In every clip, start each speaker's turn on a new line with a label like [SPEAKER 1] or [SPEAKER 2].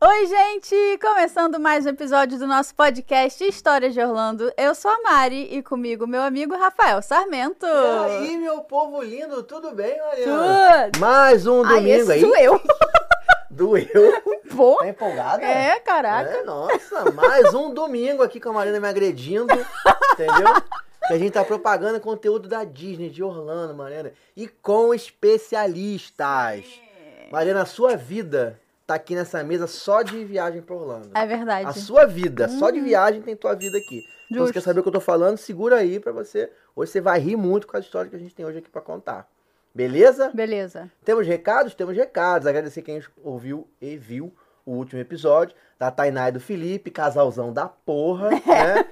[SPEAKER 1] Oi, gente! Começando mais um episódio do nosso podcast Histórias de Orlando. Eu sou a Mari e comigo meu amigo Rafael Sarmento.
[SPEAKER 2] E aí, meu povo lindo, tudo bem, Mariana?
[SPEAKER 1] Tudo!
[SPEAKER 2] Mais um
[SPEAKER 1] Ai,
[SPEAKER 2] domingo
[SPEAKER 1] esse
[SPEAKER 2] aí.
[SPEAKER 1] sou eu.
[SPEAKER 2] Doeu.
[SPEAKER 1] Pô,
[SPEAKER 2] Tá empolgada?
[SPEAKER 1] é, caraca.
[SPEAKER 2] É, nossa, mais um domingo aqui com a Marina me agredindo, entendeu? Que a gente tá propagando conteúdo da Disney, de Orlando, Mariana. E com especialistas. Mariana, a sua vida tá aqui nessa mesa só de viagem pra Orlando.
[SPEAKER 1] É verdade.
[SPEAKER 2] A sua vida, só de viagem tem tua vida aqui. Então, se
[SPEAKER 1] Justo.
[SPEAKER 2] quer saber o que eu tô falando, segura aí pra você. Hoje você vai rir muito com as histórias que a gente tem hoje aqui pra contar. Beleza?
[SPEAKER 1] Beleza.
[SPEAKER 2] Temos recados? Temos recados. Agradecer quem ouviu e viu o último episódio da Tainá e do Felipe, casalzão da porra, né?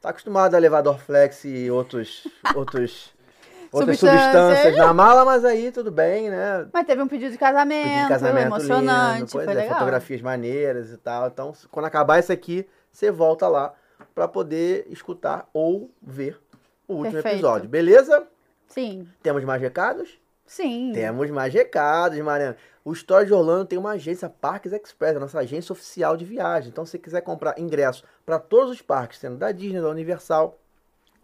[SPEAKER 2] Tá acostumado a levar Dorflex e outros, outros, outras
[SPEAKER 1] Substâncias.
[SPEAKER 2] substâncias na mala, mas aí tudo bem, né?
[SPEAKER 1] Mas teve um pedido de
[SPEAKER 2] Pedido
[SPEAKER 1] casamento,
[SPEAKER 2] Tipo de casamento
[SPEAKER 1] emocionante,
[SPEAKER 2] lindo,
[SPEAKER 1] foi
[SPEAKER 2] pois é,
[SPEAKER 1] legal.
[SPEAKER 2] fotografias maneiras e tal. Então, se- quando acabar isso aqui, você volta lá pra poder escutar ou ver o último
[SPEAKER 1] Perfeito.
[SPEAKER 2] episódio, beleza?
[SPEAKER 1] Sim,
[SPEAKER 2] Temos mais recados?
[SPEAKER 1] sim.
[SPEAKER 2] Temos mais recados, Mariana. O Story de Orlando tem uma agência Parques Express, a nossa agência oficial de viagem. Então, se você quiser comprar ingresso para todos os parques, sendo da Disney, da Universal,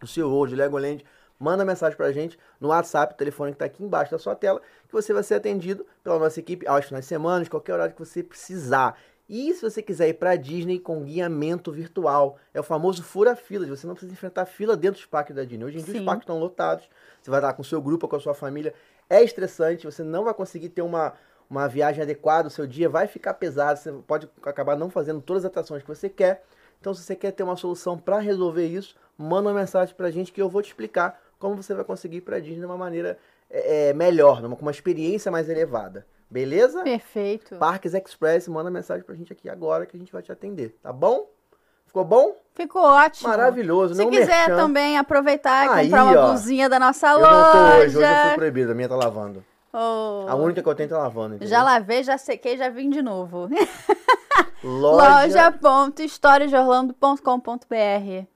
[SPEAKER 2] do SeaWorld, Legoland, manda mensagem pra gente no WhatsApp, o telefone que tá aqui embaixo da sua tela, que você vai ser atendido pela nossa equipe aos finais de semana, de qualquer horário que você precisar. E se você quiser ir pra Disney com guiamento virtual, é o famoso fura-filas, você não precisa enfrentar fila dentro dos parques da Disney. Hoje em dia
[SPEAKER 1] Sim.
[SPEAKER 2] os parques estão lotados, você vai estar com o seu grupo, com a sua família, é estressante, você não vai conseguir ter uma, uma viagem adequada, o seu dia vai ficar pesado, você pode acabar não fazendo todas as atrações que você quer. Então, se você quer ter uma solução para resolver isso, manda uma mensagem pra gente que eu vou te explicar como você vai conseguir ir pra Disney de uma maneira é, é, melhor, numa- com uma experiência mais elevada. Beleza?
[SPEAKER 1] Perfeito.
[SPEAKER 2] Parques Express, manda mensagem pra gente aqui agora que a gente vai te atender, tá bom? Ficou bom?
[SPEAKER 1] Ficou ótimo.
[SPEAKER 2] Maravilhoso,
[SPEAKER 1] Se
[SPEAKER 2] não
[SPEAKER 1] quiser
[SPEAKER 2] merchan.
[SPEAKER 1] também aproveitar e
[SPEAKER 2] Aí,
[SPEAKER 1] comprar uma
[SPEAKER 2] ó.
[SPEAKER 1] blusinha da nossa
[SPEAKER 2] Eu
[SPEAKER 1] loja.
[SPEAKER 2] não tô hoje, hoje eu fui proibido, a minha tá lavando.
[SPEAKER 1] Oh.
[SPEAKER 2] A única que eu tenho tá lavando. entendeu?
[SPEAKER 1] Já lavei, já sequei, já vim de novo.
[SPEAKER 2] Loja,
[SPEAKER 1] Loja.historiasdeorlando.com.br pra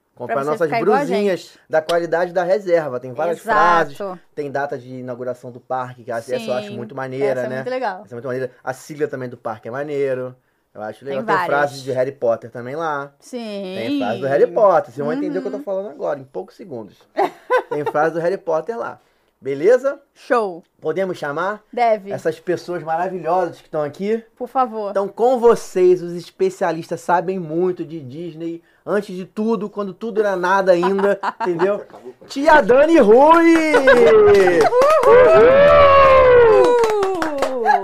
[SPEAKER 1] você
[SPEAKER 2] comprar nossas
[SPEAKER 1] ficar igual a
[SPEAKER 2] brusinhas da qualidade da reserva. Tem várias frases,
[SPEAKER 1] Exato.
[SPEAKER 2] tem data de inauguração do parque, que essa eu acho
[SPEAKER 1] Sim,
[SPEAKER 2] muito maneira,
[SPEAKER 1] Essa
[SPEAKER 2] né?
[SPEAKER 1] é muito legal.
[SPEAKER 2] Essa é muito maneira. A sigla também do parque é maneiro. Eu acho legal.
[SPEAKER 1] Tem
[SPEAKER 2] Tem,
[SPEAKER 1] várias.
[SPEAKER 2] frases de Harry Potter também lá.
[SPEAKER 1] Sim.
[SPEAKER 2] Tem frase do Harry Potter. Vocês vão
[SPEAKER 1] Uhum.
[SPEAKER 2] entender o que eu tô falando agora, em poucos segundos. Tem frase do Harry Potter lá. Beleza?
[SPEAKER 1] Show.
[SPEAKER 2] Podemos chamar
[SPEAKER 1] Deve,
[SPEAKER 2] essas pessoas maravilhosas que estão aqui?
[SPEAKER 1] por favor.
[SPEAKER 2] Então, com vocês, os especialistas sabem muito de Disney. Antes de tudo, quando tudo era nada ainda, entendeu? Tia Dani Rui!
[SPEAKER 1] Uh!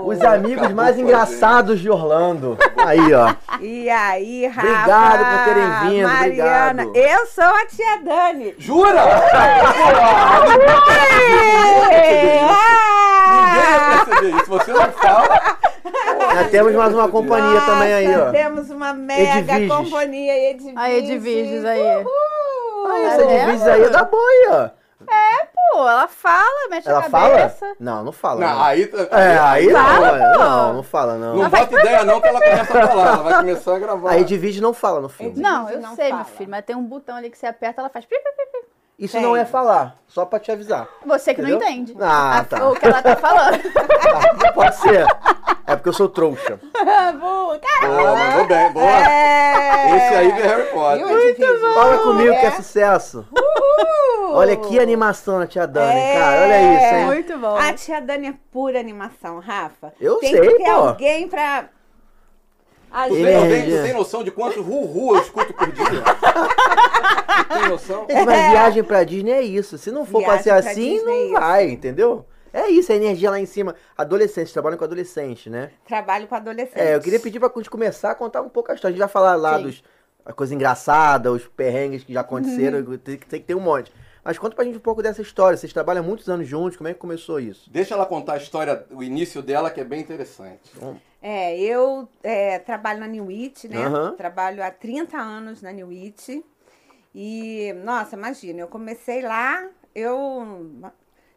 [SPEAKER 2] Os amigos
[SPEAKER 3] Acabou
[SPEAKER 2] mais
[SPEAKER 3] com a
[SPEAKER 2] engraçados de Orlando. Aí, ó.
[SPEAKER 4] E aí, Rafa?
[SPEAKER 2] Obrigado por terem vindo,
[SPEAKER 4] Mariana,
[SPEAKER 2] obrigado.
[SPEAKER 4] eu sou a tia Dani.
[SPEAKER 3] Jura?
[SPEAKER 2] é
[SPEAKER 4] Ah!
[SPEAKER 3] Ninguém ia perceber isso. Você não fala.
[SPEAKER 2] Já temos mais uma companhia
[SPEAKER 4] Nossa,
[SPEAKER 2] também aí, ó.
[SPEAKER 4] Temos uma mega
[SPEAKER 2] Edviges.
[SPEAKER 4] companhia Edviges.
[SPEAKER 1] Aí, Edviges, aí.
[SPEAKER 4] Uhul!
[SPEAKER 2] Aí,
[SPEAKER 1] Tá
[SPEAKER 2] essa
[SPEAKER 1] vendo?
[SPEAKER 2] divisa aí dá boa aí, ó.
[SPEAKER 1] Pô, ela fala, mexe
[SPEAKER 2] Então- Ela
[SPEAKER 1] a
[SPEAKER 2] fala?
[SPEAKER 1] cabeça.
[SPEAKER 2] Não, não fala.
[SPEAKER 3] Não,
[SPEAKER 2] não.
[SPEAKER 3] aí. tá
[SPEAKER 2] É, aí
[SPEAKER 1] Fala,
[SPEAKER 2] não,
[SPEAKER 1] pô.
[SPEAKER 2] não, não fala, não.
[SPEAKER 3] Não bota ideia, não, que ela começa a falar. Ela vai começar a gravar.
[SPEAKER 2] A Edvige não fala no filme.
[SPEAKER 4] Edvige.
[SPEAKER 1] Não,
[SPEAKER 4] Edviges
[SPEAKER 1] eu
[SPEAKER 4] não
[SPEAKER 1] sei, meu
[SPEAKER 4] fala.
[SPEAKER 1] filho, mas tem um botão ali que você aperta, ela faz. pi, pi, pi.
[SPEAKER 2] Isso
[SPEAKER 4] Tem.
[SPEAKER 2] não é falar, só pra te avisar.
[SPEAKER 1] Você que não
[SPEAKER 2] Entendeu?
[SPEAKER 1] entende.
[SPEAKER 2] Ah,
[SPEAKER 1] A-
[SPEAKER 2] tá.
[SPEAKER 1] O que ela tá falando.
[SPEAKER 2] Tá, Pode ser. É porque eu sou trouxa.
[SPEAKER 4] Boa,
[SPEAKER 3] Boa, mandou Ah, bem, boa.
[SPEAKER 4] É.
[SPEAKER 3] Esse aí vê Harry Potter.
[SPEAKER 4] Viu, Edviges?
[SPEAKER 2] Fala comigo que é
[SPEAKER 4] É.
[SPEAKER 2] sucesso.
[SPEAKER 4] Uhul!
[SPEAKER 2] Olha que animação na tia Dani,
[SPEAKER 4] É.
[SPEAKER 2] cara. Olha isso, hein?
[SPEAKER 1] Muito bom.
[SPEAKER 4] A tia Dani é pura animação, Rafa.
[SPEAKER 2] Eu
[SPEAKER 4] Tem
[SPEAKER 2] sei,
[SPEAKER 4] que ter
[SPEAKER 2] pô.
[SPEAKER 4] alguém pra... A
[SPEAKER 3] Tu
[SPEAKER 2] Ele
[SPEAKER 3] tem,
[SPEAKER 2] é
[SPEAKER 3] tu tem- tu
[SPEAKER 2] gênio.
[SPEAKER 3] tem noção de quanto ru-ru eu escuto por dia? Tu tem noção?
[SPEAKER 2] Gente, mas viagem pra Disney é isso. Se não for
[SPEAKER 4] Viagem
[SPEAKER 2] pra ser
[SPEAKER 4] pra
[SPEAKER 2] assim,
[SPEAKER 4] Disney é
[SPEAKER 2] não
[SPEAKER 4] isso.
[SPEAKER 2] vai, entendeu? É isso, a energia lá em cima. Adolescentes, trabalham com adolescente, né?
[SPEAKER 4] Trabalho com adolescente.
[SPEAKER 2] É, eu queria pedir pra gente começar a contar um pouco a história. A gente vai falar lá
[SPEAKER 4] Sim.
[SPEAKER 2] dos. A coisa engraçada, os perrengues que já aconteceram,
[SPEAKER 4] Uhum.
[SPEAKER 2] tem, que- tem que ter um monte. Mas conta pra gente um pouco dessa história. Vocês trabalham muitos anos juntos, como é que começou isso?
[SPEAKER 3] Deixa ela contar a história, o início dela, que é bem interessante.
[SPEAKER 4] É, eu é, trabalho na New It, né?
[SPEAKER 2] Aham.
[SPEAKER 4] Trabalho há 30 anos na New It. E, nossa, imagina, eu comecei lá, eu,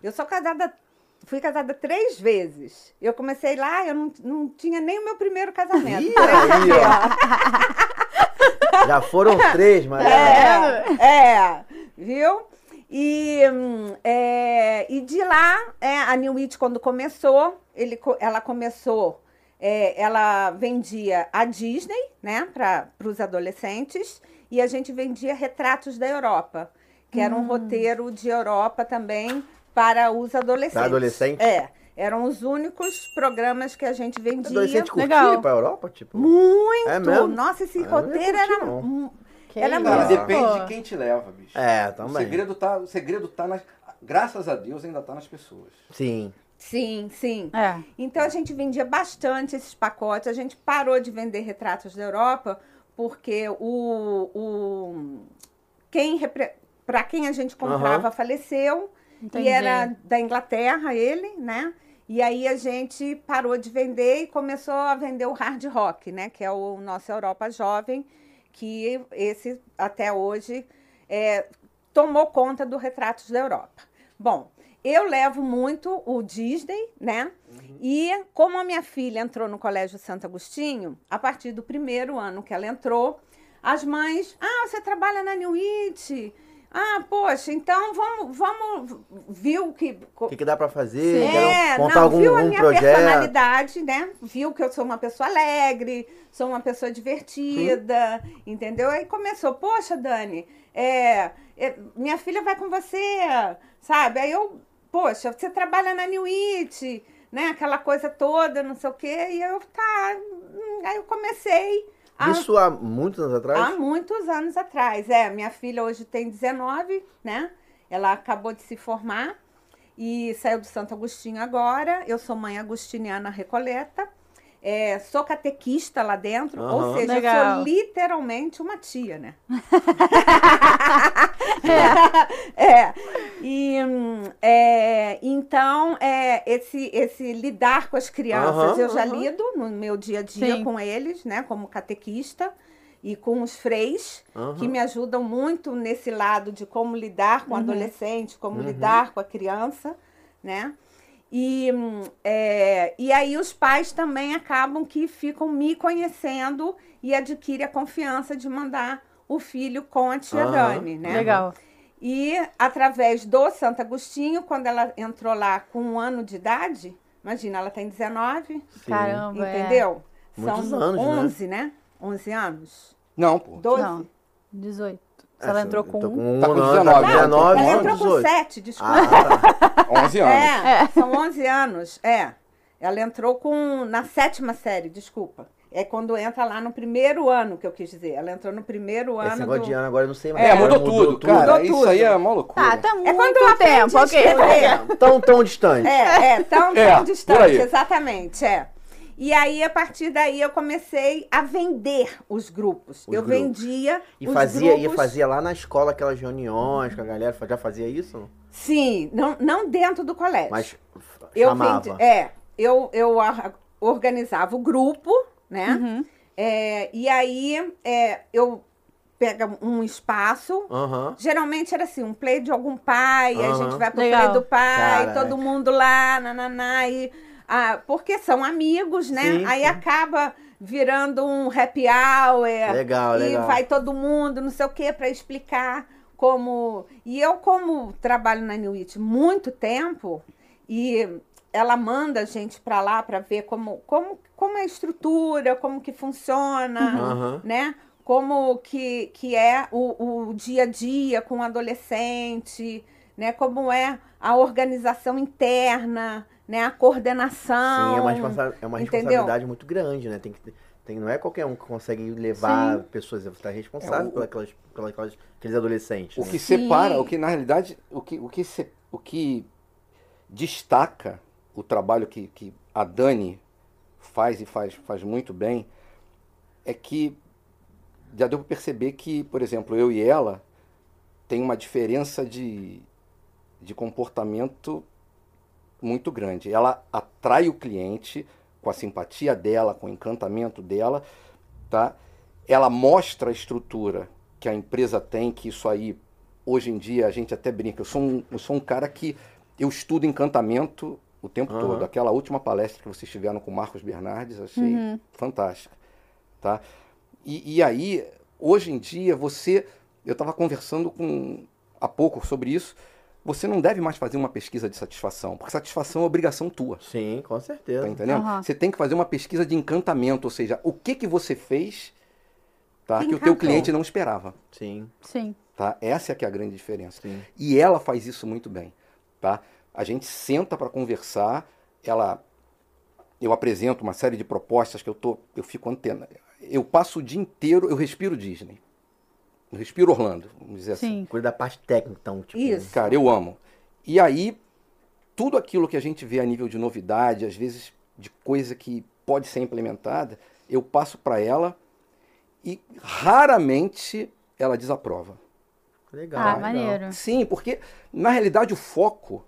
[SPEAKER 4] eu sou casada, fui casada três vezes. Eu comecei lá, eu não, não tinha nem o meu primeiro casamento.
[SPEAKER 2] Ih,
[SPEAKER 4] Três
[SPEAKER 2] aí,
[SPEAKER 4] vezes.
[SPEAKER 2] Já foram três, mas. é
[SPEAKER 4] É, é, viu? E, hum, é, e de lá, é, a New It, quando começou, ele, co- ela começou é, é, ela vendia a Disney, né, para os adolescentes, e a gente vendia retratos da Europa, que era um roteiro de Europa também para os adolescentes.
[SPEAKER 2] Pra adolescente?
[SPEAKER 4] É. Eram os únicos programas que a gente vendia.
[SPEAKER 2] Adolescente curtia
[SPEAKER 1] Legal.
[SPEAKER 2] ir pra Europa, tipo.
[SPEAKER 4] um Muito!
[SPEAKER 2] É mesmo?
[SPEAKER 4] Nossa, esse
[SPEAKER 2] Ah, eu não
[SPEAKER 4] roteiro
[SPEAKER 2] curti,
[SPEAKER 4] era.
[SPEAKER 2] não.
[SPEAKER 4] mu-
[SPEAKER 1] Que isso,
[SPEAKER 4] Era muito-
[SPEAKER 3] Cara,
[SPEAKER 2] Nossa.
[SPEAKER 3] depende
[SPEAKER 1] pô.
[SPEAKER 3] de quem te leva, bicho.
[SPEAKER 2] É,
[SPEAKER 3] o
[SPEAKER 2] também.
[SPEAKER 3] segredo tá, o segredo tá nas, graças a Deus ainda tá nas pessoas.
[SPEAKER 2] Sim.
[SPEAKER 4] Sim, sim.
[SPEAKER 1] É.
[SPEAKER 4] Então a gente vendia bastante esses pacotes. A gente parou de vender retratos da Europa porque o, o quem para quem a gente comprava faleceu
[SPEAKER 1] Entendi.
[SPEAKER 4] e era da Inglaterra ele, né? E aí a gente parou de vender e começou a vender o hard rock, né? Que é o nosso Europa Jovem, que esse até hoje é, tomou conta do Retratos da Europa. Bom, eu levo muito o Disney, né? E como a minha filha entrou no Colégio Santo Agostinho, a partir do primeiro ano que ela entrou, as mães, ah, você trabalha na New It. Ah, poxa, então vamos, vamos, viu que
[SPEAKER 2] O que, que dá pra fazer?
[SPEAKER 1] Sim.
[SPEAKER 2] Quero
[SPEAKER 4] é,
[SPEAKER 2] montar
[SPEAKER 4] não,
[SPEAKER 2] algum,
[SPEAKER 4] viu a
[SPEAKER 2] algum
[SPEAKER 4] minha
[SPEAKER 2] projeto.
[SPEAKER 4] personalidade, né? Viu que eu sou uma pessoa alegre, sou uma pessoa divertida, entendeu? Aí começou, poxa, Dani, é, é, minha filha vai com você, sabe? Aí eu, poxa, você trabalha na New It, né? Aquela coisa toda, não sei o quê. E eu, tá, hum, aí eu comecei a
[SPEAKER 2] Isso há muitos anos atrás?
[SPEAKER 4] Há muitos anos atrás. É, minha filha hoje tem 19, né? Ela acabou de se formar e saiu do Santo Agostinho agora. Eu sou mãe agostiniana recoleta. É, sou catequista lá dentro,
[SPEAKER 2] Aham.
[SPEAKER 4] ou seja, eu
[SPEAKER 1] Legal.
[SPEAKER 4] sou literalmente uma tia, né? é. E hum, é, então é, esse, esse lidar com as crianças,
[SPEAKER 2] Aham,
[SPEAKER 4] eu já
[SPEAKER 2] aham.
[SPEAKER 4] Tá lido no meu dia a dia
[SPEAKER 1] Sim.
[SPEAKER 4] com eles, né? Como catequista e com os freis,
[SPEAKER 2] Aham.
[SPEAKER 4] que me ajudam muito nesse lado de como lidar com o adolescente, como lidar com a criança, né? E, hum, é, e aí os pais também acabam que ficam me conhecendo e adquirem a confiança de mandar o filho com a tia
[SPEAKER 2] Aham.
[SPEAKER 4] Dani, né?
[SPEAKER 1] Legal.
[SPEAKER 4] E através do Santo Agostinho, quando ela entrou lá com um ano de idade, imagina, ela tem 19,
[SPEAKER 2] Sim.
[SPEAKER 1] Caramba. é.
[SPEAKER 4] entendeu?
[SPEAKER 2] Muitos
[SPEAKER 4] São
[SPEAKER 2] anos, né?
[SPEAKER 4] 11, né? 11 anos.
[SPEAKER 3] Não, pô.
[SPEAKER 4] 12.
[SPEAKER 1] Não, 18. Se
[SPEAKER 2] É,
[SPEAKER 1] ela
[SPEAKER 2] se-
[SPEAKER 1] entrou
[SPEAKER 2] eu
[SPEAKER 1] com
[SPEAKER 2] tô
[SPEAKER 1] um.
[SPEAKER 2] um
[SPEAKER 3] Tá com
[SPEAKER 2] ano, tá
[SPEAKER 3] 19, né?
[SPEAKER 2] com 19,
[SPEAKER 4] Ela
[SPEAKER 2] não,
[SPEAKER 4] entrou com
[SPEAKER 2] 18.
[SPEAKER 4] 7, desculpa.
[SPEAKER 2] Ah, tá.
[SPEAKER 3] 11 anos.
[SPEAKER 4] É, são 11 anos. É. Ela entrou com na sétima série, desculpa. É quando entra lá no primeiro ano que eu quis dizer. Ela entrou no primeiro
[SPEAKER 2] Esse
[SPEAKER 4] ano
[SPEAKER 2] negócio
[SPEAKER 4] do...
[SPEAKER 2] de ano agora eu não sei mais.
[SPEAKER 3] É, mudou, tudo, cara.
[SPEAKER 4] Mudou
[SPEAKER 3] Isso
[SPEAKER 4] tudo.
[SPEAKER 3] aí é uma loucura.
[SPEAKER 1] Ah, tá muito
[SPEAKER 4] quando eu aprendi
[SPEAKER 1] tempo,
[SPEAKER 4] a
[SPEAKER 1] ok.
[SPEAKER 4] escrever.
[SPEAKER 2] Tão, tão distante.
[SPEAKER 4] É, é, tão,
[SPEAKER 3] É,
[SPEAKER 4] tão
[SPEAKER 3] por
[SPEAKER 4] distante,
[SPEAKER 3] aí.
[SPEAKER 4] exatamente, é. E aí, a partir daí, eu comecei a vender os grupos.
[SPEAKER 2] Os
[SPEAKER 4] eu
[SPEAKER 2] grupos.
[SPEAKER 4] vendia
[SPEAKER 2] E
[SPEAKER 4] os
[SPEAKER 2] fazia, e
[SPEAKER 4] grupos.
[SPEAKER 2] fazia lá na escola aquelas reuniões com a galera. fa- Já fazia isso?
[SPEAKER 4] Sim, não, não dentro do colégio.
[SPEAKER 2] Mas f-
[SPEAKER 4] É, eu
[SPEAKER 2] chamava.
[SPEAKER 4] vendi- é, eu, eu a- organizava o grupo, né?
[SPEAKER 1] Uhum.
[SPEAKER 4] É, e aí, é, eu pega um espaço.
[SPEAKER 2] Aham.
[SPEAKER 4] Geralmente era assim, um play de algum pai, aí a
[SPEAKER 2] Aham.
[SPEAKER 4] gente vai pro
[SPEAKER 1] Legal.
[SPEAKER 4] play do pai,
[SPEAKER 2] Caraca.
[SPEAKER 4] todo mundo lá, nananá, e, ah, porque são amigos, né?
[SPEAKER 2] Sim,
[SPEAKER 4] aí
[SPEAKER 2] sim.
[SPEAKER 4] acaba virando um happy hour,
[SPEAKER 2] Legal,
[SPEAKER 4] É, e
[SPEAKER 2] Ah, legal.
[SPEAKER 4] vai todo mundo, não sei o quê, pra explicar como... E eu, como trabalho na New It muito tempo, e ela manda a gente pra lá pra ver como, como, como é a estrutura, como que funciona,
[SPEAKER 2] Aham.
[SPEAKER 4] né? Como que, que é o, o dia a dia com o adolescente, né? Como é a organização interna, né? A coordenação.
[SPEAKER 2] Sim, é uma, responsa- é uma
[SPEAKER 4] entendeu?
[SPEAKER 2] responsabilidade muito grande, né? Tem que ter- tem, não é qualquer um que consegue levar pessoas. Você está responsável
[SPEAKER 3] É, o-
[SPEAKER 2] por aquelas, por aquelas- aqueles adolescentes.
[SPEAKER 3] O
[SPEAKER 2] né?
[SPEAKER 3] que
[SPEAKER 4] Sim.
[SPEAKER 3] separa, o que na realidade, o que, o que, se- o que destaca o trabalho que, que a Dani faz e faz, faz muito bem, é que já deu para perceber que, por exemplo, eu e ela tem uma diferença de, de comportamento muito grande. Ela atrai o cliente com a simpatia dela, com o encantamento dela, tá? Ela mostra a estrutura que a empresa tem, que isso aí hoje em dia a gente até brinca. Eu sou um, eu sou um cara que eu estudo encantamento o tempo
[SPEAKER 2] Aham.
[SPEAKER 3] todo. Aquela última palestra que vocês tiveram com o Marcos Bernardes, achei
[SPEAKER 1] Uhum.
[SPEAKER 3] fantástica, tá? E, e aí, hoje em dia, você, eu estava conversando com há pouco sobre isso, você não deve mais fazer uma pesquisa de satisfação, porque satisfação é obrigação tua.
[SPEAKER 2] Sim, com certeza.
[SPEAKER 3] Tá entendendo?
[SPEAKER 1] Aham.
[SPEAKER 3] Você tem que fazer uma pesquisa de encantamento, ou seja, o que que você fez tá,
[SPEAKER 4] Que
[SPEAKER 3] que, o teu
[SPEAKER 4] encantou.
[SPEAKER 3] cliente não esperava.
[SPEAKER 2] Sim,
[SPEAKER 1] Sim.
[SPEAKER 3] Tá? Essa é que é a grande diferença.
[SPEAKER 2] sim.
[SPEAKER 3] E ela faz isso muito bem, tá? A gente senta para conversar, ela eu apresento uma série de propostas que eu tô, eu fico antena. Eu passo o dia inteiro, eu respiro Disney. Eu respiro Orlando, vamos dizer assim.
[SPEAKER 1] Sim.
[SPEAKER 2] Cuida da parte técnica, então, tipo.
[SPEAKER 4] Isso.
[SPEAKER 3] Cara, eu amo. E aí, tudo aquilo que a gente vê a nível de novidade, às vezes de coisa que pode ser implementada, eu passo para ela e raramente ela desaprova.
[SPEAKER 2] né? Legal.
[SPEAKER 1] Ah,
[SPEAKER 2] legal.
[SPEAKER 1] maneiro.
[SPEAKER 3] Sim, porque na realidade o foco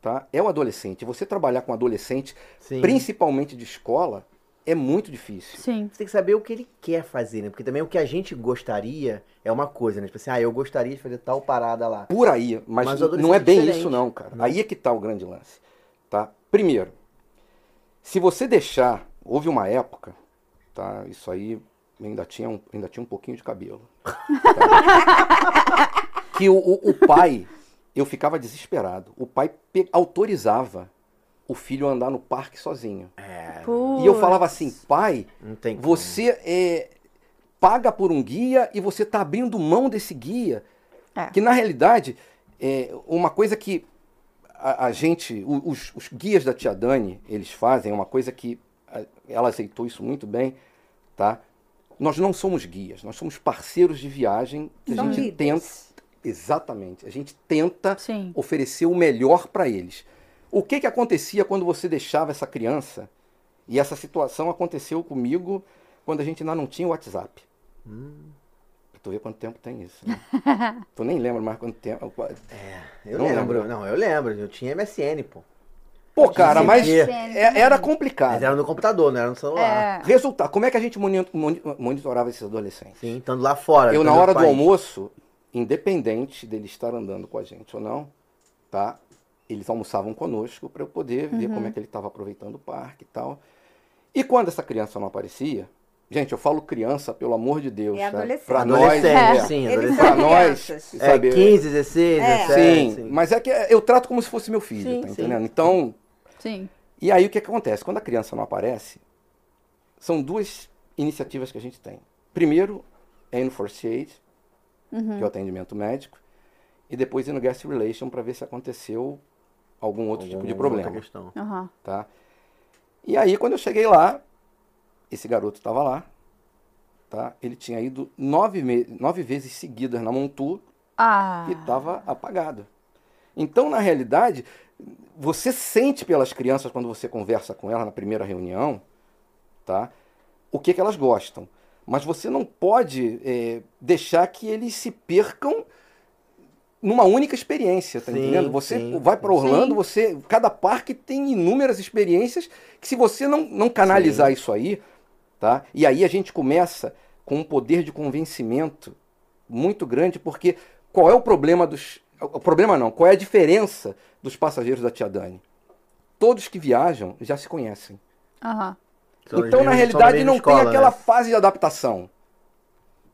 [SPEAKER 3] tá, é o adolescente. Você trabalhar com adolescente,
[SPEAKER 2] Sim.
[SPEAKER 3] principalmente de escola, é muito difícil.
[SPEAKER 1] Sim.
[SPEAKER 2] Você tem que saber o que ele quer fazer, né? Porque também o que a gente gostaria é uma coisa, né? Tipo assim, ah, eu gostaria de fazer tal parada lá.
[SPEAKER 3] Por aí, mas,
[SPEAKER 2] Mas o
[SPEAKER 3] n-
[SPEAKER 2] adolescente
[SPEAKER 3] não é bem
[SPEAKER 2] é diferente.
[SPEAKER 3] isso não, cara.
[SPEAKER 2] Não.
[SPEAKER 3] Aí é que tá o grande lance, tá? Primeiro, se você deixar, houve uma época, tá? Isso aí ainda tinha um, ainda tinha um pouquinho de cabelo. tá? que o, o- o pai, eu ficava desesperado. O pai pe- autorizava o filho a andar no parque sozinho. E eu falava assim, pai,
[SPEAKER 2] Não tem como.
[SPEAKER 3] É. você é, paga por um guia e você está abrindo mão desse guia.
[SPEAKER 1] É.
[SPEAKER 3] Que na realidade, é uma coisa que a, a gente, o- os, os guias da Tia Dani, eles fazem, é uma coisa que a- ela aceitou isso muito bem, tá? Nós não somos guias, nós somos parceiros de viagem que
[SPEAKER 4] São
[SPEAKER 3] a gente tenta.
[SPEAKER 4] líderes.
[SPEAKER 3] Exatamente, a gente tenta
[SPEAKER 1] Sim.
[SPEAKER 3] oferecer o melhor para eles. O que, que acontecia quando você deixava essa criança? E essa situação aconteceu comigo quando a gente ainda não tinha o WhatsApp.
[SPEAKER 2] Hum,
[SPEAKER 3] Tu vê quanto tempo tem isso. Né? tu nem lembra mais quanto tempo.
[SPEAKER 2] eu
[SPEAKER 3] Não
[SPEAKER 2] lembro.
[SPEAKER 3] lembro.
[SPEAKER 2] Não, eu lembro. Eu tinha MSN, pô.
[SPEAKER 3] Pô, cara,
[SPEAKER 2] Sim,
[SPEAKER 3] mas
[SPEAKER 2] sim.
[SPEAKER 3] é- era complicado.
[SPEAKER 2] Mas era no computador, não era no celular.
[SPEAKER 1] É.
[SPEAKER 3] Resultado, como é que a gente moni- moni- monitorava esses adolescentes?
[SPEAKER 2] Sim, estando lá fora.
[SPEAKER 3] Eu, na
[SPEAKER 2] estando no
[SPEAKER 3] hora do
[SPEAKER 2] país.
[SPEAKER 3] almoço, independente dele estar andando com a gente ou não, tá? Eles almoçavam conosco para eu poder ver
[SPEAKER 4] Uhum.
[SPEAKER 3] como é que ele estava aproveitando o parque e tal. E quando essa criança não aparecia, gente, eu falo criança, pelo amor de Deus,
[SPEAKER 4] É adolescente.
[SPEAKER 3] Para nós,
[SPEAKER 2] Adolescente,
[SPEAKER 3] é.
[SPEAKER 2] sim,
[SPEAKER 4] Eles
[SPEAKER 2] adolescente.
[SPEAKER 4] são
[SPEAKER 3] Pra nós,
[SPEAKER 4] crianças.
[SPEAKER 2] É,
[SPEAKER 3] sabe?
[SPEAKER 2] 15, 16,
[SPEAKER 4] É.
[SPEAKER 2] 17.
[SPEAKER 3] Sim, mas é que eu trato como se fosse meu filho,
[SPEAKER 2] Sim,
[SPEAKER 3] tá
[SPEAKER 2] sim.
[SPEAKER 3] entendendo? Então,
[SPEAKER 1] Sim.
[SPEAKER 3] e aí o que acontece? Quando a criança não aparece, são duas iniciativas que a gente tem. Primeiro, é ir no First Aid, que é o atendimento médico, e depois ir no Guest Relation para ver se aconteceu algum outro tipo de
[SPEAKER 2] Alguma outra
[SPEAKER 3] problema.
[SPEAKER 2] questão.
[SPEAKER 1] Aham.
[SPEAKER 3] Tá? E aí, quando eu cheguei lá, esse garoto estava lá, tá? ele tinha ido nove, me- nove vezes seguidas na Montu,
[SPEAKER 1] Ah.
[SPEAKER 3] e estava apagado. Então, na realidade, você sente pelas crianças quando você conversa com elas na primeira reunião, tá? O que, que elas gostam. Mas você não pode eh, deixar que eles se percam numa única experiência, tá
[SPEAKER 2] Sim,
[SPEAKER 3] entendendo? Você
[SPEAKER 2] sim.
[SPEAKER 3] vai para Orlando,
[SPEAKER 1] Sim.
[SPEAKER 3] você cada parque tem inúmeras experiências que se você não, não canalizar isso aí, tá? E aí a gente começa com um poder de convencimento muito grande, porque qual é o problema dos. O problema não, qual é a diferença dos passageiros da Tia Dani? Todos que viajam já se conhecem.
[SPEAKER 1] Aham.
[SPEAKER 2] Só nos
[SPEAKER 3] então, na
[SPEAKER 2] mesmos- só nos
[SPEAKER 3] realidade,
[SPEAKER 2] mesmos
[SPEAKER 3] não tem
[SPEAKER 2] escola,
[SPEAKER 3] aquela
[SPEAKER 2] né?
[SPEAKER 3] fase de adaptação.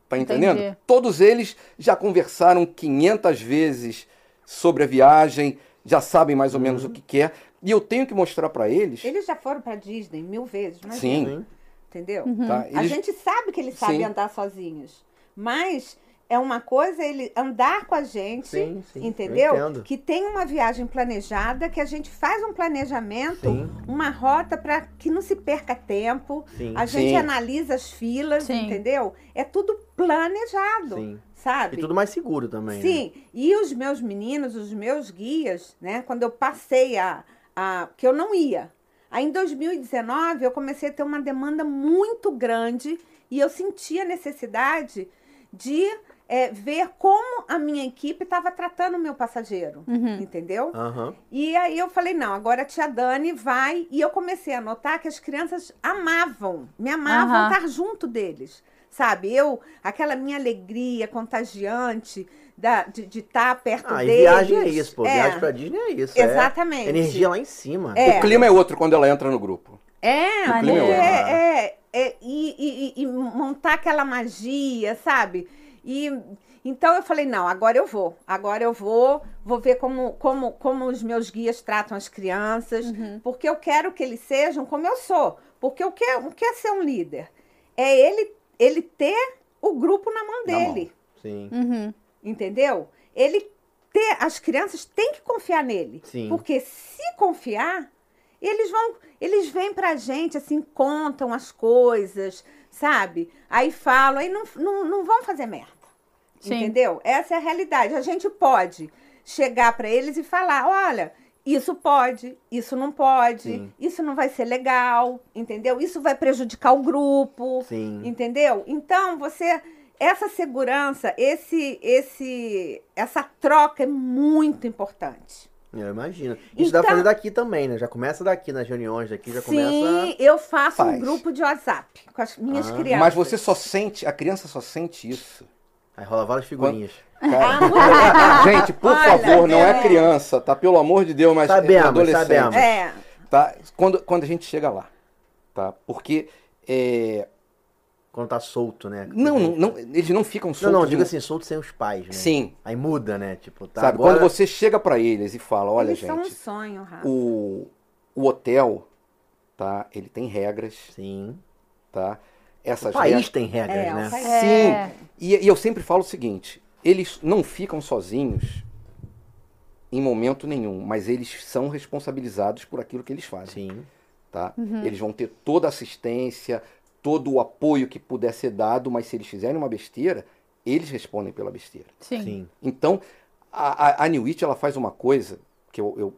[SPEAKER 3] Tá entendendo?
[SPEAKER 1] Entendi.
[SPEAKER 3] Todos eles já conversaram 500 vezes sobre a viagem, já sabem mais ou
[SPEAKER 2] Uhum.
[SPEAKER 3] menos o que quer. E eu tenho que mostrar para eles.
[SPEAKER 4] Eles já foram pra Disney mil vezes, mas
[SPEAKER 3] Sim,
[SPEAKER 2] Sim.
[SPEAKER 4] entendeu?
[SPEAKER 1] Uhum.
[SPEAKER 3] tá?
[SPEAKER 4] Uhum. A
[SPEAKER 3] Eles-
[SPEAKER 4] gente sabe que eles sabem
[SPEAKER 3] Sim.
[SPEAKER 4] andar sozinhos, mas é uma coisa ele andar com a gente,
[SPEAKER 2] Sim, sim, eu entendo.
[SPEAKER 4] entendeu? Que tem uma viagem planejada, que a gente faz um planejamento,
[SPEAKER 2] Sim.
[SPEAKER 4] uma rota para que não se perca tempo.
[SPEAKER 2] Sim.
[SPEAKER 4] A gente
[SPEAKER 3] Sim.
[SPEAKER 4] analisa as filas,
[SPEAKER 1] Sim.
[SPEAKER 4] entendeu? É tudo planejado,
[SPEAKER 2] Sim.
[SPEAKER 4] sabe?
[SPEAKER 2] E tudo mais seguro também. né?
[SPEAKER 4] Sim, e os meus meninos, os meus guias, né? Quando eu passei a, a. que eu não ia. Aí em 2019 eu comecei a ter uma demanda muito grande e eu senti a necessidade de eh, ver como a minha equipe estava tratando o meu passageiro.
[SPEAKER 1] Uhum.
[SPEAKER 4] Entendeu?
[SPEAKER 2] Aham.
[SPEAKER 4] E aí eu falei, não, agora a tia Dani vai. E eu comecei a notar que as crianças amavam, me amavam
[SPEAKER 1] Aham.
[SPEAKER 4] estar junto deles. Sabe, eu, aquela minha alegria contagiante da, de estar perto
[SPEAKER 2] Ah, e
[SPEAKER 4] deles.
[SPEAKER 2] viagem é isso, pô.
[SPEAKER 4] É,
[SPEAKER 2] Viagem pra Disney é isso. É.
[SPEAKER 4] Exatamente.
[SPEAKER 2] Energia lá em cima.
[SPEAKER 4] É.
[SPEAKER 3] O clima é outro quando ela entra no grupo.
[SPEAKER 4] É,
[SPEAKER 1] O
[SPEAKER 4] porque
[SPEAKER 1] clima é
[SPEAKER 4] é,
[SPEAKER 2] outro,
[SPEAKER 4] é, e, e- e- e montar aquela magia, sabe? E então eu falei, não, agora eu vou. Agora eu vou, vou ver como como como os meus guias tratam as crianças,
[SPEAKER 3] Uhum.
[SPEAKER 4] porque eu quero que eles sejam como eu sou. Porque o que o que é ser um líder? É ele ele ter o grupo na mão
[SPEAKER 3] Na mão.
[SPEAKER 4] dele.
[SPEAKER 2] Sim.
[SPEAKER 1] Uhum.
[SPEAKER 4] Entendeu? Ele ter, as crianças têm que confiar nele.
[SPEAKER 2] Sim.
[SPEAKER 4] Porque se confiar, eles vão, eles vêm pra gente, assim, contam as coisas, sabe? Aí falam, aí não, não, não vão fazer merda.
[SPEAKER 1] Sim.
[SPEAKER 4] Entendeu? Essa é a realidade. A gente pode chegar pra eles e falar, olha, isso pode, isso não pode,
[SPEAKER 2] Sim.
[SPEAKER 4] isso não vai ser legal, entendeu? Isso vai prejudicar o grupo.
[SPEAKER 2] Sim.
[SPEAKER 4] Entendeu? Então, você essa segurança, esse esse essa troca é muito importante.
[SPEAKER 2] Eu imagino. Isso dá
[SPEAKER 4] Então-
[SPEAKER 2] pra fazer daqui também, né? Já começa daqui nas reuniões daqui, já começa.
[SPEAKER 4] Sim, eu faço
[SPEAKER 3] Faz.
[SPEAKER 4] um grupo de WhatsApp com as minhas
[SPEAKER 2] Ah.
[SPEAKER 4] crianças.
[SPEAKER 3] Mas você só sente, a criança só sente isso.
[SPEAKER 2] Aí rola várias figurinhas.
[SPEAKER 3] Cara,
[SPEAKER 4] Ah, muito-
[SPEAKER 3] gente, por
[SPEAKER 4] Olha,
[SPEAKER 3] favor, não é
[SPEAKER 4] é.
[SPEAKER 3] criança, tá? Pelo amor de Deus, mas
[SPEAKER 2] Sabemos,
[SPEAKER 3] é adolescente.
[SPEAKER 2] sabemos.
[SPEAKER 4] É,
[SPEAKER 3] Tá? Quando, quando a gente chega lá, tá? Porque é,
[SPEAKER 2] Quando tá solto, né?
[SPEAKER 3] não, não, não- eles não ficam
[SPEAKER 2] Não,
[SPEAKER 3] soltos.
[SPEAKER 2] não, diga
[SPEAKER 3] né?
[SPEAKER 2] assim, solto sem os pais, né?
[SPEAKER 3] Sim,
[SPEAKER 2] Aí muda, né? Tipo, tá.
[SPEAKER 3] sabe?
[SPEAKER 2] agora...
[SPEAKER 3] Quando você chega pra eles e fala, olha,
[SPEAKER 4] eles são um
[SPEAKER 3] gente,
[SPEAKER 4] sonho, Rafa.
[SPEAKER 3] o, o hotel, tá? Ele tem regras,
[SPEAKER 2] Sim.
[SPEAKER 3] tá?
[SPEAKER 2] O
[SPEAKER 3] Essas
[SPEAKER 2] país
[SPEAKER 3] regras.
[SPEAKER 2] tem regras,
[SPEAKER 4] É, o
[SPEAKER 2] né?
[SPEAKER 4] país-
[SPEAKER 3] Sim.
[SPEAKER 1] É.
[SPEAKER 3] E, e eu sempre falo o seguinte: eles não ficam sozinhos em momento nenhum, mas eles são responsabilizados por aquilo que eles fazem.
[SPEAKER 2] Sim.
[SPEAKER 3] tá? Eles vão ter toda a assistência, todo o apoio que puder ser dado, mas se eles fizerem uma besteira, eles respondem pela besteira.
[SPEAKER 1] Sim.
[SPEAKER 2] Sim.
[SPEAKER 3] Então, a, a, a New It, ela faz uma coisa que eu, eu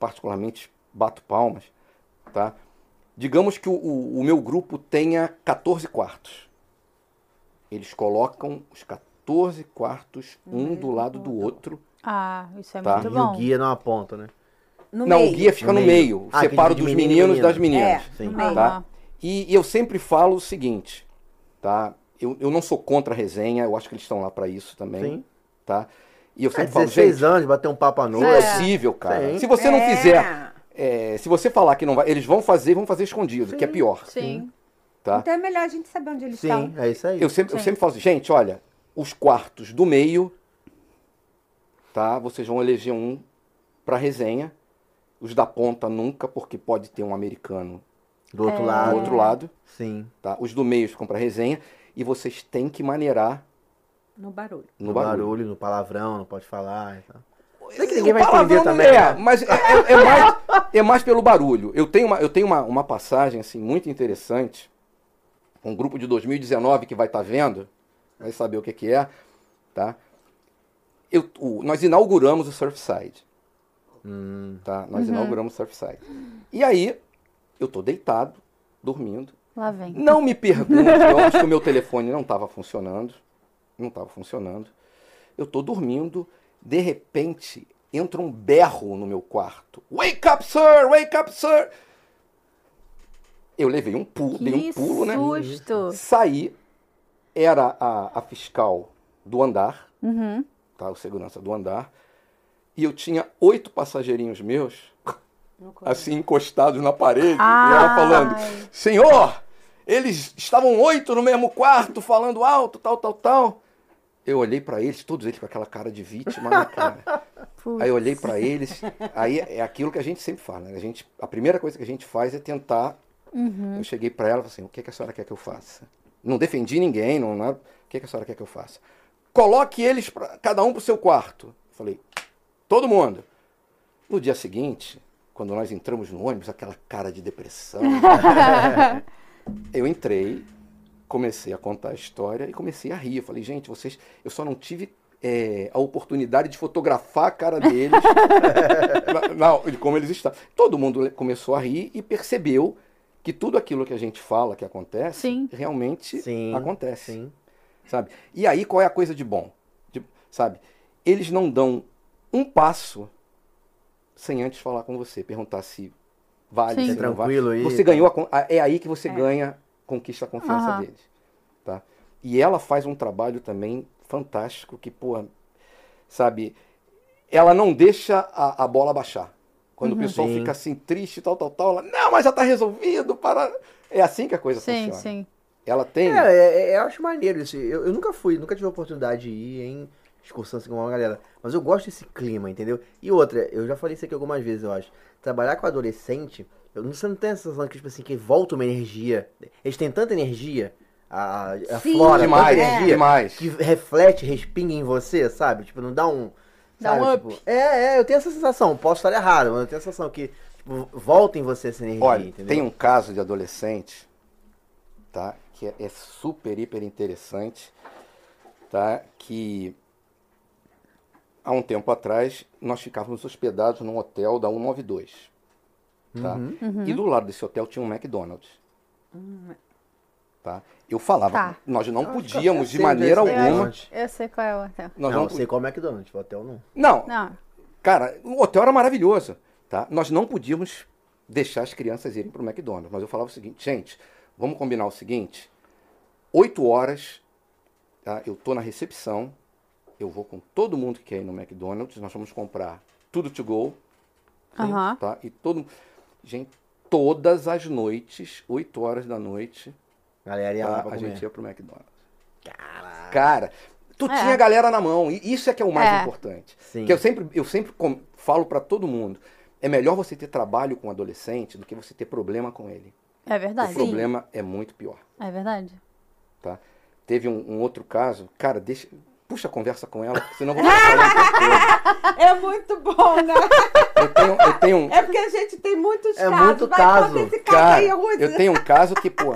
[SPEAKER 3] particularmente bato palmas, tá? Digamos que o, o- o meu grupo tenha 14 quartos. Eles colocam os 14 quartos um do lado do outro.
[SPEAKER 1] Ah, isso é
[SPEAKER 3] Tá.
[SPEAKER 1] muito
[SPEAKER 2] E
[SPEAKER 1] bom.
[SPEAKER 2] o guia não aponta, né?
[SPEAKER 4] No
[SPEAKER 3] Não,
[SPEAKER 4] meio.
[SPEAKER 3] o guia fica
[SPEAKER 2] No
[SPEAKER 3] no
[SPEAKER 2] meio.
[SPEAKER 3] meio.
[SPEAKER 2] Ah, que
[SPEAKER 3] separa
[SPEAKER 2] de
[SPEAKER 3] dos
[SPEAKER 2] menino e
[SPEAKER 3] meninos
[SPEAKER 2] menina.
[SPEAKER 3] das meninas.
[SPEAKER 4] É,
[SPEAKER 2] Sim.
[SPEAKER 4] no meio.
[SPEAKER 3] Tá?
[SPEAKER 1] Aham.
[SPEAKER 3] E, e eu sempre falo o seguinte, tá? Eu, eu não sou contra a resenha, eu acho que eles estão lá pra isso também,
[SPEAKER 2] Sim.
[SPEAKER 3] tá? E eu
[SPEAKER 2] É,
[SPEAKER 3] sempre falo,
[SPEAKER 2] 16
[SPEAKER 3] gente,
[SPEAKER 2] anos, bater um papo à
[SPEAKER 3] não
[SPEAKER 2] noite.
[SPEAKER 3] é
[SPEAKER 1] É.
[SPEAKER 3] possível, cara.
[SPEAKER 2] Sim.
[SPEAKER 3] Se você não
[SPEAKER 4] É.
[SPEAKER 3] fizer, é, se você falar que não vai, eles vão fazer, vão fazer escondido,
[SPEAKER 2] Sim.
[SPEAKER 3] que é pior,
[SPEAKER 1] Sim.
[SPEAKER 3] tá?
[SPEAKER 4] Então é melhor a gente saber onde eles
[SPEAKER 2] Sim,
[SPEAKER 4] estão.
[SPEAKER 2] é isso aí.
[SPEAKER 3] Eu sempre, eu
[SPEAKER 1] Sim.
[SPEAKER 3] sempre falo assim, gente, olha, os quartos do meio, tá? Vocês vão eleger um pra resenha, os da ponta nunca, porque pode ter um americano
[SPEAKER 2] Do outro
[SPEAKER 3] do
[SPEAKER 1] Ah.
[SPEAKER 2] lado.
[SPEAKER 3] outro lado,
[SPEAKER 2] Sim.
[SPEAKER 3] tá? Os do meio ficam pra resenha e vocês têm que maneirar
[SPEAKER 4] No barulho.
[SPEAKER 3] no,
[SPEAKER 2] No barulho.
[SPEAKER 3] barulho. é,
[SPEAKER 2] no palavrão, não pode falar e tal. Sei que
[SPEAKER 3] O
[SPEAKER 2] ninguém vai
[SPEAKER 3] palavrão
[SPEAKER 2] entender
[SPEAKER 3] não
[SPEAKER 2] também,
[SPEAKER 3] É,
[SPEAKER 2] né?
[SPEAKER 3] mas é, é- é mais, é mais pelo barulho. Eu tenho, uma, eu tenho uma, uma passagem assim muito interessante. Um grupo de 2019 que vai estar vendo, vai saber o que, que é, tá? Eu, o- nós inauguramos o Surfside,
[SPEAKER 2] Hum,
[SPEAKER 3] tá? Nós inauguramos o Surfside. E aí, eu tô deitado, dormindo.
[SPEAKER 1] Lá vem.
[SPEAKER 3] Não me pergunte, eu acho que o meu telefone não estava funcionando. Não estava funcionando. Eu tô dormindo, de repente entra um berro no meu quarto. Wake up, sir! Wake up, sir! Eu levei um pulo, dei um
[SPEAKER 1] Que
[SPEAKER 3] pulo, né?
[SPEAKER 1] susto.
[SPEAKER 3] Saí, era a, a fiscal do andar,
[SPEAKER 1] Uhum.
[SPEAKER 3] tá? O segurança do andar. E eu tinha oito passageirinhos meus,
[SPEAKER 4] No corredor.
[SPEAKER 3] assim, encostados na parede, e ela
[SPEAKER 1] Ai.
[SPEAKER 3] falando. Senhor, eles estavam oito no mesmo quarto, falando alto, tal, tal, tal. Eu olhei pra eles, todos eles com aquela cara de vítima, né, cara?
[SPEAKER 1] Putz.
[SPEAKER 3] Aí eu olhei pra eles, aí é aquilo que a gente sempre fala, né? A, gente, a primeira coisa que a gente faz é tentar. Eu cheguei pra ela e falei assim: o que, é que a senhora quer que eu faça? Não defendi ninguém, não, não era- o que, é que a senhora quer que eu faça? Coloque eles, pra, cada um pro seu quarto. Eu falei: todo mundo. No dia seguinte, quando nós entramos no ônibus, aquela cara de depressão. Eu entrei, comecei a contar a história e comecei a rir. Eu falei, gente, vocês. Eu só não tive é, a oportunidade de fotografar a cara deles, na- na- de como eles estavam. Todo mundo le- começou a rir e percebeu que tudo aquilo que a gente fala que acontece,
[SPEAKER 1] Sim.
[SPEAKER 3] realmente
[SPEAKER 2] Sim,
[SPEAKER 3] acontece.
[SPEAKER 2] sim.
[SPEAKER 3] Sabe? E aí, qual é a coisa de bom? De- sabe? Eles não dão um passo sem antes falar com você, perguntar se vale,
[SPEAKER 1] Sim.
[SPEAKER 3] se
[SPEAKER 2] Fica
[SPEAKER 3] não vale.
[SPEAKER 2] É tranquilo aí.
[SPEAKER 3] Você ganhou a, con- a- é aí que você ganha, conquista a confiança
[SPEAKER 1] Aham.
[SPEAKER 3] deles, tá? E ela faz um trabalho também fantástico que, pô, sabe, ela não deixa a, a bola baixar. Quando
[SPEAKER 1] Uhum.
[SPEAKER 3] o pessoal
[SPEAKER 2] Sim.
[SPEAKER 3] fica assim triste, tal, tal, tal, ela, não, mas já tá resolvido, para. É assim que a coisa
[SPEAKER 1] Sim,
[SPEAKER 3] funciona,
[SPEAKER 1] sim.
[SPEAKER 3] Ela tem.
[SPEAKER 2] É, é, é, eu acho maneiro isso. Eu, eu nunca fui, nunca tive a oportunidade de ir em excursão assim com uma galera. Mas eu gosto desse clima, entendeu? E outra, eu já falei isso aqui algumas vezes, eu acho. Trabalhar com adolescente, eu não, você não tem a sensação que, tipo assim, que volta uma energia. Eles têm tanta energia, a, a
[SPEAKER 4] Sim,
[SPEAKER 2] flora,
[SPEAKER 3] demais,
[SPEAKER 2] tanta energia,
[SPEAKER 3] demais.
[SPEAKER 2] é. que reflete, respinga em você, sabe? Tipo, não dá um.
[SPEAKER 1] Dá um
[SPEAKER 2] sabe?
[SPEAKER 1] up.
[SPEAKER 2] Tipo, é, é, eu tenho essa sensação. Posso estar errado, mas eu tenho a sensação que tipo, volta em você essa energia,
[SPEAKER 3] Olha,
[SPEAKER 2] entendeu?
[SPEAKER 3] tem um caso de adolescente, tá? Que é, é super, hiper interessante, tá? Que há um tempo atrás nós ficávamos hospedados num hotel da 192, tá?
[SPEAKER 2] Uhum.
[SPEAKER 3] E do lado desse hotel tinha um McDonald's, tá? Eu falava,
[SPEAKER 1] Tá.
[SPEAKER 3] nós não
[SPEAKER 2] Eu acho que eu
[SPEAKER 3] podíamos
[SPEAKER 2] sei
[SPEAKER 3] tipo de maneira
[SPEAKER 2] desse
[SPEAKER 3] alguma,
[SPEAKER 2] McDonald's.
[SPEAKER 1] Eu sei qual é o hotel.
[SPEAKER 3] nós
[SPEAKER 2] não,
[SPEAKER 3] não,
[SPEAKER 2] eu sei qual é o McDonald's, o hotel não.
[SPEAKER 3] não,
[SPEAKER 1] Não.
[SPEAKER 3] Cara, o hotel era maravilhoso, tá? Nós não podíamos deixar as crianças irem pro McDonald's, mas eu falava o seguinte, gente, vamos combinar o seguinte, 8 horas, tá? eu tô na recepção, eu vou com todo mundo que quer ir no McDonald's, nós vamos comprar tudo to go,
[SPEAKER 1] Aham.
[SPEAKER 3] tá? E todo gente, todas as noites, 8 horas da noite,
[SPEAKER 2] Galera, ia
[SPEAKER 3] tá?
[SPEAKER 2] lá
[SPEAKER 3] a
[SPEAKER 2] pra comer.
[SPEAKER 3] gente ia pro McDonald's. Cara, tu
[SPEAKER 1] É.
[SPEAKER 3] tinha a galera na mão, e isso é que é o mais
[SPEAKER 1] É.
[SPEAKER 3] importante.
[SPEAKER 2] Sim.
[SPEAKER 3] Que eu sempre, eu sempre com- falo para todo mundo, é melhor você ter trabalho com um adolescente do que você ter problema com ele.
[SPEAKER 1] É verdade.
[SPEAKER 3] O problema é muito pior,
[SPEAKER 1] É verdade.
[SPEAKER 3] tá? Teve um, um outro caso, cara, deixa, puxa a conversa com ela, senão eu vou falar
[SPEAKER 4] É muito bom, né?
[SPEAKER 3] eu tenho, eu tenho um,
[SPEAKER 4] É porque a gente tem muitos
[SPEAKER 2] É
[SPEAKER 4] casos.
[SPEAKER 2] muito
[SPEAKER 4] Vai,
[SPEAKER 2] caso.
[SPEAKER 4] conta esse caso
[SPEAKER 3] cara,
[SPEAKER 4] aí, Ruth.
[SPEAKER 3] eu tenho um caso que, pô,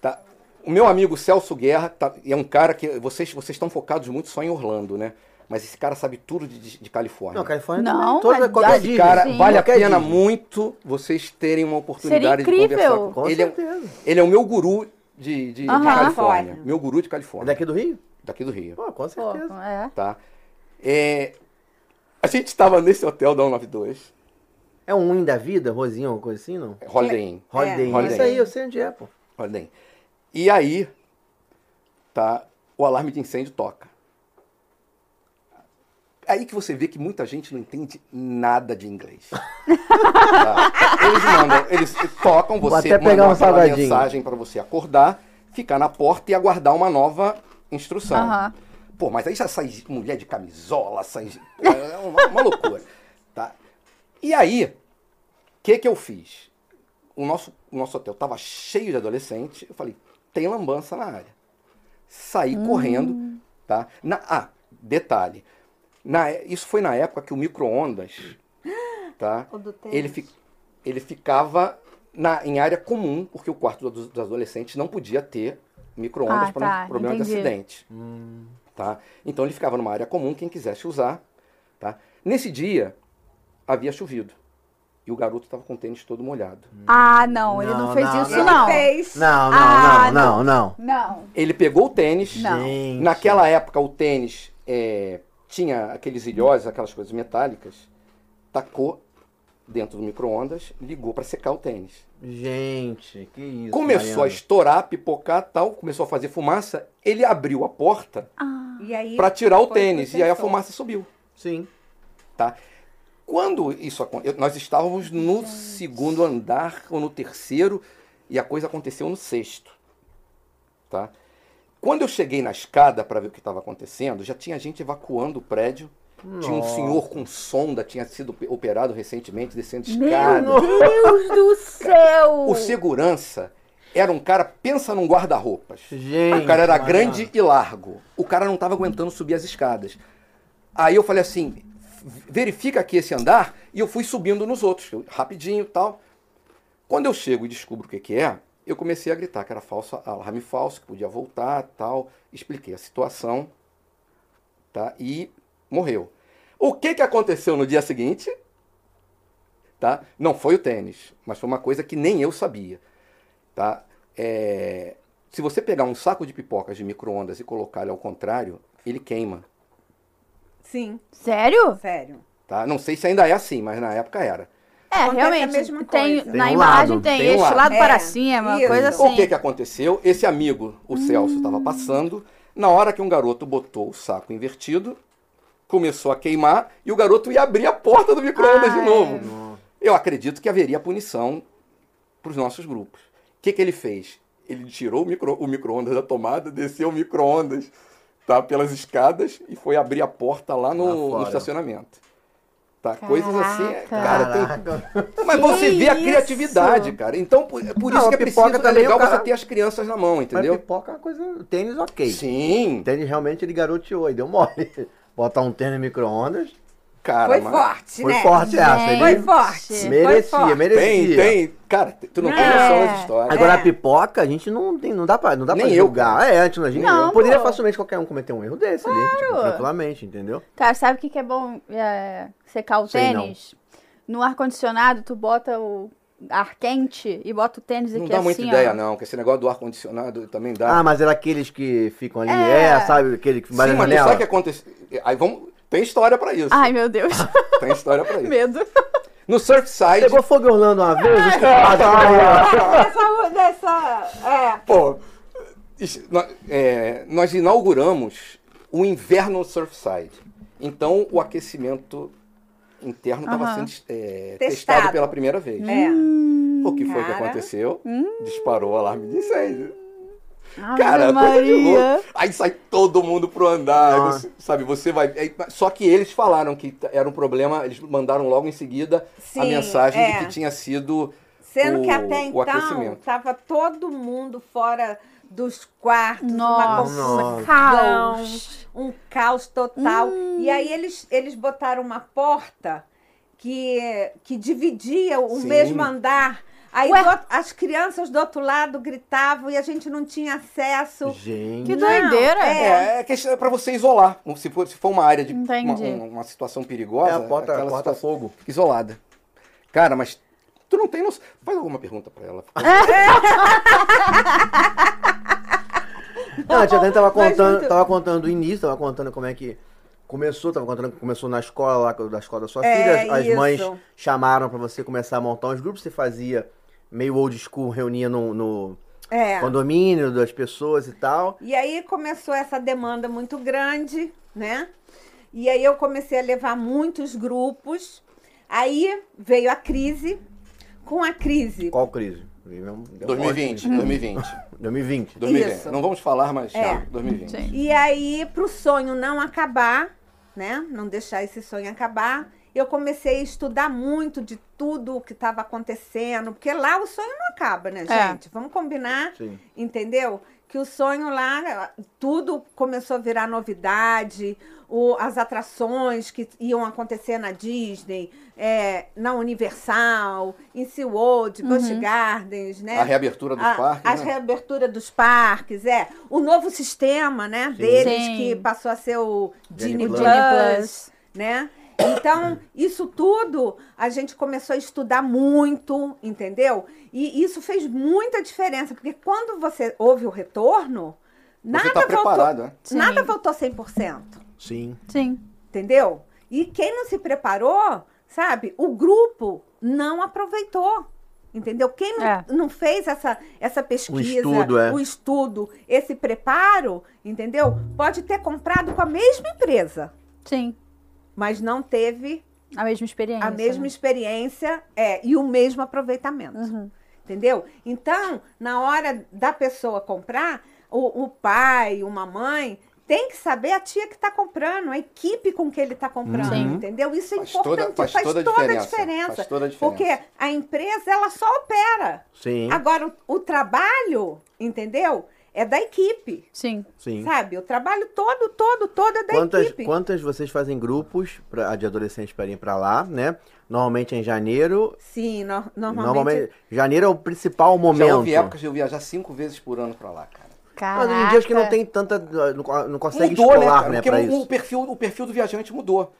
[SPEAKER 3] tá, o meu amigo Celso Guerra tá- é um cara que vocês vocês estão focados muito só em Orlando, né? Mas esse cara sabe tudo de, de Califórnia.
[SPEAKER 2] Não, Califórnia
[SPEAKER 1] Não,
[SPEAKER 2] também, toda
[SPEAKER 1] mas
[SPEAKER 2] qualquer
[SPEAKER 1] Disney.
[SPEAKER 2] Disney.
[SPEAKER 3] Cara,
[SPEAKER 1] Sim.
[SPEAKER 3] vale a
[SPEAKER 2] Qualquer
[SPEAKER 3] pena
[SPEAKER 2] Disney.
[SPEAKER 3] muito vocês terem uma oportunidade de
[SPEAKER 1] Seria
[SPEAKER 3] conversar
[SPEAKER 1] incrível.
[SPEAKER 2] Com
[SPEAKER 3] ele. é-
[SPEAKER 2] certeza.
[SPEAKER 3] Ele é o meu guru de, de- de
[SPEAKER 1] Aham.
[SPEAKER 3] Califórnia.
[SPEAKER 4] Califórnia.
[SPEAKER 3] Meu guru de
[SPEAKER 2] É
[SPEAKER 3] Califórnia.
[SPEAKER 2] Daqui do Rio?
[SPEAKER 3] Daqui do Rio,
[SPEAKER 2] Pô, com
[SPEAKER 1] Pô,
[SPEAKER 2] certeza.
[SPEAKER 1] é.
[SPEAKER 3] tá? É, a gente estava nesse hotel da 192,
[SPEAKER 2] É um ruim da vida, Rosinha, alguma coisa assim, não?
[SPEAKER 3] Holiday Inn.
[SPEAKER 1] É.
[SPEAKER 2] Holiday Inn.
[SPEAKER 3] Holiday
[SPEAKER 2] Isso aí,
[SPEAKER 4] Inn.
[SPEAKER 2] eu sei onde é, pô.
[SPEAKER 3] Holiday Inn. E aí, tá? O alarme de incêndio toca. Aí que você vê que muita gente não entende nada de inglês. Tá? Eles mandam, eles tocam
[SPEAKER 2] Vou
[SPEAKER 3] você,
[SPEAKER 2] até pegar um
[SPEAKER 3] mandam aquela
[SPEAKER 2] salgadinho.
[SPEAKER 3] mensagem para você acordar, ficar na porta e aguardar uma nova instrução.
[SPEAKER 1] Aham.
[SPEAKER 3] Pô, mas aí já sai mulher de camisola, sai. É uma, uma loucura. Tá? E aí, o que, que eu fiz? O nosso, o nosso hotel estava cheio de adolescente. Eu falei, tem lambança na área. Saí
[SPEAKER 1] Hum.
[SPEAKER 3] correndo. Tá? Na- ah, detalhe. Na é- isso foi na época que o micro-ondas. Tá?
[SPEAKER 4] O do tênis.
[SPEAKER 3] ele, fi- ele ficava na, em área comum, porque o quarto dos, dos adolescentes não podia ter micro-ondas
[SPEAKER 1] Ah,
[SPEAKER 3] para
[SPEAKER 1] tá,
[SPEAKER 3] problema de
[SPEAKER 1] entendi.
[SPEAKER 3] acidente.
[SPEAKER 2] Hum.
[SPEAKER 3] Tá? Então ele ficava numa área comum, quem quisesse usar. Tá? Nesse dia, havia chovido. E o garoto estava com o tênis todo molhado.
[SPEAKER 1] Ah, não, ele não,
[SPEAKER 2] Não,
[SPEAKER 1] fez
[SPEAKER 2] não,
[SPEAKER 1] isso,
[SPEAKER 4] Ele
[SPEAKER 1] não.
[SPEAKER 4] fez.
[SPEAKER 2] Não, não,
[SPEAKER 1] Ah,
[SPEAKER 2] não, não, não.
[SPEAKER 1] Não.
[SPEAKER 3] Ele pegou o tênis.
[SPEAKER 1] Não.
[SPEAKER 2] Gente.
[SPEAKER 3] Naquela época, o tênis é, tinha aqueles ilhóis, aquelas coisas metálicas. Tacou dentro do micro-ondas, ligou para secar o tênis.
[SPEAKER 2] Gente, que isso.
[SPEAKER 3] começou a
[SPEAKER 2] Mariana.
[SPEAKER 3] estourar, pipocar tal, começou a fazer fumaça. Ele abriu a porta
[SPEAKER 1] Ah,
[SPEAKER 4] E aí,
[SPEAKER 3] para tirar
[SPEAKER 4] foi
[SPEAKER 3] o
[SPEAKER 4] que
[SPEAKER 3] tênis e aí a
[SPEAKER 4] pensou.
[SPEAKER 3] fumaça subiu.
[SPEAKER 2] Sim.
[SPEAKER 3] Quando isso aconteceu, nós estávamos no segundo andar ou no terceiro e a coisa aconteceu no sexto, tá? Quando eu cheguei na escada para ver o que estava acontecendo, já tinha gente evacuando o prédio. Tinha um
[SPEAKER 2] Nossa.
[SPEAKER 3] senhor com sonda, tinha sido operado recentemente, descendo escada.
[SPEAKER 1] meu Deus do céu!
[SPEAKER 3] O segurança era um cara, pensa num guarda-roupas.
[SPEAKER 2] Gente.
[SPEAKER 3] O cara era
[SPEAKER 2] Mariana.
[SPEAKER 3] grande e largo. O cara não estava aguentando subir as escadas. Aí eu falei assim, verifica aqui esse andar. E eu fui subindo nos outros, eu- rapidinho e tal. Quando eu chego e descubro o que, que é, eu comecei a gritar que era falso, alarme falso, que podia voltar tal. Expliquei a situação, tá? E morreu. O que, que aconteceu no dia seguinte? Tá? Não foi o tênis, mas foi uma coisa que nem eu sabia. Tá? É, Se você pegar um saco de pipocas de micro-ondas e colocar ele ao contrário, ele queima.
[SPEAKER 4] Sim,
[SPEAKER 1] Sério?
[SPEAKER 4] sério.
[SPEAKER 3] Tá? Não sei se ainda é assim, mas na época era.
[SPEAKER 1] É,
[SPEAKER 4] Acontece a
[SPEAKER 1] realmente.
[SPEAKER 4] mesma
[SPEAKER 1] tem,
[SPEAKER 4] coisa.
[SPEAKER 1] na
[SPEAKER 2] Tem um
[SPEAKER 1] embalagem
[SPEAKER 2] lado,
[SPEAKER 1] tem,
[SPEAKER 3] tem um
[SPEAKER 1] este
[SPEAKER 3] lado.
[SPEAKER 1] lado,
[SPEAKER 4] É,
[SPEAKER 1] para cima, uma
[SPEAKER 4] isso.
[SPEAKER 1] coisa assim. Hum.
[SPEAKER 3] O que que aconteceu? Esse amigo, o Celso, estava passando. Na hora que um garoto botou o saco invertido, começou a queimar e o garoto ia abrir a porta do micro-ondas de
[SPEAKER 1] Ai.
[SPEAKER 3] novo.
[SPEAKER 2] Nossa.
[SPEAKER 3] Eu acredito que haveria punição para os nossos grupos. O que, que ele fez? Ele tirou o, micro, o micro-ondas da tomada, desceu o micro-ondas tá, pelas escadas e foi abrir a porta lá
[SPEAKER 2] Lá
[SPEAKER 3] no, no
[SPEAKER 2] fora.
[SPEAKER 3] estacionamento. Tá, coisas assim, é- cara, tem-
[SPEAKER 2] Caraca.
[SPEAKER 3] mas
[SPEAKER 1] Que
[SPEAKER 3] você vê a
[SPEAKER 1] isso?
[SPEAKER 3] criatividade, cara. Então, por, é por
[SPEAKER 2] Não,
[SPEAKER 3] isso que
[SPEAKER 2] a
[SPEAKER 3] é preciso,
[SPEAKER 2] pipoca
[SPEAKER 3] é
[SPEAKER 2] também,
[SPEAKER 3] legal
[SPEAKER 2] o cara-
[SPEAKER 3] você ter as crianças na mão,
[SPEAKER 2] Mas
[SPEAKER 3] entendeu?
[SPEAKER 2] pipoca é uma coisa. Tênis, ok.
[SPEAKER 3] Sim,
[SPEAKER 2] Tênis realmente ele garoteou e deu mole. Botar um tênis no micro-ondas.
[SPEAKER 3] cara.
[SPEAKER 4] Foi
[SPEAKER 3] mas-
[SPEAKER 4] forte,
[SPEAKER 2] Foi
[SPEAKER 4] né?
[SPEAKER 2] forte essa.
[SPEAKER 1] Gente,
[SPEAKER 2] Ele
[SPEAKER 4] Foi forte. foi
[SPEAKER 2] merecia,
[SPEAKER 4] forte.
[SPEAKER 2] merecia.
[SPEAKER 3] Tem, tem. Cara, tu não tem
[SPEAKER 4] É.
[SPEAKER 3] noção das histórias.
[SPEAKER 2] Agora
[SPEAKER 4] É.
[SPEAKER 2] a pipoca, a gente não tem, não dá pra, não dá pra
[SPEAKER 3] Nem eu,
[SPEAKER 2] julgar. É, antes a gente
[SPEAKER 1] Não,
[SPEAKER 2] eu poderia
[SPEAKER 1] pô.
[SPEAKER 2] facilmente qualquer um cometer um erro desse ali, tipo, tranquilamente, entendeu?
[SPEAKER 1] Cara, sabe o que, que é bom é, secar o
[SPEAKER 2] Sei não.
[SPEAKER 1] tênis? No ar-condicionado, tu bota o ar quente e bota o tênis
[SPEAKER 3] não
[SPEAKER 1] aqui
[SPEAKER 3] dá
[SPEAKER 1] assim,
[SPEAKER 3] muita
[SPEAKER 1] ó.
[SPEAKER 3] ideia, né? não, que esse negócio do ar-condicionado também dá.
[SPEAKER 2] Ah, mas era aqueles que ficam ali,
[SPEAKER 1] É.
[SPEAKER 2] é, sabe, aquele que vai
[SPEAKER 3] Tá. Sim,
[SPEAKER 2] na
[SPEAKER 3] mas tu sabe o
[SPEAKER 2] janela.
[SPEAKER 3] que acontece? Aí vamos. Tem história pra isso.
[SPEAKER 1] Ai, meu Deus.
[SPEAKER 3] Tem história pra isso.
[SPEAKER 1] Medo.
[SPEAKER 3] No Surfside.
[SPEAKER 2] Pegou fogo em Orlando uma vez, os caras-
[SPEAKER 4] Dessa, dessa, é,
[SPEAKER 3] Pô, isso- nó- é, nós inauguramos o inverno no Surfside. Então o aquecimento interno estava
[SPEAKER 1] Aham.
[SPEAKER 3] sendo é, testado.
[SPEAKER 4] Testado.
[SPEAKER 3] pela primeira vez.
[SPEAKER 1] Hum.
[SPEAKER 4] é.
[SPEAKER 3] O que foi que
[SPEAKER 4] Cara.
[SPEAKER 3] aconteceu? Disparou o alarme de incêndio.
[SPEAKER 1] Ave
[SPEAKER 3] Cara, coisa de
[SPEAKER 1] Maria.
[SPEAKER 3] louco. Aí sai todo mundo pro andar,
[SPEAKER 2] Nossa.
[SPEAKER 3] você- sabe? Você vai. aí- Só que eles falaram que t- era um problema, eles mandaram logo em seguida a
[SPEAKER 4] Sim,
[SPEAKER 3] mensagem
[SPEAKER 4] é.
[SPEAKER 3] de que tinha sido.
[SPEAKER 4] Sendo que
[SPEAKER 3] o-
[SPEAKER 4] até
[SPEAKER 3] o
[SPEAKER 4] então
[SPEAKER 3] aquecimento.
[SPEAKER 4] tava todo mundo fora dos quartos,
[SPEAKER 1] Nossa,
[SPEAKER 4] uma confusão,
[SPEAKER 1] caos.
[SPEAKER 4] um caos total.
[SPEAKER 1] Hum.
[SPEAKER 4] E aí eles, eles botaram uma porta que, que dividia o
[SPEAKER 3] Sim.
[SPEAKER 4] mesmo andar. Aí
[SPEAKER 1] Ué?
[SPEAKER 4] do outro- as crianças do outro lado gritavam e a gente não tinha acesso.
[SPEAKER 1] Que
[SPEAKER 2] Gente,
[SPEAKER 4] Não,
[SPEAKER 1] doideira.
[SPEAKER 4] é.
[SPEAKER 3] É, é questão é pra você isolar. Se for, se for uma área de uma,
[SPEAKER 1] Entendi.
[SPEAKER 3] uma- uma situação
[SPEAKER 2] é
[SPEAKER 3] perigosa,
[SPEAKER 2] a porta,
[SPEAKER 3] aquela
[SPEAKER 2] porta
[SPEAKER 3] situação
[SPEAKER 2] fogo.
[SPEAKER 3] fica isolada. Cara, mas tu não tem noção. Faz alguma pergunta pra ela.
[SPEAKER 4] Ah,
[SPEAKER 2] Não, a tia Dani tava
[SPEAKER 4] Mas
[SPEAKER 2] contando,
[SPEAKER 4] muito-
[SPEAKER 2] tava contando o início, tava contando como é que começou, tava contando que começou na escola lá, da escola da sua
[SPEAKER 4] É,
[SPEAKER 2] filha. As, as
[SPEAKER 4] isso.
[SPEAKER 2] mães chamaram pra você começar a montar uns grupos, você fazia meio old school, reunia no, no
[SPEAKER 4] É.
[SPEAKER 2] condomínio das pessoas e tal.
[SPEAKER 4] E aí começou essa demanda muito grande, né? E aí eu comecei a levar muitos grupos. Aí veio a crise. Com a crise,
[SPEAKER 2] Qual crise? Deu um- deu um
[SPEAKER 3] 2020, 2020,
[SPEAKER 2] monte. 2020.
[SPEAKER 3] 2020.
[SPEAKER 4] Uhum. Isso.
[SPEAKER 3] Não vamos falar mais,
[SPEAKER 4] É.
[SPEAKER 3] não, 2020.
[SPEAKER 1] Sim.
[SPEAKER 4] E aí, para o sonho não acabar, né? Não deixar esse sonho acabar, eu comecei a estudar muito de tudo o que estava acontecendo, porque lá o sonho não acaba, né,
[SPEAKER 1] É.
[SPEAKER 4] gente? Vamos combinar,
[SPEAKER 2] Sim.
[SPEAKER 4] entendeu? Que o sonho lá, tudo começou a virar novidade, o- as atrações que iam acontecer na Disney, é, na Universal, em SeaWorld, Busch Gardens, né?
[SPEAKER 3] A reabertura dos
[SPEAKER 4] A-
[SPEAKER 3] parques.
[SPEAKER 4] As
[SPEAKER 3] né?
[SPEAKER 4] reaberturas dos parques, é. O novo sistema, né, deles,
[SPEAKER 1] Sim.
[SPEAKER 4] que passou a ser o Genie
[SPEAKER 2] Genie
[SPEAKER 4] Plus,
[SPEAKER 2] Plus.
[SPEAKER 1] Genie Plus.
[SPEAKER 4] né? Então, isso tudo a gente começou a estudar muito, entendeu? E isso fez muita diferença, porque quando você houve o retorno, nada
[SPEAKER 3] Você tá
[SPEAKER 4] voltou,
[SPEAKER 3] preparado, né?
[SPEAKER 1] Sim.
[SPEAKER 4] nada voltou 100%.
[SPEAKER 2] Sim.
[SPEAKER 1] Sim.
[SPEAKER 4] Entendeu? E quem não se preparou, sabe, o grupo não aproveitou. Entendeu? Quem não,
[SPEAKER 1] É.
[SPEAKER 4] não fez essa, essa pesquisa,
[SPEAKER 2] estudo, é.
[SPEAKER 4] o estudo, esse preparo, entendeu? Pode ter comprado com a mesma empresa,
[SPEAKER 1] Sim.
[SPEAKER 4] mas não teve
[SPEAKER 1] A mesma experiência.
[SPEAKER 4] a mesma
[SPEAKER 1] né?
[SPEAKER 4] experiência é, e o mesmo aproveitamento.
[SPEAKER 1] Uhum.
[SPEAKER 4] Entendeu? Então, na hora da pessoa comprar, o, o pai, uma mãe, tem que saber a tia que está comprando, a equipe com que ele está comprando,
[SPEAKER 1] Sim.
[SPEAKER 4] entendeu? Isso é
[SPEAKER 3] Faz
[SPEAKER 4] importante,
[SPEAKER 3] toda- faz toda a diferença, faz toda a diferença.
[SPEAKER 4] Porque a empresa, ela só opera.
[SPEAKER 2] Sim.
[SPEAKER 4] Agora, o, o trabalho, entendeu? É da equipe,
[SPEAKER 1] Sim.
[SPEAKER 2] Sim.
[SPEAKER 4] sabe? O trabalho todo, todo, todo é da
[SPEAKER 2] Quantas,
[SPEAKER 4] equipe.
[SPEAKER 2] quantas vocês fazem grupos pra, de adolescentes para ir para lá, né? Normalmente é em janeiro.
[SPEAKER 4] Sim, no- normalmente...
[SPEAKER 2] Normalmente, janeiro é o principal
[SPEAKER 3] Já
[SPEAKER 2] momento.
[SPEAKER 3] houve épocas de eu viajar cinco vezes por ano pra lá, cara.
[SPEAKER 1] Caraca.
[SPEAKER 2] Mas hoje em dia acho que não tem tanta. Não, ah, não consegue
[SPEAKER 3] cara?
[SPEAKER 2] escolar, né,
[SPEAKER 3] Porque um-
[SPEAKER 2] pra
[SPEAKER 3] o,
[SPEAKER 2] isso.
[SPEAKER 3] o perfil, o perfil do viajante mudou.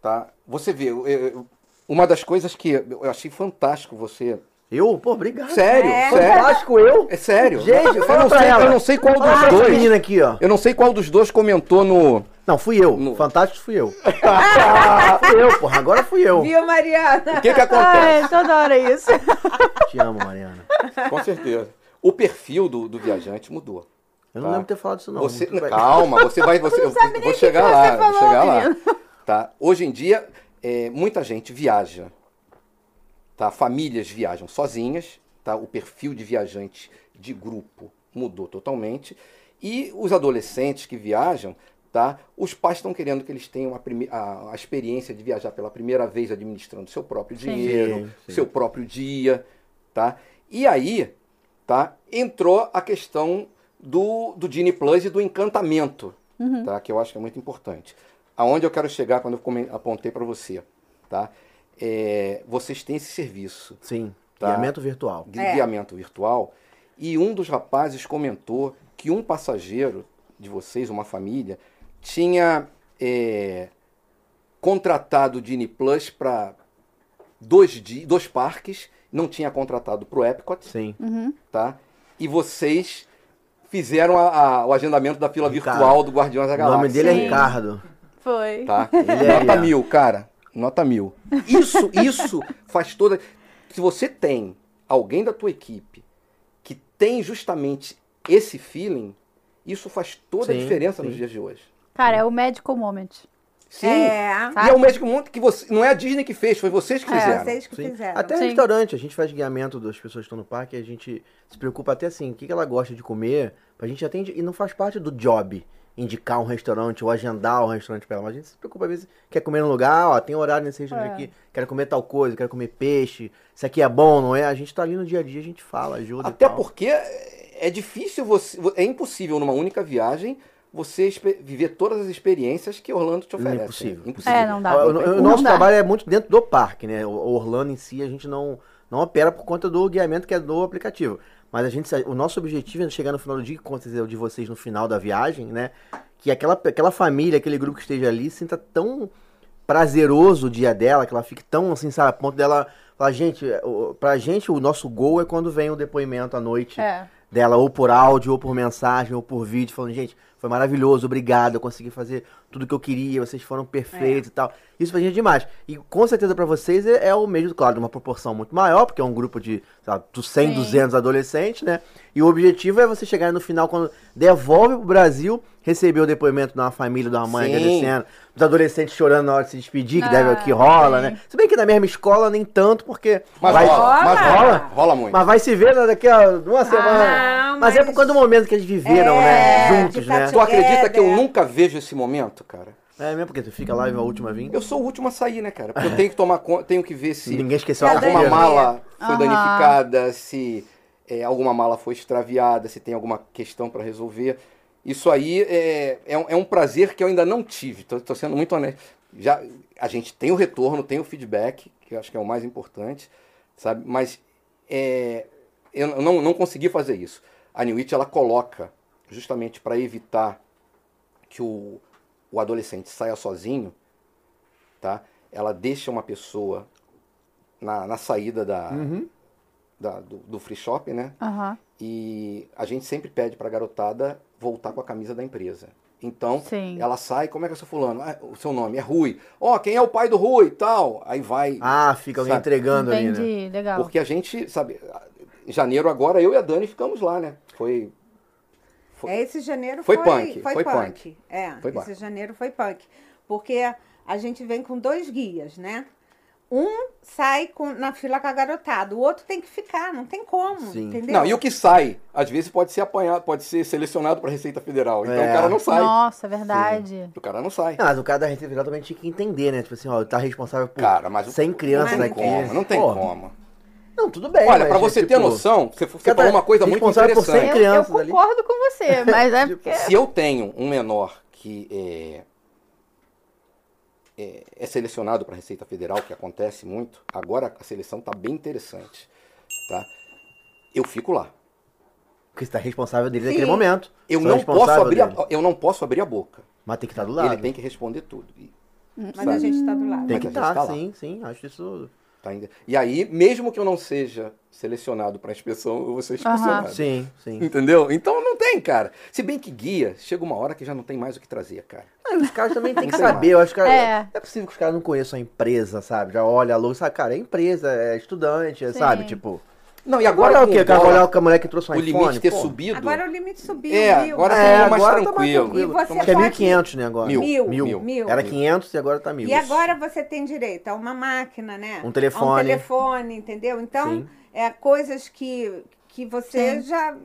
[SPEAKER 3] Tá? Você vê, eu- eu- uma das coisas que eu achei fantástico você.
[SPEAKER 2] Eu? Pô, obrigado.
[SPEAKER 3] Sério,
[SPEAKER 4] É.
[SPEAKER 3] sério.
[SPEAKER 2] Fantástico, eu?
[SPEAKER 3] É sério.
[SPEAKER 2] Gente,
[SPEAKER 3] eu,
[SPEAKER 2] fala
[SPEAKER 3] não
[SPEAKER 2] pra
[SPEAKER 3] sei,
[SPEAKER 2] ela.
[SPEAKER 3] eu não sei qual
[SPEAKER 2] Olha
[SPEAKER 3] dos
[SPEAKER 2] essa
[SPEAKER 3] dois.
[SPEAKER 2] menina aqui, ó.
[SPEAKER 3] Eu não sei qual dos dois comentou no.
[SPEAKER 2] Não, fui eu.
[SPEAKER 3] No-
[SPEAKER 2] Fantástico fui eu. fui eu, porra. Agora fui eu.
[SPEAKER 4] Viu, Mariana?
[SPEAKER 3] O que, que acontece?
[SPEAKER 1] Ai, toda hora é isso.
[SPEAKER 2] Te amo, Mariana.
[SPEAKER 3] Com certeza. O perfil do, do viajante mudou.
[SPEAKER 2] Eu não
[SPEAKER 3] Tá.
[SPEAKER 2] lembro de ter falado isso, não.
[SPEAKER 3] Você,
[SPEAKER 2] Muito bem.
[SPEAKER 3] calma, você vai. Você, eu
[SPEAKER 1] sabe nem o
[SPEAKER 3] vou
[SPEAKER 1] que
[SPEAKER 3] chegar
[SPEAKER 1] que
[SPEAKER 3] lá.
[SPEAKER 1] você
[SPEAKER 3] vou
[SPEAKER 1] falou,
[SPEAKER 3] chegar lá.
[SPEAKER 1] menino.
[SPEAKER 3] Tá? Hoje em dia, é, muita gente viaja. Tá? Famílias viajam sozinhas tá? O perfil de viajante de grupo mudou totalmente. E os adolescentes que viajam, tá? Os pais estão querendo que eles tenham a, prime- a- a experiência de viajar pela primeira vez administrando seu próprio
[SPEAKER 1] Sim.
[SPEAKER 3] dinheiro,
[SPEAKER 2] Sim, sim.
[SPEAKER 3] seu próprio dia, tá? E aí, tá? Entrou a questão do, do Genie Plus e do encantamento, tá? Que eu acho que é muito importante. Aonde eu quero chegar quando eu come- apontei para você, tá? É, vocês têm esse serviço
[SPEAKER 2] Sim.
[SPEAKER 3] Tá.
[SPEAKER 2] Guiamento virtual.
[SPEAKER 3] guiamento virtual. E um dos rapazes comentou que um passageiro de vocês, uma família, tinha é, contratado o Disney Plus para dois, di- dois parques, não tinha contratado para o Epcot,
[SPEAKER 2] Sim.
[SPEAKER 3] tá? E vocês fizeram a- a- o agendamento da fila
[SPEAKER 2] Ricardo.
[SPEAKER 3] virtual do Guardiões da
[SPEAKER 2] O nome
[SPEAKER 3] Galáxia.
[SPEAKER 2] dele é
[SPEAKER 1] Sim.
[SPEAKER 2] Ricardo.
[SPEAKER 1] Foi.
[SPEAKER 3] Tá?
[SPEAKER 2] Ele é-
[SPEAKER 3] nota mil, cara. Nota mil. Isso, isso faz toda. Se você tem alguém da tua equipe que tem justamente esse feeling, isso faz toda a
[SPEAKER 2] Sim,
[SPEAKER 3] diferença nos
[SPEAKER 2] sim.
[SPEAKER 3] dias de hoje.
[SPEAKER 1] Cara, é o medical moment.
[SPEAKER 3] Sim.
[SPEAKER 4] É,
[SPEAKER 3] E é o médico mundo que você. Não é a Disney que fez, foi vocês que
[SPEAKER 1] É,
[SPEAKER 3] fizeram.
[SPEAKER 4] vocês que
[SPEAKER 2] Sim.
[SPEAKER 4] fizeram.
[SPEAKER 2] Até
[SPEAKER 1] Sim.
[SPEAKER 2] restaurante, a gente faz guiamento das pessoas que estão no parque, a gente se preocupa até assim, o que que ela gosta de comer, a gente atende, e não faz parte do job indicar um restaurante ou agendar um restaurante pra ela, mas a gente se preocupa às vezes, quer comer num lugar, ó, tem horário nesse restaurante
[SPEAKER 1] É.
[SPEAKER 2] aqui, quero comer tal coisa, quero comer peixe, isso aqui é bom, não é? A gente tá ali no dia a dia, a gente fala, ajuda e
[SPEAKER 3] Até
[SPEAKER 2] tal.
[SPEAKER 3] porque é difícil você. É impossível numa única viagem você exper- viver todas as experiências que Orlando te oferece.
[SPEAKER 2] Impossível.
[SPEAKER 1] É, não dá.
[SPEAKER 2] O,
[SPEAKER 3] Não tem
[SPEAKER 2] o- o
[SPEAKER 3] como.
[SPEAKER 2] nosso
[SPEAKER 1] Não dá.
[SPEAKER 2] trabalho é muito dentro do parque, né? O o Orlando em si a gente não, não opera por conta do guiamento que é do aplicativo. Mas a gente, se- o nosso objetivo é chegar no final do dia, que acontecer o de vocês no final da viagem, né? Que aquela, aquela família, aquele grupo que esteja ali, sinta tão prazeroso o dia dela, que ela fique tão assim, sabe, a ponto dela falar, gente, o- pra gente o nosso gol é quando vem o depoimento à noite
[SPEAKER 1] É.
[SPEAKER 2] dela, ou por áudio, ou por mensagem, ou por vídeo, falando, gente, foi maravilhoso, obrigado, eu consegui fazer tudo que eu queria, vocês foram perfeitos e tal. Isso pra gente é demais. E com certeza pra vocês é, é o mesmo, claro, de uma proporção muito maior, porque é um grupo de, sei lá, dos 100,
[SPEAKER 1] Sim.
[SPEAKER 2] 200 adolescentes, né? E o objetivo é você chegar no final, quando devolve pro Brasil, receber o depoimento de uma família, de uma mãe
[SPEAKER 3] Sim.
[SPEAKER 2] agradecendo, dos adolescentes chorando na hora de se despedir, que,
[SPEAKER 1] Ah,
[SPEAKER 2] deve, que rola,
[SPEAKER 1] sim.
[SPEAKER 2] né? Se bem que na mesma escola nem tanto, porque...
[SPEAKER 3] Mas
[SPEAKER 2] vai-
[SPEAKER 3] rola, mas
[SPEAKER 4] Rola.
[SPEAKER 3] rola, rola muito.
[SPEAKER 2] mas vai se ver né, daqui a uma semana.
[SPEAKER 4] Ah, não,
[SPEAKER 2] mas... é
[SPEAKER 4] mas-
[SPEAKER 2] por conta do momento que eles viveram,
[SPEAKER 4] É,
[SPEAKER 2] né? Juntos,
[SPEAKER 4] de tá
[SPEAKER 2] né?
[SPEAKER 4] tudo-
[SPEAKER 3] Tu acredita que eu
[SPEAKER 4] Together.
[SPEAKER 3] nunca vejo esse momento, cara?
[SPEAKER 4] tipo-
[SPEAKER 2] É mesmo, porque tu fica lá e a última vinda.
[SPEAKER 3] Eu sou o último a sair, né, cara? Porque eu tenho que tomar conta, tenho que ver se
[SPEAKER 2] Ninguém esqueceu
[SPEAKER 4] É
[SPEAKER 2] a
[SPEAKER 4] Cadê?
[SPEAKER 3] alguma
[SPEAKER 2] carteira.
[SPEAKER 4] Cadê?
[SPEAKER 3] mala foi
[SPEAKER 1] Aham.
[SPEAKER 3] danificada, se é, alguma mala foi extraviada, se tem alguma questão pra resolver. Isso aí é, é, um, é um prazer que eu ainda não tive. Tô, tô sendo muito honesto. Já, a gente tem o retorno, tem o feedback, que eu acho que é o mais importante, sabe? Mas é, eu n- não, não consegui fazer isso. A New It, ela coloca justamente para evitar que o, o adolescente saia sozinho, tá? Ela deixa uma pessoa na, na saída da,
[SPEAKER 2] Uhum.
[SPEAKER 3] da- do, do free shop, né?
[SPEAKER 1] Aham.
[SPEAKER 3] E a gente sempre pede pra garotada voltar com a camisa da empresa. Então,
[SPEAKER 1] Sim.
[SPEAKER 3] ela sai, como é que é o seu fulano? Ah, o seu nome é Rui. Ó, quem é o pai do Rui e tal? Aí vai.
[SPEAKER 2] Ah, fica alguém
[SPEAKER 3] Sabe?
[SPEAKER 2] entregando ali, né?
[SPEAKER 1] Entendi, legal.
[SPEAKER 3] Porque a gente, sabe, em janeiro agora eu e a Dani ficamos lá, né? Foi Foi-
[SPEAKER 4] É, esse janeiro
[SPEAKER 3] foi
[SPEAKER 4] foi,
[SPEAKER 3] punk,
[SPEAKER 4] Foi,
[SPEAKER 3] foi
[SPEAKER 4] punk.
[SPEAKER 3] punk.
[SPEAKER 4] É,
[SPEAKER 3] Foi
[SPEAKER 4] esse
[SPEAKER 3] punk.
[SPEAKER 4] janeiro foi punk. Porque a gente vem com dois guias, né? Um sai com- na fila com a garotada, o outro tem que ficar, não tem como,
[SPEAKER 2] Sim.
[SPEAKER 4] entendeu?
[SPEAKER 3] Não, e o que sai, às vezes pode ser apanhado, pode ser selecionado para Receita Federal. Então
[SPEAKER 2] É.
[SPEAKER 3] o cara não sai.
[SPEAKER 1] Nossa, verdade.
[SPEAKER 3] O cara não sai.
[SPEAKER 2] Ah, mas o cara da Receita Federal também tinha que entender, né? Tipo assim, ó, tá responsável por
[SPEAKER 3] Cara, mas o-
[SPEAKER 2] 100 crianças
[SPEAKER 4] Mas
[SPEAKER 3] não tem
[SPEAKER 2] daqui.
[SPEAKER 3] como, não tem
[SPEAKER 2] Porra.
[SPEAKER 3] como.
[SPEAKER 2] Não, tudo bem.
[SPEAKER 3] Olha,
[SPEAKER 2] mas
[SPEAKER 3] pra
[SPEAKER 2] é
[SPEAKER 3] você
[SPEAKER 2] tipo,
[SPEAKER 3] ter noção, você, você
[SPEAKER 2] cada
[SPEAKER 3] falou uma coisa muito
[SPEAKER 2] responsável por cem
[SPEAKER 3] interessante.
[SPEAKER 1] Eu, eu
[SPEAKER 2] crianças ali.
[SPEAKER 1] concordo com você, mas é porque.
[SPEAKER 3] Se eu tenho um menor que é, é, é selecionado para Receita Federal, que acontece muito, agora a seleção tá bem interessante, tá? Eu fico lá.
[SPEAKER 2] Porque você tá responsável dele naquele
[SPEAKER 4] Sim.
[SPEAKER 2] momento.
[SPEAKER 3] Eu
[SPEAKER 2] Você é
[SPEAKER 3] não posso
[SPEAKER 2] responsável
[SPEAKER 3] abrir, a,
[SPEAKER 2] dele.
[SPEAKER 3] eu não posso abrir a boca.
[SPEAKER 2] Mas tem que estar do
[SPEAKER 3] Ele
[SPEAKER 2] lado.
[SPEAKER 3] tem que responder tudo. E,
[SPEAKER 4] Mas
[SPEAKER 3] sabe?
[SPEAKER 4] a gente tá do lado.
[SPEAKER 2] Tem
[SPEAKER 3] mas
[SPEAKER 2] que
[SPEAKER 3] a gente
[SPEAKER 2] estar,
[SPEAKER 3] tá lá.
[SPEAKER 2] sim, sim. Acho isso.
[SPEAKER 3] tá ainda- E aí, mesmo que eu não seja selecionado para inspeção, eu vou ser
[SPEAKER 1] Aham.
[SPEAKER 3] inspecionado.
[SPEAKER 2] Sim, sim.
[SPEAKER 3] Entendeu? Então não tem, cara. Se bem que guia, chega uma hora que já não tem mais o que trazer, cara.
[SPEAKER 2] Ah, e os caras também têm que
[SPEAKER 3] Não sei
[SPEAKER 2] saber, eu acho que
[SPEAKER 1] É.
[SPEAKER 2] é. é possível que os caras não conheçam a empresa, sabe? Já olha a luz, sabe, cara, é empresa, é estudante, é,
[SPEAKER 1] Sim.
[SPEAKER 2] sabe? Tipo.
[SPEAKER 3] Não, e
[SPEAKER 2] Agora,
[SPEAKER 3] agora,
[SPEAKER 2] é o quê? O
[SPEAKER 3] com
[SPEAKER 2] cara vai
[SPEAKER 3] dólar,
[SPEAKER 2] olhar o mulher que trouxe um
[SPEAKER 3] o limite
[SPEAKER 2] iPhone?
[SPEAKER 3] ter
[SPEAKER 2] pô.
[SPEAKER 3] subiu.
[SPEAKER 4] Agora o limite subiu,
[SPEAKER 3] É,
[SPEAKER 4] mil.
[SPEAKER 3] agora
[SPEAKER 2] É,
[SPEAKER 3] tá
[SPEAKER 2] agora
[SPEAKER 3] mais
[SPEAKER 2] tá mais
[SPEAKER 3] tranquilo.
[SPEAKER 2] tranquilo.
[SPEAKER 4] E você
[SPEAKER 2] Acho que é
[SPEAKER 4] pode-
[SPEAKER 2] 1.500, né, agora?
[SPEAKER 3] Mil.
[SPEAKER 4] Mil.
[SPEAKER 2] Mil.
[SPEAKER 4] Mil.
[SPEAKER 2] Era 500 e agora tá 1.000.
[SPEAKER 4] E agora você tem direito a uma máquina, né?
[SPEAKER 2] Um telefone.
[SPEAKER 4] A um telefone, entendeu? Então,
[SPEAKER 2] Sim.
[SPEAKER 4] é, coisas que, que você
[SPEAKER 1] Sim.
[SPEAKER 4] já.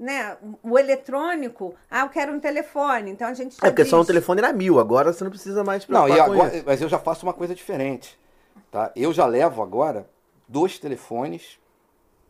[SPEAKER 4] Né, o eletrônico, ah, eu quero um telefone. Então a gente já
[SPEAKER 2] É porque só um
[SPEAKER 4] diz,
[SPEAKER 2] telefone era mil, agora você não precisa mais se
[SPEAKER 3] Não,
[SPEAKER 2] preocupar
[SPEAKER 3] e
[SPEAKER 2] com
[SPEAKER 3] agora,
[SPEAKER 2] isso.
[SPEAKER 3] mas eu já faço uma coisa diferente, tá? Eu já levo agora dois telefones,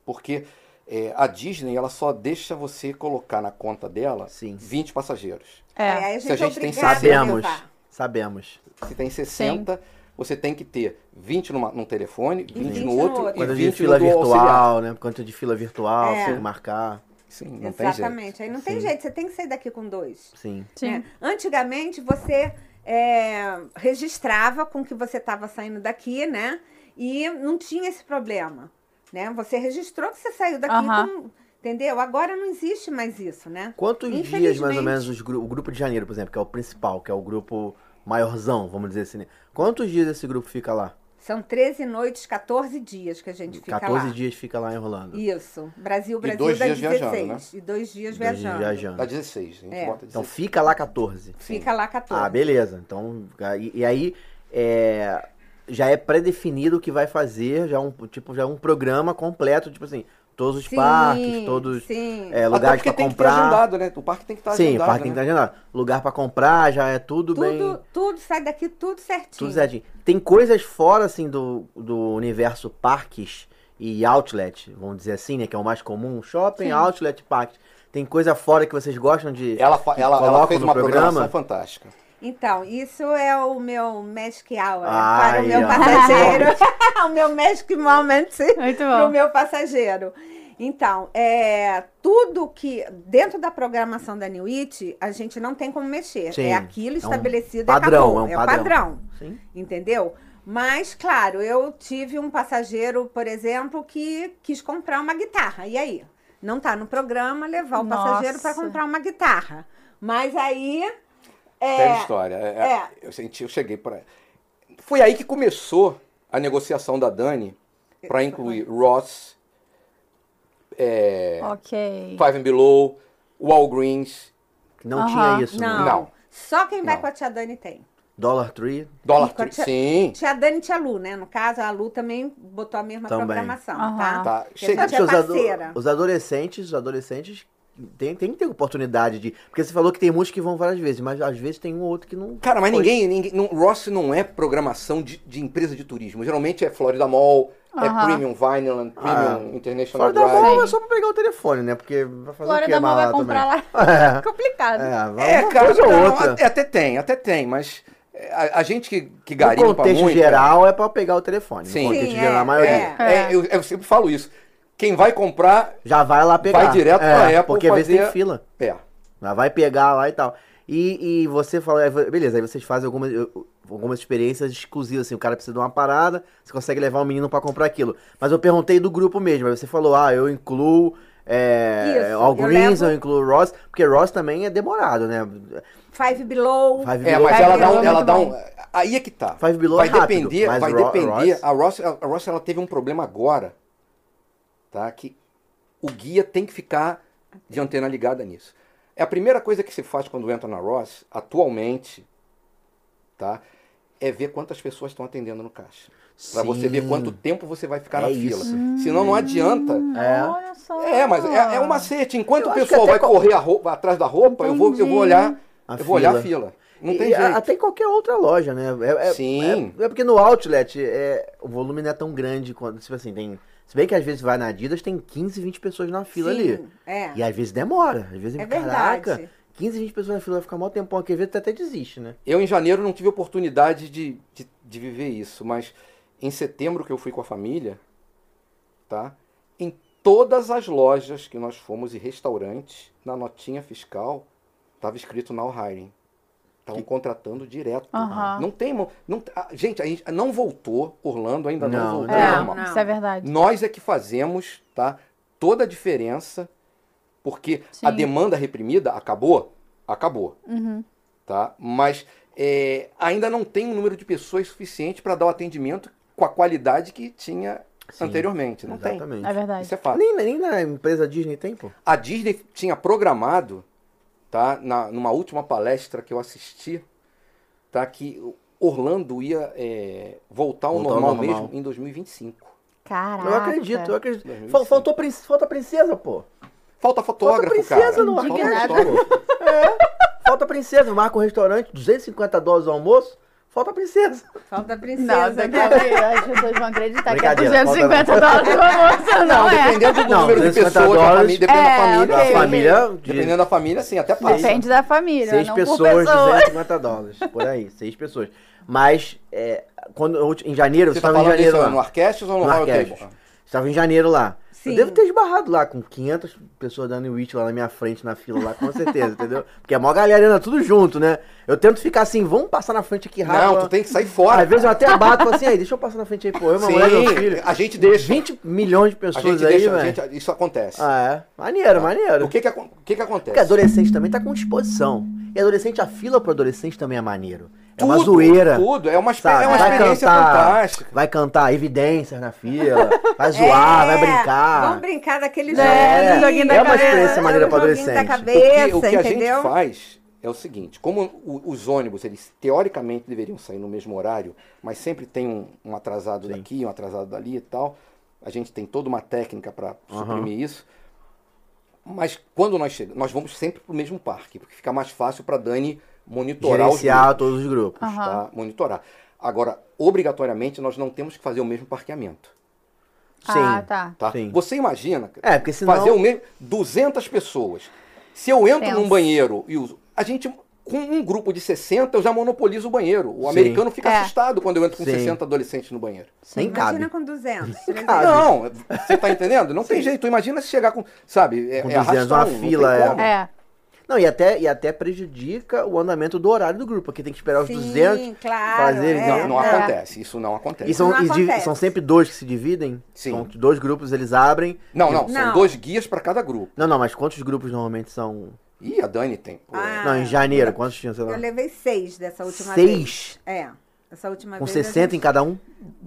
[SPEAKER 3] porque é, a Disney ela só deixa você colocar na conta dela
[SPEAKER 2] Sim.
[SPEAKER 3] 20 passageiros.
[SPEAKER 4] é,
[SPEAKER 1] É.
[SPEAKER 4] aí a gente,
[SPEAKER 3] Se a gente
[SPEAKER 4] é
[SPEAKER 3] tem
[SPEAKER 4] obrigado a
[SPEAKER 2] Sabemos,
[SPEAKER 4] levar.
[SPEAKER 2] sabemos.
[SPEAKER 3] Se tem 60, você tem que ter 20 numa, num telefone, 20, no
[SPEAKER 4] 20 no
[SPEAKER 3] outro,
[SPEAKER 4] outro.
[SPEAKER 3] e
[SPEAKER 2] Quanto
[SPEAKER 3] 20
[SPEAKER 2] de fila
[SPEAKER 3] no do auxiliar.
[SPEAKER 2] virtual, né? Quanto de fila virtual,
[SPEAKER 4] É.
[SPEAKER 2] você tem que marcar.
[SPEAKER 3] Sim, não tem jeito.
[SPEAKER 4] Exatamente. Aí não tem jeito, você tem que sair daqui com dois.
[SPEAKER 2] Sim.
[SPEAKER 1] Sim.
[SPEAKER 4] né? Antigamente você é, registrava com que você estava saindo daqui, né? E não tinha esse problema, né? Você registrou que você saiu daqui,
[SPEAKER 1] Aham.
[SPEAKER 4] com- entendeu? Agora não existe mais isso, né?
[SPEAKER 2] Quantos dias, mais ou
[SPEAKER 4] Infelizmente.
[SPEAKER 2] menos, os gru- o grupo de janeiro, por exemplo, que é o principal, que é o grupo maiorzão, vamos dizer assim, né? Quantos dias esse grupo fica lá?
[SPEAKER 4] São 13 noites, 14 dias que a gente fica
[SPEAKER 2] 14
[SPEAKER 4] lá.
[SPEAKER 2] dias fica lá em Orlando.
[SPEAKER 4] Isso. Brasil,
[SPEAKER 3] E
[SPEAKER 4] Brasil
[SPEAKER 3] dois
[SPEAKER 4] dá
[SPEAKER 3] dias
[SPEAKER 4] 16.
[SPEAKER 3] viajando,
[SPEAKER 4] E dois dias
[SPEAKER 2] né? Dois dias
[SPEAKER 4] viajando.
[SPEAKER 2] viajando.
[SPEAKER 3] Dá 16, Tá a gente
[SPEAKER 4] É.
[SPEAKER 3] bota
[SPEAKER 2] Então
[SPEAKER 3] 16.
[SPEAKER 2] fica lá 14.
[SPEAKER 4] Fica lá 14.
[SPEAKER 2] Ah, beleza. Então, e, e aí é, já é pré-definido o que vai fazer, já é um tipo já é um programa completo, tipo assim, todos os
[SPEAKER 4] Sim,
[SPEAKER 2] parques, todos
[SPEAKER 4] Sim.
[SPEAKER 2] é,
[SPEAKER 3] Até
[SPEAKER 2] lugares
[SPEAKER 3] porque
[SPEAKER 2] para
[SPEAKER 3] tem que ter
[SPEAKER 2] comprar.
[SPEAKER 3] agendado, né? O parque tem que estar
[SPEAKER 2] Sim, o
[SPEAKER 3] agendado,
[SPEAKER 2] parque tem que
[SPEAKER 3] né?
[SPEAKER 2] estar agendado. Lugar para comprar, já é tudo, bem,
[SPEAKER 4] tudo, tudo sai daqui tudo certinho.
[SPEAKER 2] tudo certinho. Tem coisas fora assim do, do universo parques e outlet, vamos dizer assim, né, que é o mais comum, shopping, outlet, parques. Tem coisa fora que vocês gostam de
[SPEAKER 3] Ela, fa- ela, ela
[SPEAKER 2] Coloca
[SPEAKER 3] fez
[SPEAKER 2] no
[SPEAKER 3] uma
[SPEAKER 2] programa.
[SPEAKER 3] programação fantástica.
[SPEAKER 4] Então, isso é o meu Magic Hour para o
[SPEAKER 2] Ai,
[SPEAKER 4] meu
[SPEAKER 2] ó.
[SPEAKER 4] passageiro. o meu Magic Moment
[SPEAKER 1] Muito
[SPEAKER 4] para o
[SPEAKER 1] bom.
[SPEAKER 4] meu passageiro. Então, é, tudo que dentro da programação da New It, a gente não tem como mexer.
[SPEAKER 2] Sim,
[SPEAKER 4] é aquilo
[SPEAKER 2] é um
[SPEAKER 4] estabelecido,
[SPEAKER 2] padrão,
[SPEAKER 4] acabou,
[SPEAKER 2] é um
[SPEAKER 4] o
[SPEAKER 2] padrão.
[SPEAKER 4] padrão
[SPEAKER 2] Sim.
[SPEAKER 4] entendeu? Mas, claro, eu tive um passageiro, por exemplo, que quis comprar uma guitarra. E aí? Não tá no programa levar o passageiro para
[SPEAKER 1] Nossa.
[SPEAKER 4] comprar uma guitarra. Mas aí.
[SPEAKER 3] Tem
[SPEAKER 4] É,
[SPEAKER 3] história. É, é,
[SPEAKER 4] é.
[SPEAKER 3] Eu, senti, eu cheguei para. Foi aí que começou a negociação da Dani para incluir Ross,
[SPEAKER 1] Ok.
[SPEAKER 3] Five and Below, Walgreens,
[SPEAKER 2] Não
[SPEAKER 1] Aham.
[SPEAKER 2] tinha isso.
[SPEAKER 4] não.
[SPEAKER 2] né?
[SPEAKER 3] Não.
[SPEAKER 4] Só quem vai
[SPEAKER 3] Não.
[SPEAKER 4] com a tia Dani tem.
[SPEAKER 2] Dollar Tree
[SPEAKER 3] Dollar
[SPEAKER 4] E com a
[SPEAKER 3] Tree.
[SPEAKER 4] tia-
[SPEAKER 3] Sim.
[SPEAKER 4] Tia Dani e tia Lu, né? No caso, a Lu também botou a mesma
[SPEAKER 2] Também.
[SPEAKER 4] programação,
[SPEAKER 1] Aham.
[SPEAKER 4] tá?
[SPEAKER 3] Tá.
[SPEAKER 4] Porque
[SPEAKER 3] Chega-
[SPEAKER 4] a tia é
[SPEAKER 2] os, ado-
[SPEAKER 4] parceira.
[SPEAKER 2] os adolescentes, os adolescentes tem, tem que ter oportunidade de. Porque você falou que tem muitos que vão várias vezes, mas às vezes tem um ou outro que não.
[SPEAKER 3] Cara, mas ninguém. ninguém não, Ross não é programação de, de empresa de turismo. Geralmente é Florida Mall, é
[SPEAKER 1] Aham.
[SPEAKER 3] Premium Vineland, Premium
[SPEAKER 2] Ah.
[SPEAKER 3] International
[SPEAKER 2] Fora da
[SPEAKER 3] Drive.
[SPEAKER 2] mão é só pra pegar o telefone, né? Porque vai fazer o
[SPEAKER 1] Flora
[SPEAKER 2] que
[SPEAKER 1] da Mão vai
[SPEAKER 2] amarrar
[SPEAKER 1] comprar
[SPEAKER 2] também.
[SPEAKER 1] lá.
[SPEAKER 2] É,
[SPEAKER 1] Complicado.
[SPEAKER 2] é, vai
[SPEAKER 3] É,
[SPEAKER 2] uma
[SPEAKER 3] cara,
[SPEAKER 2] coisa ou
[SPEAKER 3] não,
[SPEAKER 2] outra.
[SPEAKER 3] até- até tem, até tem, mas é, a, a gente que, que
[SPEAKER 2] No
[SPEAKER 3] garimpa
[SPEAKER 2] contexto
[SPEAKER 3] muito.
[SPEAKER 2] geral é pra pegar o telefone.
[SPEAKER 3] Sim.
[SPEAKER 2] No contexto
[SPEAKER 4] Sim,
[SPEAKER 2] geral,
[SPEAKER 4] é,
[SPEAKER 2] a maioria.
[SPEAKER 4] é.
[SPEAKER 3] É, eu, eu sempre falo isso. Quem vai comprar,
[SPEAKER 2] Já vai lá pegar.
[SPEAKER 3] Vai direto
[SPEAKER 2] é,
[SPEAKER 3] pra Apple
[SPEAKER 2] Porque às vezes tem
[SPEAKER 3] fazer-
[SPEAKER 2] fila.
[SPEAKER 3] é.
[SPEAKER 2] Já vai pegar lá e tal. E, e você fala, aí, beleza, aí vocês fazem algumas, eu- algumas experiências exclusivas, assim, o cara precisa de uma parada, você consegue levar um menino pra comprar aquilo. Mas eu perguntei do grupo mesmo, aí você falou, ah, eu incluo é,
[SPEAKER 4] Isso, eu
[SPEAKER 2] Alguns, eu,
[SPEAKER 4] levo-
[SPEAKER 2] incluo Ross, porque Ross também é demorado, né?
[SPEAKER 4] Five Below.
[SPEAKER 2] Five
[SPEAKER 3] É,
[SPEAKER 2] Below,
[SPEAKER 3] mas
[SPEAKER 1] Five Below
[SPEAKER 3] ela dá um,
[SPEAKER 1] é
[SPEAKER 3] ela
[SPEAKER 1] muito
[SPEAKER 3] dá
[SPEAKER 1] bom.
[SPEAKER 3] um. Aí é que tá.
[SPEAKER 2] Five Below
[SPEAKER 3] vai
[SPEAKER 2] é rápido,
[SPEAKER 3] depender,
[SPEAKER 2] mas
[SPEAKER 3] vai
[SPEAKER 2] Ro-
[SPEAKER 3] depender.
[SPEAKER 2] Ross-
[SPEAKER 3] A Ross, a a Ross ela teve um problema agora, tá? Que o guia tem que ficar de antena ligada nisso. É a primeira coisa que se faz quando entra na Ross, atualmente, tá? É ver quantas pessoas estão atendendo no caixa. Pra você ver
[SPEAKER 2] Sim.
[SPEAKER 3] quanto tempo você vai ficar
[SPEAKER 2] É
[SPEAKER 3] na fila.
[SPEAKER 2] isso.
[SPEAKER 3] Senão não adianta.
[SPEAKER 2] É.
[SPEAKER 1] Olha só.
[SPEAKER 3] É, mas é, é um macete. Enquanto
[SPEAKER 2] Eu
[SPEAKER 3] o
[SPEAKER 2] acho que
[SPEAKER 3] pessoal
[SPEAKER 2] até
[SPEAKER 3] vai
[SPEAKER 2] co-
[SPEAKER 3] correr a roupa- atrás da roupa, eu vou, eu vou olhar.
[SPEAKER 2] A
[SPEAKER 3] eu vou olhar a fila. Não tem
[SPEAKER 2] E a-
[SPEAKER 3] jeito.
[SPEAKER 2] Até em qualquer outra loja, né? É, é-
[SPEAKER 3] Sim.
[SPEAKER 2] É, é porque no outlet é, o volume não é tão grande quando, tipo assim, tem. Se bem que às vezes vai na Adidas, tem 15, 20 pessoas na fila
[SPEAKER 4] Sim,
[SPEAKER 2] ali.
[SPEAKER 4] É.
[SPEAKER 2] E às vezes demora. Às vezes,
[SPEAKER 4] É
[SPEAKER 2] caraca,
[SPEAKER 4] verdade.
[SPEAKER 2] 15, 20 pessoas na fila vai ficar mó tempão aqui, às vezes tu até desiste, né?
[SPEAKER 3] Eu, em janeiro, não tive oportunidade de, de, de viver isso, mas em setembro que eu fui com a família, tá? Em todas as lojas que nós fomos e restaurantes, na notinha fiscal, estava escrito now hiring. Estavam contratando direto.
[SPEAKER 1] Aham.
[SPEAKER 3] Não tem... mo- Não, ah, gente, a gente não voltou, Orlando ainda né? não,
[SPEAKER 2] Não,
[SPEAKER 3] voltou.
[SPEAKER 2] não.
[SPEAKER 3] normal.
[SPEAKER 1] É, isso é verdade.
[SPEAKER 3] Nós é que fazemos, tá? Toda a diferença, porque a
[SPEAKER 1] Sim.
[SPEAKER 3] demanda reprimida acabou, acabou,
[SPEAKER 1] Uhum.
[SPEAKER 3] tá? Mas é, ainda não tem um número de pessoas suficiente para dar o atendimento com a qualidade que tinha
[SPEAKER 2] Sim,
[SPEAKER 3] anteriormente, não tem.
[SPEAKER 2] Exatamente.
[SPEAKER 1] É verdade.
[SPEAKER 3] Isso é fato.
[SPEAKER 2] Nem, nem na empresa Disney tem, pô.
[SPEAKER 3] A Disney tinha programado, tá? Na, numa última palestra que eu assisti, tá? Que Orlando ia é, voltar ao
[SPEAKER 2] Voltar ao
[SPEAKER 3] normal,
[SPEAKER 2] normal.
[SPEAKER 3] mesmo em 2025.
[SPEAKER 1] Caraca.
[SPEAKER 2] Eu acredito, eu acredito.
[SPEAKER 3] Mas
[SPEAKER 2] Fal-
[SPEAKER 3] isso-
[SPEAKER 2] faltou prin- falta princesa, pô. Falta
[SPEAKER 3] Falta fotógrafo,
[SPEAKER 2] princesa
[SPEAKER 3] cara.
[SPEAKER 2] no
[SPEAKER 3] Falta
[SPEAKER 1] Indignado.
[SPEAKER 2] arcade,
[SPEAKER 3] fotógrafo.
[SPEAKER 2] pô. É. Falta princesa. Marca um restaurante, 250 dólares o almoço. Falta princesa.
[SPEAKER 4] Falta princesa.
[SPEAKER 1] Não, daqui a
[SPEAKER 2] é-
[SPEAKER 4] né?
[SPEAKER 1] pouco as pessoas vão acreditar que é
[SPEAKER 2] Brincadeira,
[SPEAKER 1] 250 dólares uma moça, não, é.
[SPEAKER 3] Dependendo do
[SPEAKER 2] Não,
[SPEAKER 3] número de
[SPEAKER 2] 250
[SPEAKER 3] pessoas, da
[SPEAKER 2] dólares.
[SPEAKER 3] família, dependendo
[SPEAKER 1] É,
[SPEAKER 3] da família.
[SPEAKER 1] ok,
[SPEAKER 2] A
[SPEAKER 1] ok.
[SPEAKER 2] família de
[SPEAKER 3] Dependendo da família, sim, até passa.
[SPEAKER 1] Depende da família,
[SPEAKER 2] seis
[SPEAKER 1] não por
[SPEAKER 2] pessoas,
[SPEAKER 1] pessoa.
[SPEAKER 2] 250 dólares. Por aí, seis pessoas. Mas, é, quando, eu- em janeiro, você
[SPEAKER 3] Você tá
[SPEAKER 2] estava em
[SPEAKER 3] falando
[SPEAKER 2] janeiro
[SPEAKER 3] isso
[SPEAKER 2] lá.
[SPEAKER 3] no Arquestes ou no
[SPEAKER 2] No
[SPEAKER 3] Royal
[SPEAKER 2] Arquestes.
[SPEAKER 3] Table?
[SPEAKER 2] Estava em janeiro lá.
[SPEAKER 4] Sim.
[SPEAKER 2] Eu devo ter esbarrado lá com 500 pessoas dando Witch lá na minha frente, na fila lá, com certeza, entendeu? Porque a maior galera anda tudo junto, né? Eu tento ficar assim, vamos passar na frente aqui rápido.
[SPEAKER 3] Não, tu tem que sair fora.
[SPEAKER 2] Às vezes eu até bato falo assim, aí, deixa eu passar na frente aí, pô. Eu, meu mulher, meu filho.
[SPEAKER 3] Sim, a gente deixa.
[SPEAKER 2] 20 milhões de
[SPEAKER 3] A
[SPEAKER 2] pessoas
[SPEAKER 3] gente
[SPEAKER 2] aí,
[SPEAKER 3] deixa, a
[SPEAKER 2] velho.
[SPEAKER 3] gente- isso acontece.
[SPEAKER 2] Ah, é. Maneiro, maneiro.
[SPEAKER 3] O que que, acon- o que que
[SPEAKER 2] Porque
[SPEAKER 3] acontece?
[SPEAKER 2] adolescente também tá com disposição. E adolescente, a fila pro adolescente também é maneiro. É uma
[SPEAKER 3] Tudo,
[SPEAKER 2] zoeira.
[SPEAKER 3] Tudo, é uma, exper-
[SPEAKER 2] sabe?
[SPEAKER 3] é uma
[SPEAKER 2] Vai
[SPEAKER 3] experiência
[SPEAKER 2] cantar,
[SPEAKER 3] fantástica.
[SPEAKER 2] Vai cantar evidências na fila, vai zoar, vai
[SPEAKER 4] É,
[SPEAKER 2] brincar.
[SPEAKER 4] Vamos brincar daquele
[SPEAKER 2] É,
[SPEAKER 4] jogo.
[SPEAKER 2] do joguinho da É uma cabeça. experiência maneira pra
[SPEAKER 4] Da
[SPEAKER 2] adolescente.
[SPEAKER 3] O que-
[SPEAKER 4] cabeça,
[SPEAKER 3] o que, a
[SPEAKER 4] entendeu?
[SPEAKER 3] gente faz é o seguinte, como o- os ônibus, eles teoricamente deveriam sair no mesmo horário, mas sempre tem um, um atrasado daqui, um atrasado dali e tal. A gente tem toda uma técnica para suprimir isso. Mas quando nós chegamos, nós vamos sempre pro mesmo parque, porque fica mais fácil para Dani monitorar os
[SPEAKER 2] Gerenciar
[SPEAKER 3] grupos,
[SPEAKER 2] todos os grupos.
[SPEAKER 1] Aham.
[SPEAKER 3] tá? Monitorar. Agora, obrigatoriamente, nós não temos que fazer o mesmo parqueamento,
[SPEAKER 2] Sim.
[SPEAKER 1] Ah, tá.
[SPEAKER 3] tá?
[SPEAKER 2] Sim.
[SPEAKER 3] Você imagina,
[SPEAKER 2] É, porque senão.
[SPEAKER 3] fazer um- o mesmo. 200 pessoas. Se eu entro
[SPEAKER 1] Pensa.
[SPEAKER 3] num banheiro e uso. A gente, com um grupo de 60, eu já monopolizo o banheiro. O
[SPEAKER 2] Sim.
[SPEAKER 3] americano fica
[SPEAKER 1] É.
[SPEAKER 3] assustado quando eu entro com
[SPEAKER 2] Sim. É
[SPEAKER 3] 60 adolescentes no banheiro.
[SPEAKER 2] Nem
[SPEAKER 4] Imagina
[SPEAKER 2] cabe.
[SPEAKER 4] com 200.
[SPEAKER 2] cabe.
[SPEAKER 4] 300.
[SPEAKER 3] Não, você tá entendendo? Não tem jeito. Imagina se chegar com. Sabe? É,
[SPEAKER 2] Com
[SPEAKER 3] é
[SPEAKER 2] 200,
[SPEAKER 3] arrastão,
[SPEAKER 2] uma
[SPEAKER 3] não tem
[SPEAKER 2] fila, é.
[SPEAKER 3] como.
[SPEAKER 1] É.
[SPEAKER 2] Não, e até, e até prejudica o andamento do horário do grupo, porque tem que esperar os
[SPEAKER 4] Sim,
[SPEAKER 2] 200.
[SPEAKER 4] claro.
[SPEAKER 2] fazer-
[SPEAKER 4] é,
[SPEAKER 3] Não, não
[SPEAKER 4] é.
[SPEAKER 3] acontece. Isso não acontece.
[SPEAKER 2] E são,
[SPEAKER 4] Não
[SPEAKER 2] e divi-
[SPEAKER 4] acontece.
[SPEAKER 2] são sempre dois que se dividem?
[SPEAKER 3] Sim.
[SPEAKER 2] São dois grupos, eles abrem.
[SPEAKER 3] Não, não. São
[SPEAKER 4] Não.
[SPEAKER 3] dois guias para cada grupo.
[SPEAKER 2] Não, não, mas quantos grupos normalmente são.
[SPEAKER 3] Ih, a Dani tem. Pô,
[SPEAKER 4] Ah,
[SPEAKER 2] não, em janeiro, quantos tinham, sei lá?
[SPEAKER 4] Eu levei seis dessa última vez.
[SPEAKER 2] Seis?
[SPEAKER 4] É. Essa última
[SPEAKER 2] Com
[SPEAKER 4] vez. a
[SPEAKER 2] 60 em
[SPEAKER 4] gente-
[SPEAKER 2] cada um?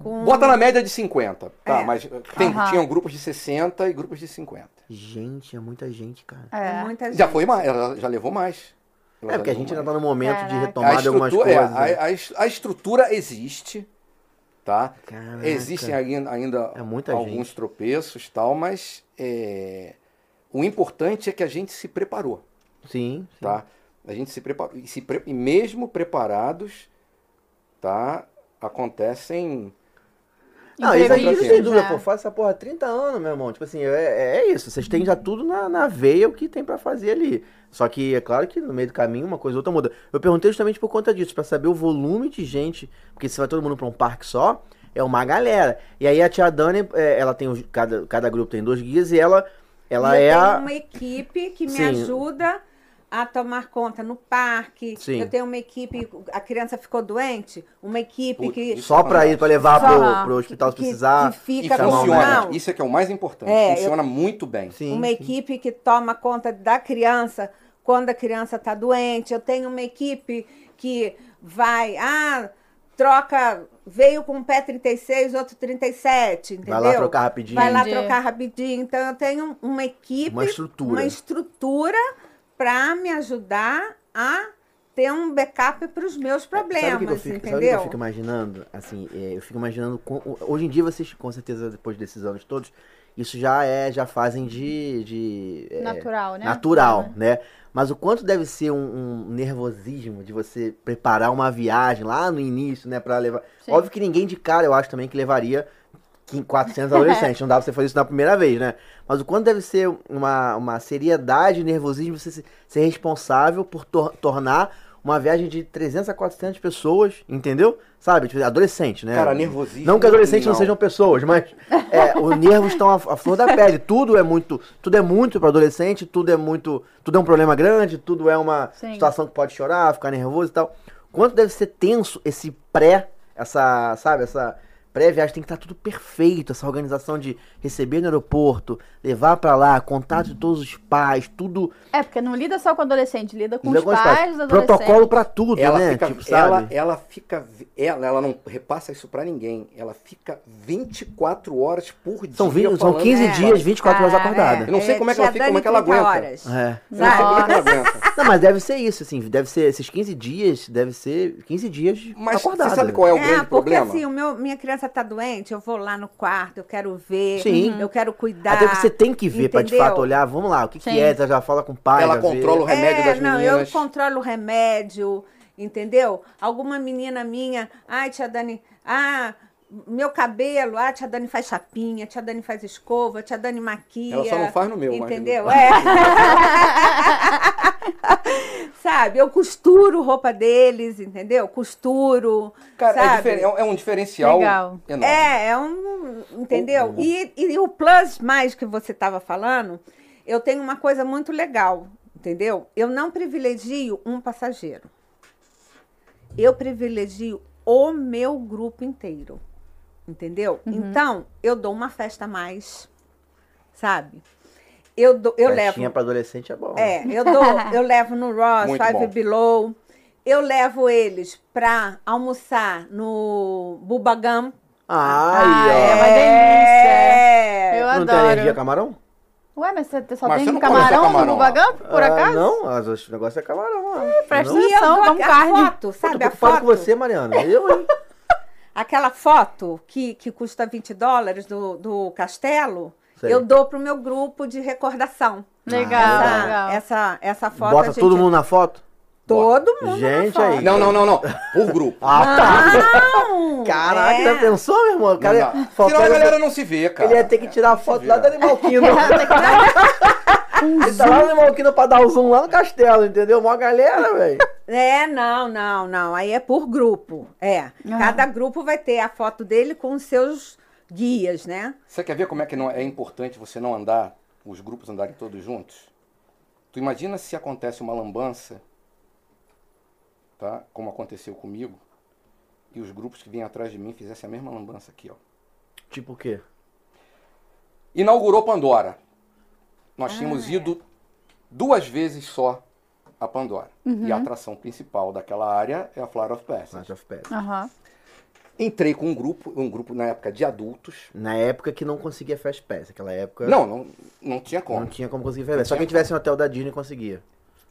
[SPEAKER 4] com-
[SPEAKER 3] Bota na média de 50. Tá,
[SPEAKER 4] É.
[SPEAKER 3] mas tem,
[SPEAKER 1] Aham.
[SPEAKER 3] tinham grupos de 60 e grupos de 50.
[SPEAKER 2] Gente, é muita gente, cara.
[SPEAKER 4] É
[SPEAKER 1] É.
[SPEAKER 4] muita gente.
[SPEAKER 3] Já foi mais, ela já levou mais. Ela
[SPEAKER 2] É,
[SPEAKER 3] já
[SPEAKER 2] porque a
[SPEAKER 3] levou
[SPEAKER 2] gente
[SPEAKER 3] mais.
[SPEAKER 2] ainda tá no momento de
[SPEAKER 1] Caraca.
[SPEAKER 2] retomar de algumas
[SPEAKER 3] estrutura-
[SPEAKER 2] coisas.
[SPEAKER 3] é,
[SPEAKER 2] né?
[SPEAKER 3] a- a es- a estrutura existe, tá?
[SPEAKER 2] Caraca.
[SPEAKER 3] Existem ainda, ainda
[SPEAKER 2] É muita
[SPEAKER 3] alguns tropeços tal, mas é, o importante é que a gente se preparou,
[SPEAKER 2] Sim, sim.
[SPEAKER 3] tá? A gente se preparou e, se pre- e mesmo preparados, tá? Acontecem.
[SPEAKER 2] Não, isso aí
[SPEAKER 1] Imprevistos,
[SPEAKER 2] não tem dúvida,
[SPEAKER 1] né?
[SPEAKER 2] pô. Faz essa porra há 30 anos, meu irmão. Tipo assim, é, é isso. Vocês têm já tudo na, na veia o que tem pra fazer ali. Só que é claro que no meio do caminho uma coisa ou outra muda. Eu perguntei justamente por conta disso, pra saber o volume de gente. Porque se vai todo mundo pra um parque só, é uma galera. E aí a tia Dani, é, ela tem. os- Cada, cada grupo tem dois guias e ela. Ela
[SPEAKER 4] E eu
[SPEAKER 2] é
[SPEAKER 4] tenho
[SPEAKER 2] a.
[SPEAKER 4] uma equipe que me
[SPEAKER 2] Sim.
[SPEAKER 4] ajuda a tomar conta no parque.
[SPEAKER 2] Sim.
[SPEAKER 4] Eu tenho uma equipe, a criança ficou doente, uma equipe
[SPEAKER 3] Putz,
[SPEAKER 4] que,
[SPEAKER 3] isso
[SPEAKER 2] Só pra ir, pra levar
[SPEAKER 1] Só-
[SPEAKER 2] pro, pro
[SPEAKER 4] que,
[SPEAKER 2] hospital se
[SPEAKER 4] que-
[SPEAKER 2] precisar.
[SPEAKER 4] que
[SPEAKER 3] E
[SPEAKER 4] fica
[SPEAKER 2] chamar um
[SPEAKER 4] com
[SPEAKER 3] funciona.
[SPEAKER 4] não,
[SPEAKER 3] Isso é que é o mais importante.
[SPEAKER 4] É, eu-
[SPEAKER 3] funciona muito bem.
[SPEAKER 2] Sim.
[SPEAKER 4] uma equipe que toma conta da criança quando a criança está doente. Eu tenho uma equipe que vai, ah, troca, veio com um pé 36, outro 37, entendeu?
[SPEAKER 2] Vai lá trocar rapidinho.
[SPEAKER 4] Vai lá
[SPEAKER 1] Entendi.
[SPEAKER 4] trocar rapidinho. Então eu tenho uma equipe,
[SPEAKER 2] Uma estrutura.
[SPEAKER 4] uma estrutura para me ajudar a ter um backup para os meus problemas,
[SPEAKER 2] Sabe o que que eu fico, sabe o que
[SPEAKER 4] entendeu?
[SPEAKER 2] eu fico imaginando? Assim, é, eu fico imaginando. com- hoje em dia vocês, com certeza, depois desses anos todos, isso já é, já fazem de. de, é,
[SPEAKER 1] Natural, né?
[SPEAKER 2] natural,
[SPEAKER 1] Ah.
[SPEAKER 2] né? Mas o quanto deve ser um, um nervosismo de você preparar uma viagem lá no início, né? Pra levar.
[SPEAKER 1] Sim.
[SPEAKER 2] Óbvio que ninguém de cara, eu acho também, que levaria 500, 400 adolescentes. Não dá pra você fazer isso na primeira vez, né? Mas o quanto deve ser uma, uma seriedade, nervosismo, você se- ser responsável por tor- tornar uma viagem de 300 a 400 pessoas, entendeu? Sabe? Tipo, adolescente, né?
[SPEAKER 3] Cara, nervosismo.
[SPEAKER 2] Não que adolescentes não, um sejam pessoas, mas é, os nervos estão à, à flor da pele. Tudo é muito, tudo é muito para adolescente, tudo é muito, tudo é um problema grande, tudo é uma
[SPEAKER 1] Sim.
[SPEAKER 2] situação que pode chorar, ficar nervoso e tal. Quanto deve ser tenso esse pré, tá essa, sabe, essa pré-viagem tem que estar tudo perfeito, essa organização de receber no aeroporto, levar pra lá, contato de todos os pais, tudo.
[SPEAKER 1] É, porque não lida só com adolescente, lida com
[SPEAKER 2] lida
[SPEAKER 1] os
[SPEAKER 2] com os
[SPEAKER 1] pais,
[SPEAKER 2] pais.
[SPEAKER 1] dos adolescentes.
[SPEAKER 2] Protocolo pra tudo,
[SPEAKER 3] ela
[SPEAKER 2] né?
[SPEAKER 3] fica,
[SPEAKER 2] tipo,
[SPEAKER 3] ela,
[SPEAKER 2] sabe?
[SPEAKER 3] ela fica, ela, ela não repassa isso pra ninguém. Ela fica 24 horas por dia.
[SPEAKER 2] São, 20, são
[SPEAKER 3] falando
[SPEAKER 2] 15
[SPEAKER 3] com os
[SPEAKER 2] dias,
[SPEAKER 3] pais.
[SPEAKER 2] 24 horas acordada.
[SPEAKER 3] Eu não sei como né? é que ela fica, como é que ela aguenta.
[SPEAKER 2] É.
[SPEAKER 4] É.
[SPEAKER 3] Eu não sei como é que ela aguenta.
[SPEAKER 2] Não, mas deve ser isso, assim, deve ser esses 15 dias, deve ser 15 dias
[SPEAKER 3] Mas
[SPEAKER 2] acordada.
[SPEAKER 3] você sabe qual é o
[SPEAKER 4] porque
[SPEAKER 3] grande problema?
[SPEAKER 4] assim, o meu, minha criança tá doente, eu vou lá no quarto, eu quero ver,
[SPEAKER 2] Sim.
[SPEAKER 3] Uhum.
[SPEAKER 4] eu quero
[SPEAKER 3] é?
[SPEAKER 4] cuidar.
[SPEAKER 2] Até que você tem que ver pra de
[SPEAKER 4] entendeu?
[SPEAKER 2] fato olhar, vamos lá, o que, que
[SPEAKER 1] Sim.
[SPEAKER 2] é, já fala com o pai.
[SPEAKER 3] ela
[SPEAKER 2] já vê.
[SPEAKER 3] controla o remédio
[SPEAKER 4] é,
[SPEAKER 3] das
[SPEAKER 4] não, eu
[SPEAKER 3] meninas.
[SPEAKER 4] controlo o remédio, entendeu? Alguma menina minha, ai, tia Dani, ah, meu cabelo, ah, tia Dani faz chapinha, tia Dani faz escova, tia Dani maquia.
[SPEAKER 3] Ela só não faz no meu, mas-
[SPEAKER 4] Entendeu? É. sabe, eu costuro roupa deles, entendeu? Costuro,
[SPEAKER 3] Cara, é,
[SPEAKER 4] sabe?
[SPEAKER 3] difer- é um diferencial
[SPEAKER 1] Legal.
[SPEAKER 3] enorme.
[SPEAKER 4] É, é um. Entendeu?
[SPEAKER 3] Uhum.
[SPEAKER 4] E, e o plus mais que você estava falando, eu tenho uma coisa muito legal, entendeu? Eu não privilegio um passageiro. Eu privilegio o meu grupo inteiro. Entendeu? Então, eu dou uma festa a mais, sabe? Eu, dou, eu levo.
[SPEAKER 2] Festinha pra adolescente é bom.
[SPEAKER 4] É, eu dou, eu levo no Ross,
[SPEAKER 3] Muito
[SPEAKER 4] Five
[SPEAKER 3] bom.
[SPEAKER 4] Below. Eu levo eles pra almoçar no Bubagam.
[SPEAKER 1] Ah, é
[SPEAKER 2] Ai, ó.
[SPEAKER 1] uma delícia.
[SPEAKER 4] É.
[SPEAKER 1] Eu
[SPEAKER 2] Não tem energia
[SPEAKER 1] adoro.
[SPEAKER 2] camarão?
[SPEAKER 1] Ué, mas você só
[SPEAKER 3] Mas você
[SPEAKER 1] tem
[SPEAKER 3] não come só
[SPEAKER 1] camarão,
[SPEAKER 3] camarão.
[SPEAKER 1] no bagão, por
[SPEAKER 2] Ah,
[SPEAKER 1] acaso?
[SPEAKER 2] Não, as- os- o negócio é camarão. lá.
[SPEAKER 1] presta atenção.
[SPEAKER 2] não.
[SPEAKER 4] E eu dou
[SPEAKER 1] como
[SPEAKER 4] a,
[SPEAKER 1] carne.
[SPEAKER 4] a foto,
[SPEAKER 2] Eu tô
[SPEAKER 4] sabe? A
[SPEAKER 2] preocupado
[SPEAKER 4] foto.
[SPEAKER 2] com você, Mariana. Eu, hein?
[SPEAKER 4] Aquela foto que, que custa 20 dólares do, do castelo,
[SPEAKER 2] Sei.
[SPEAKER 4] eu dou pro meu grupo de recordação.
[SPEAKER 1] Legal,
[SPEAKER 4] essa,
[SPEAKER 1] Ah, legal.
[SPEAKER 4] Essa, essa foto. a
[SPEAKER 2] Bota
[SPEAKER 4] gente-
[SPEAKER 2] todo mundo na foto?
[SPEAKER 4] Todo mundo.
[SPEAKER 2] Gente,
[SPEAKER 4] na foto.
[SPEAKER 2] aí.
[SPEAKER 3] Não, não, não, não. Por grupo.
[SPEAKER 2] Ah, tá.
[SPEAKER 4] Não!
[SPEAKER 2] Caraca, tá
[SPEAKER 4] é.
[SPEAKER 2] já pensou, meu irmão? O
[SPEAKER 3] Não
[SPEAKER 2] cara
[SPEAKER 3] dá.
[SPEAKER 2] ia-
[SPEAKER 3] Senão a
[SPEAKER 2] faltando-
[SPEAKER 3] galera não se vê, cara.
[SPEAKER 2] Ele ia ter que tirar a foto lá do Animalquino.
[SPEAKER 1] é Um
[SPEAKER 2] Ele tá lá no Animalquino pra dar o zoom lá no castelo, entendeu? Mó galera, velho.
[SPEAKER 4] É, não, não, não. Aí é por grupo. É.
[SPEAKER 3] Ah.
[SPEAKER 4] Cada grupo vai ter a foto dele com os seus guias, né?
[SPEAKER 3] Você quer ver como é que não é importante você não andar, os grupos andarem todos juntos? Tu imagina se acontece uma lambança, tá? Como aconteceu comigo, e os grupos que vinham atrás de mim fizessem a mesma lambança aqui, ó.
[SPEAKER 2] Tipo o quê?
[SPEAKER 3] Inaugurou Pandora. Nós tínhamos ido duas vezes só a Pandora. E a atração principal daquela área é a Flight of Passage.
[SPEAKER 2] Night of Passage.
[SPEAKER 1] Aham.
[SPEAKER 3] Entrei com um grupo, um grupo na época de adultos.
[SPEAKER 2] Na época que não conseguia Fast Pass. Aquela época
[SPEAKER 3] Não, não, não tinha como.
[SPEAKER 2] É. não tinha como conseguir Fast Pass. Só
[SPEAKER 3] tinha
[SPEAKER 2] quem tivesse no hotel da Disney conseguia.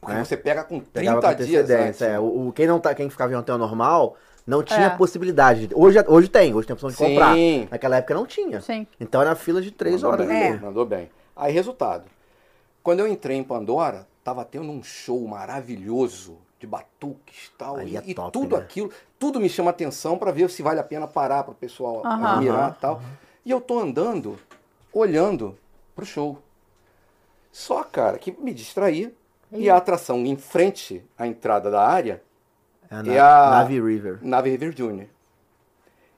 [SPEAKER 3] Porque
[SPEAKER 2] né?
[SPEAKER 3] você pega com 30
[SPEAKER 2] Pegava com
[SPEAKER 3] dias antes.
[SPEAKER 2] antecedência. É, o, o- quem, não tá, quem ficava em hotel normal não tinha
[SPEAKER 1] É.
[SPEAKER 2] possibilidade. Hoje, hoje tem, hoje tem a opção de
[SPEAKER 3] Sim.
[SPEAKER 2] comprar. Naquela época não tinha.
[SPEAKER 1] Sim.
[SPEAKER 2] Então era fila de três
[SPEAKER 3] Mandou
[SPEAKER 2] horas.
[SPEAKER 3] bem,
[SPEAKER 2] ali.
[SPEAKER 3] Mandou bem. Aí, resultado. Quando eu entrei em Pandora, tava tendo um show maravilhoso de batuques tal,
[SPEAKER 2] Aí
[SPEAKER 3] e,
[SPEAKER 2] é
[SPEAKER 3] e
[SPEAKER 2] top,
[SPEAKER 3] tudo
[SPEAKER 2] né?
[SPEAKER 3] aquilo. Tudo me chama atenção para ver se vale a pena parar para o pessoal
[SPEAKER 1] Aham.
[SPEAKER 3] admirar e tal. E eu tô andando, olhando pro show. Só, cara, que me distraía. E a atração em frente à entrada da área,
[SPEAKER 2] É
[SPEAKER 3] E
[SPEAKER 2] na,
[SPEAKER 3] a-
[SPEAKER 2] Nave River.
[SPEAKER 3] Nave River Jr.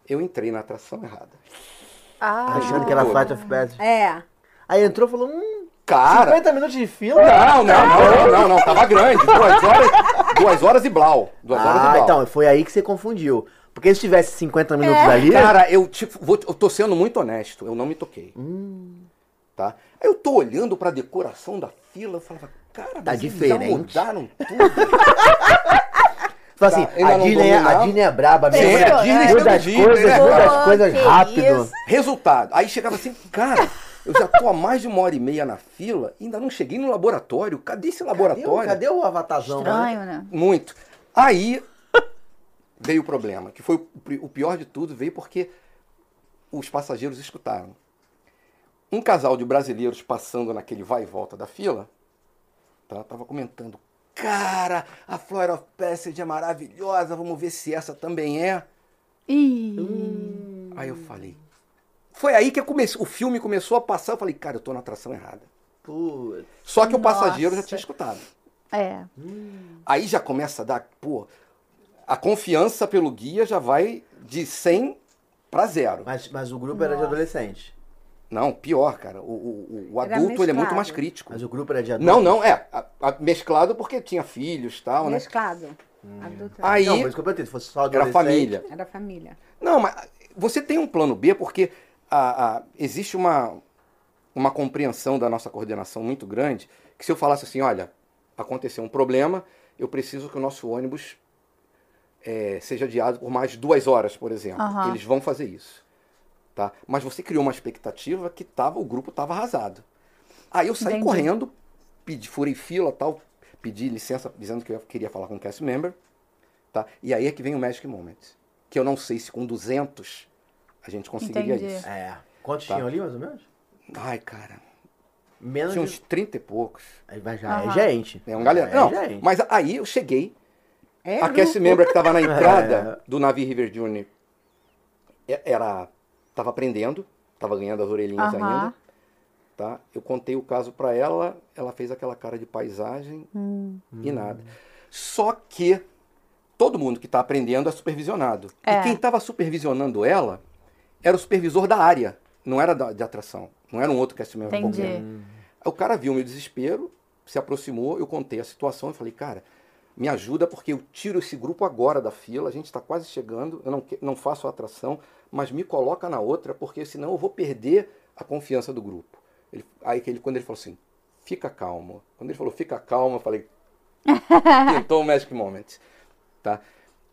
[SPEAKER 3] Eu entrei na atração errada.
[SPEAKER 1] Ah,
[SPEAKER 2] Achando que era
[SPEAKER 3] boa.
[SPEAKER 2] Flight of Pass.
[SPEAKER 4] É.
[SPEAKER 2] Aí entrou e falou, hum,
[SPEAKER 3] Cara, É.
[SPEAKER 2] 50 minutos de fila?
[SPEAKER 3] Não, não, não, não, não, não, tava grande. Duas horas, duas horas e blau. Duas horas
[SPEAKER 2] Ah,
[SPEAKER 3] e blau.
[SPEAKER 2] então, foi aí que você confundiu. Porque se tivesse 50 minutos
[SPEAKER 1] É.
[SPEAKER 2] ali...
[SPEAKER 3] Cara, eu, tipo, vou- eu tô sendo muito honesto, eu não me toquei,
[SPEAKER 2] Hum,
[SPEAKER 3] tá? Aí eu tô olhando pra decoração da fila, eu falava, cara,
[SPEAKER 2] Tá
[SPEAKER 3] mas eles
[SPEAKER 2] diferente.
[SPEAKER 3] já mudaram tudo.
[SPEAKER 2] tipo assim,
[SPEAKER 3] Tá, ainda
[SPEAKER 2] a
[SPEAKER 3] não
[SPEAKER 2] Disney, é, a
[SPEAKER 3] dominava.
[SPEAKER 2] Disney é braba
[SPEAKER 3] Sim,
[SPEAKER 2] mesmo.
[SPEAKER 1] a Disney
[SPEAKER 2] muda
[SPEAKER 3] sempre
[SPEAKER 2] as
[SPEAKER 3] diz,
[SPEAKER 2] coisas,
[SPEAKER 3] né?
[SPEAKER 2] muda as
[SPEAKER 1] Pô,
[SPEAKER 2] coisas
[SPEAKER 1] que
[SPEAKER 2] rápido.
[SPEAKER 1] isso.
[SPEAKER 3] Resultado, aí chegava assim, cara, eu já tô há mais de uma hora e meia na fila, ainda não cheguei no laboratório, cadê esse laboratório?
[SPEAKER 2] Cadê o avatarzão?
[SPEAKER 1] estranho, né?
[SPEAKER 3] Muito. Aí veio o problema, que foi o pri- o pior de tudo, veio porque os passageiros escutaram. Um casal de brasileiros passando naquele vai e volta da fila, tá, tava comentando, cara, a Flora of Passage é maravilhosa, vamos ver se essa também é.
[SPEAKER 1] Ih. Hum.
[SPEAKER 3] Aí eu falei, foi aí que eu comecei, o filme começou a passar, eu falei, cara, eu tô na atração errada.
[SPEAKER 2] Putz.
[SPEAKER 3] Só que o
[SPEAKER 1] Nossa.
[SPEAKER 3] passageiro já tinha escutado.
[SPEAKER 1] É.
[SPEAKER 3] Aí já começa a dar, pô, a confiança pelo guia já vai de 100 para zero.
[SPEAKER 2] Mas, mas o grupo era de adolescente.
[SPEAKER 3] Não, pior, cara. O, o- o- o
[SPEAKER 4] Era
[SPEAKER 3] adulto ele é muito
[SPEAKER 4] mesclado.
[SPEAKER 3] mais crítico.
[SPEAKER 2] Mas o grupo era de adulto.
[SPEAKER 3] Não, não, é. a- a- mesclado porque tinha filhos e tal, né? Hum. Ah.
[SPEAKER 4] Mesclado. Adulto.
[SPEAKER 3] Aí
[SPEAKER 2] Não, mas desculpa, se fosse só
[SPEAKER 3] era
[SPEAKER 2] adolescente...
[SPEAKER 3] família.
[SPEAKER 4] Era família.
[SPEAKER 3] Não, mas você tem um plano B porque a- a- existe uma, uma compreensão da nossa coordenação muito grande, que se eu falasse assim, olha, aconteceu um problema, eu preciso que o nosso ônibus eh, seja adiado por mais duas horas, por exemplo.
[SPEAKER 1] Aham.
[SPEAKER 3] Eles vão fazer isso. Tá? Mas você criou uma expectativa que tava, o grupo estava arrasado. Aí eu saí
[SPEAKER 1] Entendi.
[SPEAKER 3] correndo, pedi, furei fila tal, pedi licença, dizendo que eu queria falar com o cast member. Tá? E aí é que vem o Magic Moment. Que eu não sei se com 200 a gente conseguiria
[SPEAKER 1] Entendi.
[SPEAKER 3] isso.
[SPEAKER 2] É. Quantos
[SPEAKER 3] Tá.
[SPEAKER 2] tinham ali, mais ou menos?
[SPEAKER 3] Ai, cara.
[SPEAKER 2] Menos
[SPEAKER 3] Tinha
[SPEAKER 2] de...
[SPEAKER 3] uns 30 e poucos.
[SPEAKER 2] Aí vai já,
[SPEAKER 1] Aham.
[SPEAKER 2] é gente.
[SPEAKER 3] É um galera.
[SPEAKER 2] É,
[SPEAKER 3] não,
[SPEAKER 2] gente.
[SPEAKER 3] mas aí eu cheguei,
[SPEAKER 4] É
[SPEAKER 3] a cast
[SPEAKER 4] grupo.
[SPEAKER 3] member que estava na
[SPEAKER 1] É.
[SPEAKER 3] entrada do navio River Junior e- era tava aprendendo, tava ganhando as orelhinhas
[SPEAKER 1] Aham.
[SPEAKER 3] ainda, tá? Eu contei o caso para ela, ela fez aquela cara de paisagem
[SPEAKER 1] Hum.
[SPEAKER 3] e nada. Só que todo mundo que está aprendendo é supervisionado.
[SPEAKER 1] É.
[SPEAKER 3] E quem estava supervisionando ela era o supervisor da área, não era da, de atração, não era um outro cast member
[SPEAKER 1] Entendi.
[SPEAKER 3] qualquer. Aí o cara viu meu desespero, se aproximou, eu contei a situação e falei, cara, me ajuda porque eu tiro esse grupo agora da fila, a gente está quase chegando, eu não, que- não faço a atração, mas me coloca na outra, porque senão eu vou perder a confiança do grupo. Ele- aí que ele, quando ele falou assim, fica calmo. Quando ele falou, fica calmo, eu falei, pintou o Magic Moment. Tá?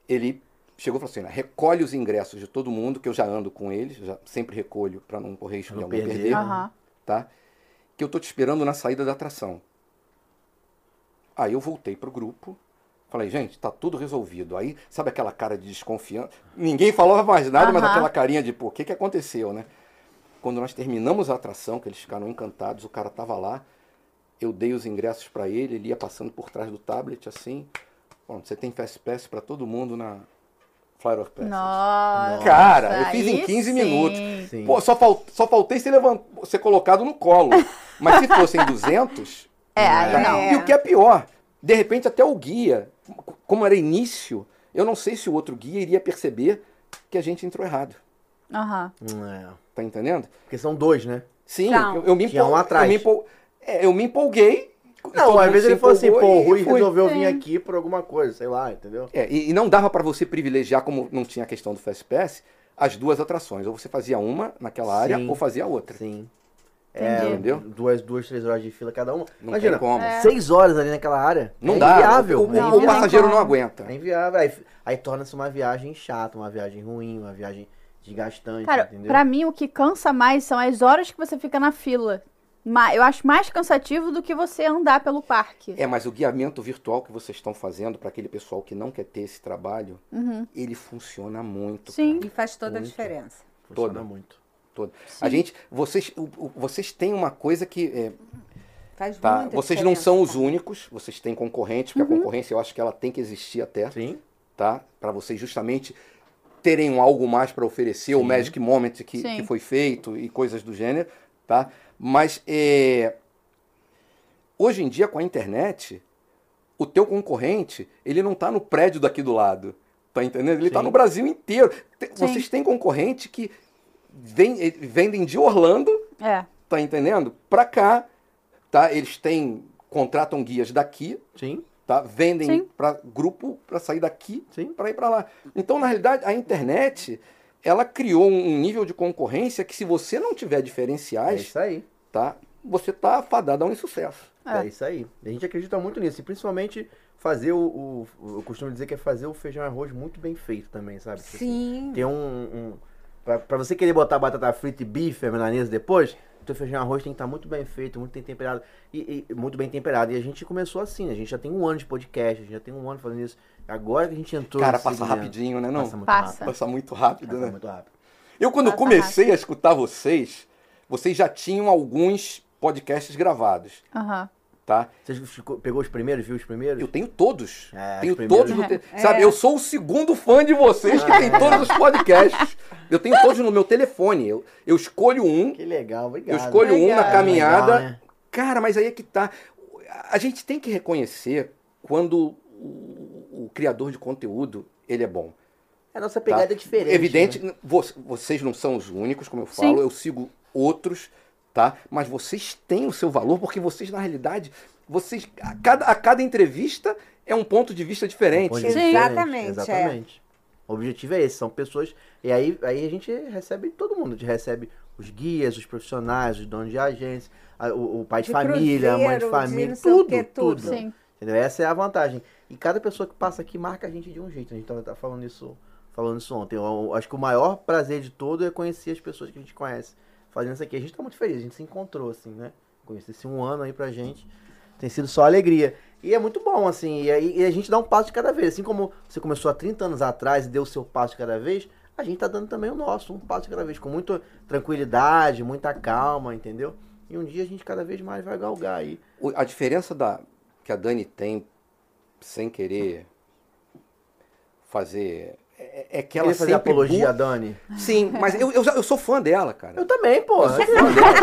[SPEAKER 3] Ele chegou e falou assim, "Olha, recolhe os ingressos de todo mundo, que eu já ando com eles, já sempre recolho para não correr
[SPEAKER 2] Pra
[SPEAKER 3] risco de
[SPEAKER 2] não
[SPEAKER 3] alguém
[SPEAKER 2] perder.
[SPEAKER 3] perder
[SPEAKER 1] Aham.
[SPEAKER 3] tá? Que eu tô te esperando na saída da atração. Aí eu voltei pro grupo, falei, gente, tá tudo resolvido. Aí, sabe aquela cara de desconfiança? Ninguém falava mais nada, mas
[SPEAKER 1] Aham.
[SPEAKER 3] aquela carinha de, pô, o que que aconteceu, né? Quando nós terminamos a atração, que eles ficaram encantados, o cara tava lá, eu dei os ingressos para ele, ele ia passando por trás do tablet, assim, bom, você tem Fast Pass pra todo mundo na Flyer of Passage.
[SPEAKER 1] Nossa.
[SPEAKER 3] Cara, eu fiz em
[SPEAKER 1] aí
[SPEAKER 3] 15
[SPEAKER 1] sim.
[SPEAKER 3] minutos.
[SPEAKER 2] Sim.
[SPEAKER 3] Pô, só, fal- só faltei ser, levant... ser colocado no colo. Mas se fossem 200.
[SPEAKER 1] É, aí
[SPEAKER 3] tá?
[SPEAKER 4] não.
[SPEAKER 3] E o que é pior, de repente até o guia, c- como era início, eu não sei se o outro guia iria perceber que a gente entrou errado.
[SPEAKER 1] Aham.
[SPEAKER 2] Hum, é.
[SPEAKER 3] Tá entendendo?
[SPEAKER 2] Porque são dois, né?
[SPEAKER 3] Sim,
[SPEAKER 4] Não.
[SPEAKER 3] eu, eu me
[SPEAKER 2] Tinha um
[SPEAKER 3] empol-
[SPEAKER 2] atrás.
[SPEAKER 3] Eu me, empol- é, eu me empolguei. e todo
[SPEAKER 2] Não, às
[SPEAKER 3] mundo
[SPEAKER 2] vezes
[SPEAKER 3] se
[SPEAKER 2] ele falou assim, pô,
[SPEAKER 3] empolgou
[SPEAKER 2] o
[SPEAKER 3] e
[SPEAKER 2] Rui
[SPEAKER 3] fui.
[SPEAKER 2] resolveu vir aqui por alguma coisa, sei lá, entendeu?
[SPEAKER 3] É, e, e não dava pra você privilegiar, como não tinha a questão do Fast Pass, as duas atrações. Ou você fazia uma naquela área,
[SPEAKER 2] Sim.
[SPEAKER 3] ou fazia a outra.
[SPEAKER 2] Sim.
[SPEAKER 1] Entendi.
[SPEAKER 3] Entendeu?
[SPEAKER 2] É, Duas, duas, três horas de fila cada uma.
[SPEAKER 3] Não
[SPEAKER 2] Imagina,
[SPEAKER 3] tem
[SPEAKER 1] É.
[SPEAKER 3] como.
[SPEAKER 2] seis horas ali naquela área.
[SPEAKER 3] Não
[SPEAKER 2] é
[SPEAKER 3] dá.
[SPEAKER 2] Inviável,
[SPEAKER 3] O,
[SPEAKER 2] é
[SPEAKER 3] o-
[SPEAKER 1] não
[SPEAKER 3] o
[SPEAKER 1] tem
[SPEAKER 2] inviável.
[SPEAKER 3] passageiro
[SPEAKER 1] como.
[SPEAKER 3] não aguenta.
[SPEAKER 2] É inviável. Aí, aí torna-se uma viagem chata, uma viagem ruim, uma viagem desgastante,
[SPEAKER 1] Cara,
[SPEAKER 2] entendeu?
[SPEAKER 1] pra mim o que cansa mais são as horas que você fica na fila. Ma- Eu acho mais cansativo do que você andar pelo parque.
[SPEAKER 3] É, mas o guiamento virtual que vocês estão fazendo para aquele pessoal que não quer ter esse trabalho,
[SPEAKER 1] Uhum.
[SPEAKER 3] ele funciona muito.
[SPEAKER 1] Sim.
[SPEAKER 4] E faz toda a
[SPEAKER 3] Muito.
[SPEAKER 4] diferença.
[SPEAKER 2] Funciona
[SPEAKER 3] toda.
[SPEAKER 2] muito.
[SPEAKER 3] Cara. A gente, vocês, o- o- vocês têm uma coisa que é,
[SPEAKER 4] Faz
[SPEAKER 3] tá,
[SPEAKER 4] muita
[SPEAKER 3] vocês
[SPEAKER 4] diferença,
[SPEAKER 3] não são os
[SPEAKER 4] cara.
[SPEAKER 3] únicos, vocês têm concorrentes, porque
[SPEAKER 1] Uhum.
[SPEAKER 3] a concorrência eu acho que ela tem que existir até,
[SPEAKER 2] Sim.
[SPEAKER 3] tá? Para vocês justamente terem um algo mais para oferecer, o
[SPEAKER 2] Sim.
[SPEAKER 3] Magic Moment que,
[SPEAKER 1] Sim.
[SPEAKER 3] que foi feito e coisas do gênero, tá? Mas é, hoje em dia com a internet, o teu concorrente, ele não tá no prédio daqui do lado, tá entendendo? Ele tá
[SPEAKER 2] Sim.
[SPEAKER 3] no Brasil inteiro. Te-
[SPEAKER 1] Sim.
[SPEAKER 3] Vocês têm concorrente que vem, eh, vendem de Orlando
[SPEAKER 1] É.
[SPEAKER 3] tá entendendo? Pra cá, tá? Eles têm contratam guias daqui,
[SPEAKER 2] Sim,
[SPEAKER 3] tá? Vendem
[SPEAKER 1] Sim.
[SPEAKER 3] para grupo pra sair daqui,
[SPEAKER 2] Sim.
[SPEAKER 3] para ir pra lá. Então, na realidade, a internet ela criou um um nível de concorrência que se você não tiver
[SPEAKER 2] é
[SPEAKER 3] diferenciais,
[SPEAKER 2] isso aí.
[SPEAKER 3] tá? Você tá fadado a um insucesso.
[SPEAKER 1] É.
[SPEAKER 2] É. isso aí. A gente acredita muito nisso. E principalmente fazer o, o- o- Eu costumo dizer que é fazer o feijão e arroz muito bem feito também, sabe? Tipo assim,
[SPEAKER 4] Sim.
[SPEAKER 2] Tem um. um pra, pra você querer botar batata frita e bife milanesa depois, teu feijão e arroz tem que estar muito bem feito, muito bem temperado. E, e- muito bem temperado. E a gente começou assim, a gente já tem um ano de podcast, a gente já tem um ano fazendo isso. Agora que a gente entrou.
[SPEAKER 3] Cara,
[SPEAKER 2] nesse
[SPEAKER 3] passa
[SPEAKER 2] segmento,
[SPEAKER 3] rapidinho, né? Não.
[SPEAKER 2] é. Passa muito
[SPEAKER 1] Passa.
[SPEAKER 2] rápido.
[SPEAKER 3] Passa muito rápido,
[SPEAKER 2] Passa
[SPEAKER 3] né?
[SPEAKER 2] muito rápido.
[SPEAKER 3] Eu, quando
[SPEAKER 1] Passa
[SPEAKER 3] comecei a escutar vocês, vocês já tinham alguns podcasts gravados,
[SPEAKER 1] Aham.
[SPEAKER 3] tá?
[SPEAKER 2] Você ficou- pegou os primeiros, viu os primeiros?
[SPEAKER 3] Eu tenho todos.
[SPEAKER 2] É,
[SPEAKER 3] tenho
[SPEAKER 2] os primeiros. É.
[SPEAKER 3] todos. no te-
[SPEAKER 4] É.
[SPEAKER 3] Sabe, eu sou o segundo fã de vocês que tem todos os podcasts. Eu tenho todos no meu telefone. Eu, eu escolho um.
[SPEAKER 2] Que legal, obrigado.
[SPEAKER 3] Eu escolho
[SPEAKER 1] um na
[SPEAKER 2] Legal,
[SPEAKER 3] caminhada.
[SPEAKER 2] né?
[SPEAKER 3] Cara, mas aí é que tá. A gente tem que reconhecer quando o, o criador de conteúdo ele é bom.
[SPEAKER 2] A nossa pegada
[SPEAKER 3] Tá.
[SPEAKER 2] é diferente.
[SPEAKER 3] Evidente,
[SPEAKER 2] né?
[SPEAKER 3] n- vo- vocês não são os únicos, como eu
[SPEAKER 1] Sim.
[SPEAKER 3] falo, eu sigo outros, tá? Mas vocês têm o seu valor, porque vocês, na realidade, vocês. A cada, a cada entrevista é um ponto de vista diferente.
[SPEAKER 2] Pode
[SPEAKER 4] Sim.
[SPEAKER 2] ser diferente,
[SPEAKER 4] Exatamente, é.
[SPEAKER 2] é Exatamente. O objetivo é esse, são pessoas. E aí, aí a gente recebe todo mundo. A gente recebe os guias, os profissionais, os donos de agência, a- o, o pai de,
[SPEAKER 4] De
[SPEAKER 2] família, a mãe de
[SPEAKER 4] cruzeiro, de
[SPEAKER 2] família,
[SPEAKER 4] não sei o
[SPEAKER 2] tudo,
[SPEAKER 4] quê,
[SPEAKER 2] tudo.
[SPEAKER 4] tudo.
[SPEAKER 1] Sim.
[SPEAKER 2] Entendeu? Essa é a vantagem. E cada pessoa que passa aqui marca a gente de um jeito. A gente tava tava falando isso, falando isso ontem. Eu- Eu acho que o maior prazer de todo é conhecer as pessoas que a gente conhece fazendo isso aqui. A gente tá muito feliz, a gente se encontrou, assim, né? Conhecer esse um ano aí pra gente. Tem sido só alegria. E é muito bom, assim. E, aí- e a gente dá um passo de cada vez. Assim como você começou há 30 anos atrás e deu o seu passo de cada vez, a gente tá dando também o nosso, um passo de cada vez, com muita tranquilidade, muita calma, entendeu? E um dia a gente cada vez mais vai galgar aí.
[SPEAKER 3] O- A diferença da, que a Dani tem, sem querer fazer. É, é que ela
[SPEAKER 2] Queria fazer
[SPEAKER 3] sempre
[SPEAKER 2] apologia,
[SPEAKER 3] bu-
[SPEAKER 2] Dani?
[SPEAKER 3] Sim, mas eu, eu, já- eu sou fã dela, cara.
[SPEAKER 2] Eu também, pô. Eu sou fã dela.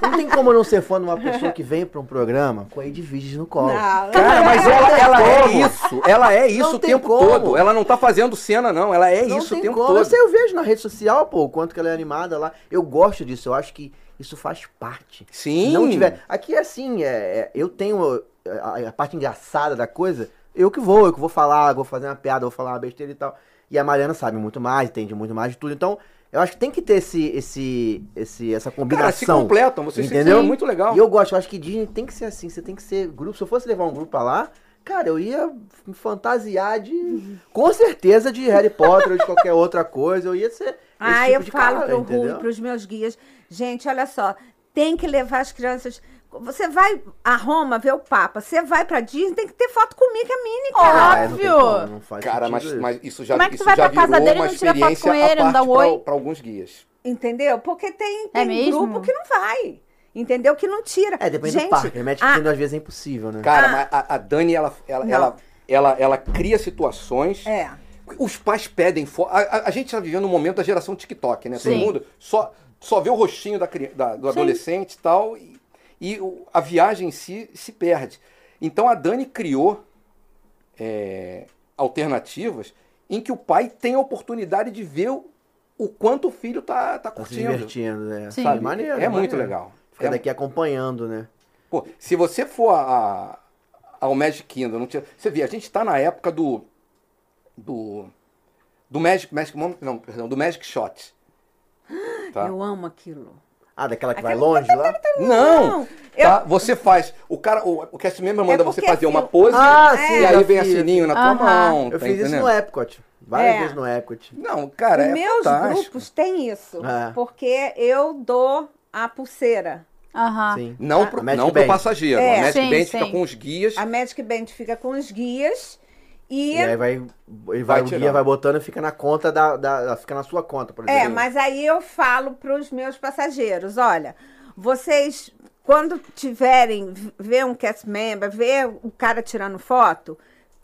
[SPEAKER 2] Não tem como eu não ser fã de uma pessoa que vem pra um programa com a Ed Viges no colo.
[SPEAKER 4] Não,
[SPEAKER 3] Cara, mas ela, ela é
[SPEAKER 2] Como?
[SPEAKER 3] isso. Ela é isso
[SPEAKER 2] Não
[SPEAKER 3] o
[SPEAKER 2] tem
[SPEAKER 3] tempo
[SPEAKER 2] como.
[SPEAKER 3] todo. Ela não tá fazendo cena, não. Ela é
[SPEAKER 2] Não
[SPEAKER 3] isso o
[SPEAKER 2] tem
[SPEAKER 3] tempo
[SPEAKER 2] como. Eu,
[SPEAKER 3] todo.
[SPEAKER 2] sei, eu vejo na rede social, pô, o quanto que ela é animada lá. Eu gosto disso, eu acho que isso faz parte. Se
[SPEAKER 3] Sim.
[SPEAKER 2] não tiver. Aqui é assim, é, é, eu tenho é, a, a parte engraçada da coisa, eu que vou, eu que vou falar, vou fazer uma piada, vou falar uma besteira e tal. E a Mariana sabe muito mais, entende muito mais de tudo. Então, eu acho que tem que ter esse, esse, esse, essa
[SPEAKER 3] Cara, se
[SPEAKER 2] combinação.
[SPEAKER 3] completam. Vocês
[SPEAKER 2] Entendeu?
[SPEAKER 3] entendeu? muito legal.
[SPEAKER 2] E eu gosto, eu acho que Disney tem que ser assim, você tem que ser grupo. Se eu fosse levar um grupo pra lá, cara, eu ia me fantasiar
[SPEAKER 4] Uhum.
[SPEAKER 2] de. Com certeza de Harry Potter ou de qualquer outra coisa. Eu ia ser. esse
[SPEAKER 4] Ah,
[SPEAKER 2] tipo
[SPEAKER 4] eu
[SPEAKER 2] de
[SPEAKER 4] falo
[SPEAKER 2] cara,
[SPEAKER 4] pro
[SPEAKER 2] entendeu?
[SPEAKER 4] Rui, pros meus guias. Gente, olha só, tem que levar as crianças. Você vai a Roma ver o Papa, você vai pra Disney, tem que ter foto com o Mickey Minnie, cara.
[SPEAKER 2] Ah, é, não tem
[SPEAKER 1] Óbvio.
[SPEAKER 2] como, não faz
[SPEAKER 3] Cara,
[SPEAKER 2] sentido
[SPEAKER 3] mas,
[SPEAKER 2] isso.
[SPEAKER 3] mas isso já,
[SPEAKER 1] Como é que tu
[SPEAKER 3] isso
[SPEAKER 1] vai
[SPEAKER 3] já
[SPEAKER 1] pra casa
[SPEAKER 3] virou
[SPEAKER 1] dele e
[SPEAKER 3] uma
[SPEAKER 1] não tira foto
[SPEAKER 3] experiência
[SPEAKER 1] com ele,
[SPEAKER 3] à
[SPEAKER 1] não dá um oi?
[SPEAKER 3] parte para alguns guias.
[SPEAKER 4] Entendeu? Porque tem,
[SPEAKER 1] É
[SPEAKER 4] tem
[SPEAKER 1] mesmo?
[SPEAKER 4] grupo que não vai. Entendeu? Que não tira.
[SPEAKER 2] É, depende
[SPEAKER 4] Gente, ah,
[SPEAKER 2] do parque. Remédio que
[SPEAKER 4] a-
[SPEAKER 2] às vezes é impossível, né?
[SPEAKER 3] Cara, mas a, a Dani, ela, ela,
[SPEAKER 4] Não.
[SPEAKER 3] ela, ela, ela cria situações.
[SPEAKER 4] É.
[SPEAKER 3] Os pais pedem foto. A, a- a gente está vivendo um momento da geração TikTok, né?
[SPEAKER 1] Sim.
[SPEAKER 3] Todo mundo só, só vê o rostinho da, cri- da- do
[SPEAKER 1] Sim.
[SPEAKER 3] adolescente e tal, e, e o- a viagem em si se perde. Então a Dani criou é, alternativas em que o pai tem a oportunidade de ver o, o quanto o filho tá,
[SPEAKER 2] Tá
[SPEAKER 3] tá
[SPEAKER 2] se
[SPEAKER 3] curtindo.
[SPEAKER 2] divertindo, né?
[SPEAKER 1] Sim.
[SPEAKER 2] Sabe?
[SPEAKER 3] sabe?
[SPEAKER 2] Maneiro,
[SPEAKER 3] é
[SPEAKER 2] maneiro.
[SPEAKER 3] muito legal.
[SPEAKER 2] Fica
[SPEAKER 3] É-
[SPEAKER 2] daqui acompanhando, né?
[SPEAKER 3] Pô, se você for a, a- ao Magic Kingdom, não tinha, você vê, a gente tá na época do. do. do Magic. Magic Moment- não, perdão, do Magic Shot. Tá?
[SPEAKER 4] Eu amo aquilo.
[SPEAKER 2] Ah, daquela que vai
[SPEAKER 4] Aquela-
[SPEAKER 2] longe lá?
[SPEAKER 3] Não!
[SPEAKER 4] Não, eu-
[SPEAKER 3] tá? Você faz. O cara, o, o cast member manda
[SPEAKER 4] É
[SPEAKER 3] você
[SPEAKER 4] porque
[SPEAKER 3] fazer uma
[SPEAKER 4] assim,
[SPEAKER 3] pose
[SPEAKER 2] Ah, sim,
[SPEAKER 3] e
[SPEAKER 2] eu
[SPEAKER 3] aí vem a
[SPEAKER 2] fiz.
[SPEAKER 3] sininho na tua
[SPEAKER 1] Aham.
[SPEAKER 3] mão.
[SPEAKER 2] Eu
[SPEAKER 3] tá
[SPEAKER 2] fiz isso
[SPEAKER 3] entendendo?
[SPEAKER 2] no Epcot. Várias
[SPEAKER 4] É.
[SPEAKER 2] vezes no Epcot.
[SPEAKER 3] Não, cara, é
[SPEAKER 4] Meus
[SPEAKER 3] fantástico.
[SPEAKER 4] grupos têm isso.
[SPEAKER 2] É.
[SPEAKER 4] Porque eu dou a pulseira. Ah.
[SPEAKER 1] Aham.
[SPEAKER 2] Sim.
[SPEAKER 3] Não,
[SPEAKER 2] A
[SPEAKER 3] pro,
[SPEAKER 2] Ah, Magic
[SPEAKER 3] não pro
[SPEAKER 2] Band.
[SPEAKER 3] passageiro.
[SPEAKER 4] É.
[SPEAKER 3] A Magic
[SPEAKER 1] Sim,
[SPEAKER 3] Band
[SPEAKER 1] sim.
[SPEAKER 3] fica com os guias.
[SPEAKER 4] A Magic Band fica com os guias e.
[SPEAKER 2] E
[SPEAKER 3] É,
[SPEAKER 2] aí vai, ele vai, o guia
[SPEAKER 3] tirando.
[SPEAKER 2] vai botando e fica na conta da, da- da- Fica na sua conta, por exemplo.
[SPEAKER 4] É, mas aí eu falo para os meus passageiros, olha, vocês quando tiverem v- ver um cast member, ver o cara tirando foto,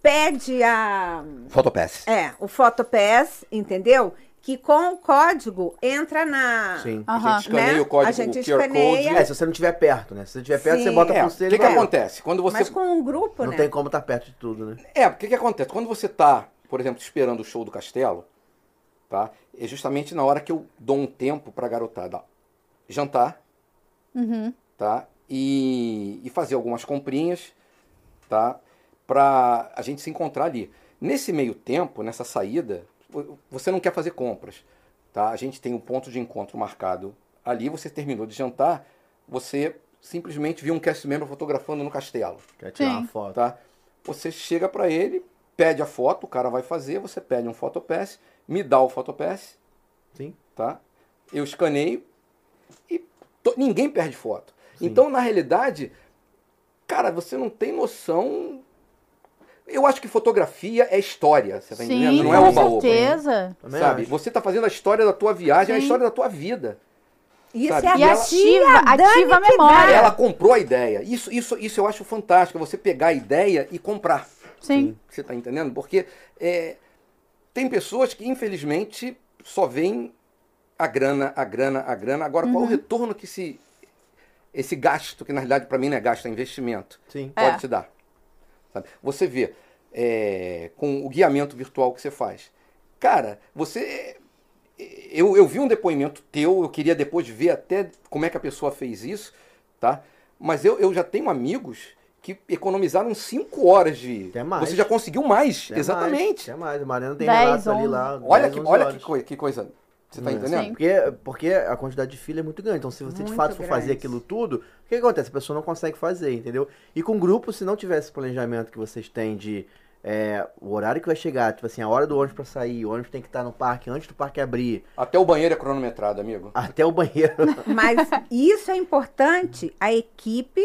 [SPEAKER 4] pede a
[SPEAKER 3] Fotopass.
[SPEAKER 4] é, o Photopass, entendeu? Que com o código entra na
[SPEAKER 2] Sim.
[SPEAKER 3] A
[SPEAKER 1] Aham.
[SPEAKER 3] gente escaneia
[SPEAKER 4] Né?
[SPEAKER 3] o código
[SPEAKER 4] A gente
[SPEAKER 3] o QR
[SPEAKER 4] escaneia.
[SPEAKER 2] É,
[SPEAKER 3] Code.
[SPEAKER 2] se você não estiver perto, né? Se você estiver perto,
[SPEAKER 4] Sim.
[SPEAKER 2] você bota a
[SPEAKER 3] É, o
[SPEAKER 2] pulseira
[SPEAKER 3] que,
[SPEAKER 2] e
[SPEAKER 3] que
[SPEAKER 2] vai.
[SPEAKER 3] acontece? Quando você
[SPEAKER 4] Mas com um grupo,
[SPEAKER 2] Não
[SPEAKER 4] né?
[SPEAKER 2] tem como estar perto de tudo, né?
[SPEAKER 3] É, porque o que acontece? Quando você tá, por exemplo, esperando o show do Castelo, tá? É justamente na hora que eu dou um tempo pra garotada jantar,
[SPEAKER 1] Uhum.
[SPEAKER 3] tá? E, e fazer algumas comprinhas, tá? Pra a gente se encontrar ali. Nesse meio tempo, nessa saída, vo- você não quer fazer compras, tá? A gente tem um ponto de encontro marcado ali, você terminou de jantar, você simplesmente viu um cast member fotografando no Castelo
[SPEAKER 2] Quer tirar
[SPEAKER 1] Sim.
[SPEAKER 2] uma foto.
[SPEAKER 3] tá? Você chega pra ele, pede a foto, o cara vai fazer, você pede um fotopass, me dá o fotopass,
[SPEAKER 2] Sim.
[SPEAKER 3] tá? Eu escaneio e to- ninguém perde foto.
[SPEAKER 2] Sim.
[SPEAKER 3] Então, na realidade, cara, você não tem noção. Eu acho que fotografia é história, você
[SPEAKER 1] Sim,
[SPEAKER 3] tá entendendo? Não é
[SPEAKER 1] com
[SPEAKER 3] oba-oba.
[SPEAKER 1] certeza.
[SPEAKER 2] Também
[SPEAKER 3] Sabe?
[SPEAKER 2] acho.
[SPEAKER 3] Você tá fazendo a história da tua viagem, é a
[SPEAKER 1] Sim.
[SPEAKER 3] história da tua vida.
[SPEAKER 4] Isso
[SPEAKER 3] sabe?
[SPEAKER 4] é a
[SPEAKER 1] E
[SPEAKER 3] E ela-
[SPEAKER 1] ativa,
[SPEAKER 4] Dani
[SPEAKER 1] ativa a
[SPEAKER 4] que
[SPEAKER 1] memória.
[SPEAKER 3] Ela comprou a ideia. Isso, isso, isso eu acho fantástico, você pegar a ideia e comprar.
[SPEAKER 1] Sim.
[SPEAKER 3] Você está entendendo? Porque é, tem pessoas que, infelizmente, só veem a grana, a grana, a grana. Agora, qual é o retorno que esse, esse gasto, que na realidade para mim não é gasto, é investimento,
[SPEAKER 2] Sim.
[SPEAKER 1] É.
[SPEAKER 3] pode te dar? Sabe? Você vê, é, com o guiamento virtual que você faz. Cara, você. Eu, eu vi um depoimento teu, eu queria depois ver até como é que a pessoa fez isso, tá? Mas eu, eu já tenho amigos que economizaram 5 horas de.
[SPEAKER 2] Até mais.
[SPEAKER 3] Você já conseguiu mais,
[SPEAKER 2] Até mais,
[SPEAKER 3] exatamente.
[SPEAKER 2] Até mais. O Mariano tem
[SPEAKER 1] Dez,
[SPEAKER 2] relatos ali
[SPEAKER 1] onze.
[SPEAKER 2] lá.
[SPEAKER 3] Olha,
[SPEAKER 2] dez,
[SPEAKER 3] que,
[SPEAKER 2] onze
[SPEAKER 3] olha
[SPEAKER 2] horas.
[SPEAKER 3] que, coi- que coisa Você tá
[SPEAKER 2] Sim.
[SPEAKER 3] entendendo?
[SPEAKER 1] Sim.
[SPEAKER 2] Porque, porque a quantidade de filho é muito grande. Então, se você de
[SPEAKER 4] Muito
[SPEAKER 2] fato for fazer
[SPEAKER 4] grande.
[SPEAKER 2] aquilo tudo, o que acontece? A pessoa não consegue fazer, entendeu? E com grupo, se não tivesse esse planejamento que vocês têm de é, o horário que vai chegar, tipo assim, a hora do ônibus pra sair, o ônibus tem que estar no parque antes do parque abrir,
[SPEAKER 3] Até o banheiro é cronometrado, amigo.
[SPEAKER 2] até o banheiro.
[SPEAKER 4] Mas isso é importante a equipe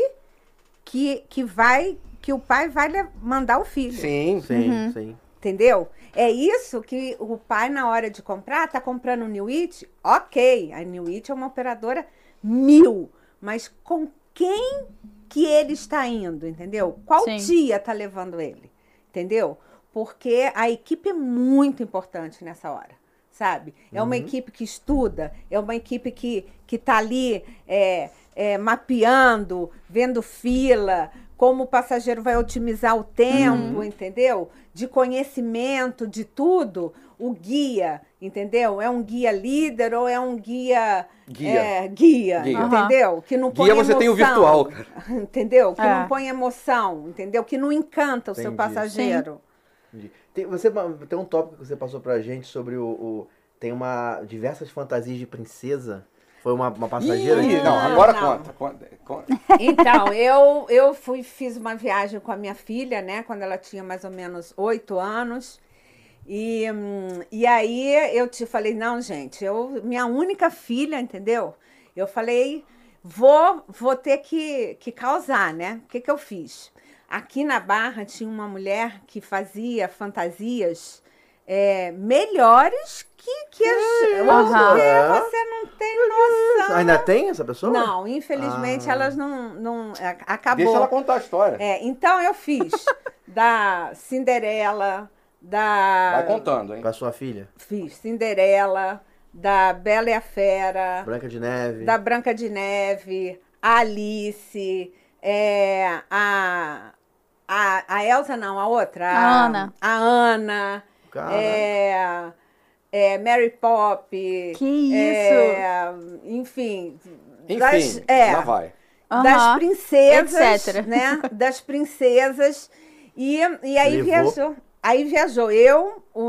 [SPEAKER 4] que, que vai, que o pai vai le- mandar o filho.
[SPEAKER 3] Sim.
[SPEAKER 2] sim, sim.
[SPEAKER 4] Entendeu? É isso que o pai, na hora de comprar, tá comprando o New It? Ok, a New It é uma operadora mil, mas com quem que ele está indo, entendeu? Qual
[SPEAKER 1] Sim.
[SPEAKER 4] dia tá levando ele, entendeu? Porque a equipe é muito importante nessa hora, sabe? É uma equipe que estuda, é uma equipe que, que tá ali é, é, mapeando, vendo fila, como o passageiro vai otimizar o tempo, entendeu? De conhecimento, de tudo. O guia, entendeu? É um guia líder ou é um guia.
[SPEAKER 3] Guia.
[SPEAKER 4] é, guia,
[SPEAKER 3] Guia.
[SPEAKER 1] Aham.
[SPEAKER 4] entendeu? Que não põe
[SPEAKER 3] Guia você tem o
[SPEAKER 4] emoção,
[SPEAKER 3] virtual, cara.
[SPEAKER 4] Entendeu? Que
[SPEAKER 1] É.
[SPEAKER 4] não põe emoção, entendeu? Que não encanta o seu
[SPEAKER 2] Entendi.
[SPEAKER 4] passageiro. Uhum.
[SPEAKER 2] Entendi. Tem, você, tem um tópico que você passou pra gente sobre o. o- tem uma. diversas fantasias de princesa. Foi uma, uma passageira?
[SPEAKER 3] Ih,
[SPEAKER 2] que-
[SPEAKER 3] não,
[SPEAKER 4] Não,
[SPEAKER 3] agora
[SPEAKER 4] não.
[SPEAKER 3] conta. conta, conta.
[SPEAKER 4] Então, eu, eu fui, fiz uma viagem com a minha filha, né? Quando ela tinha mais ou menos oito anos. E, hum, e aí eu te falei, não, gente, eu, minha única filha, entendeu? Eu falei, vou, vou ter que, que causar, né? O que, que eu fiz? Aqui na Barra tinha uma mulher que fazia fantasias é, melhores que, que as.
[SPEAKER 1] aham.
[SPEAKER 4] Porque você não tem noção.
[SPEAKER 2] Ainda tem essa pessoa?
[SPEAKER 4] é, Não, infelizmente
[SPEAKER 2] Ah.
[SPEAKER 4] elas não. não a- acabou.
[SPEAKER 3] Deixa ela contar a história.
[SPEAKER 4] É, então eu fiz da Cinderela, da.
[SPEAKER 3] Vai contando, hein?
[SPEAKER 2] Pra sua filha?
[SPEAKER 4] Fiz Cinderela, da Bela e a Fera,
[SPEAKER 2] Branca de Neve.
[SPEAKER 4] da Branca de Neve, a Alice, é, a. A, a Elsa não, a outra.
[SPEAKER 1] A Ana.
[SPEAKER 4] A Ana.
[SPEAKER 2] Cara,
[SPEAKER 4] É, é, Mary Pop.
[SPEAKER 1] Que isso!
[SPEAKER 4] é, enfim.
[SPEAKER 3] Enfim,
[SPEAKER 4] das- é,
[SPEAKER 3] lá vai.
[SPEAKER 4] das
[SPEAKER 1] Aham.
[SPEAKER 4] princesas,
[SPEAKER 1] etc..
[SPEAKER 4] né? Das princesas. E, e aí
[SPEAKER 2] Levou.
[SPEAKER 4] viajou. Aí viajou eu, o,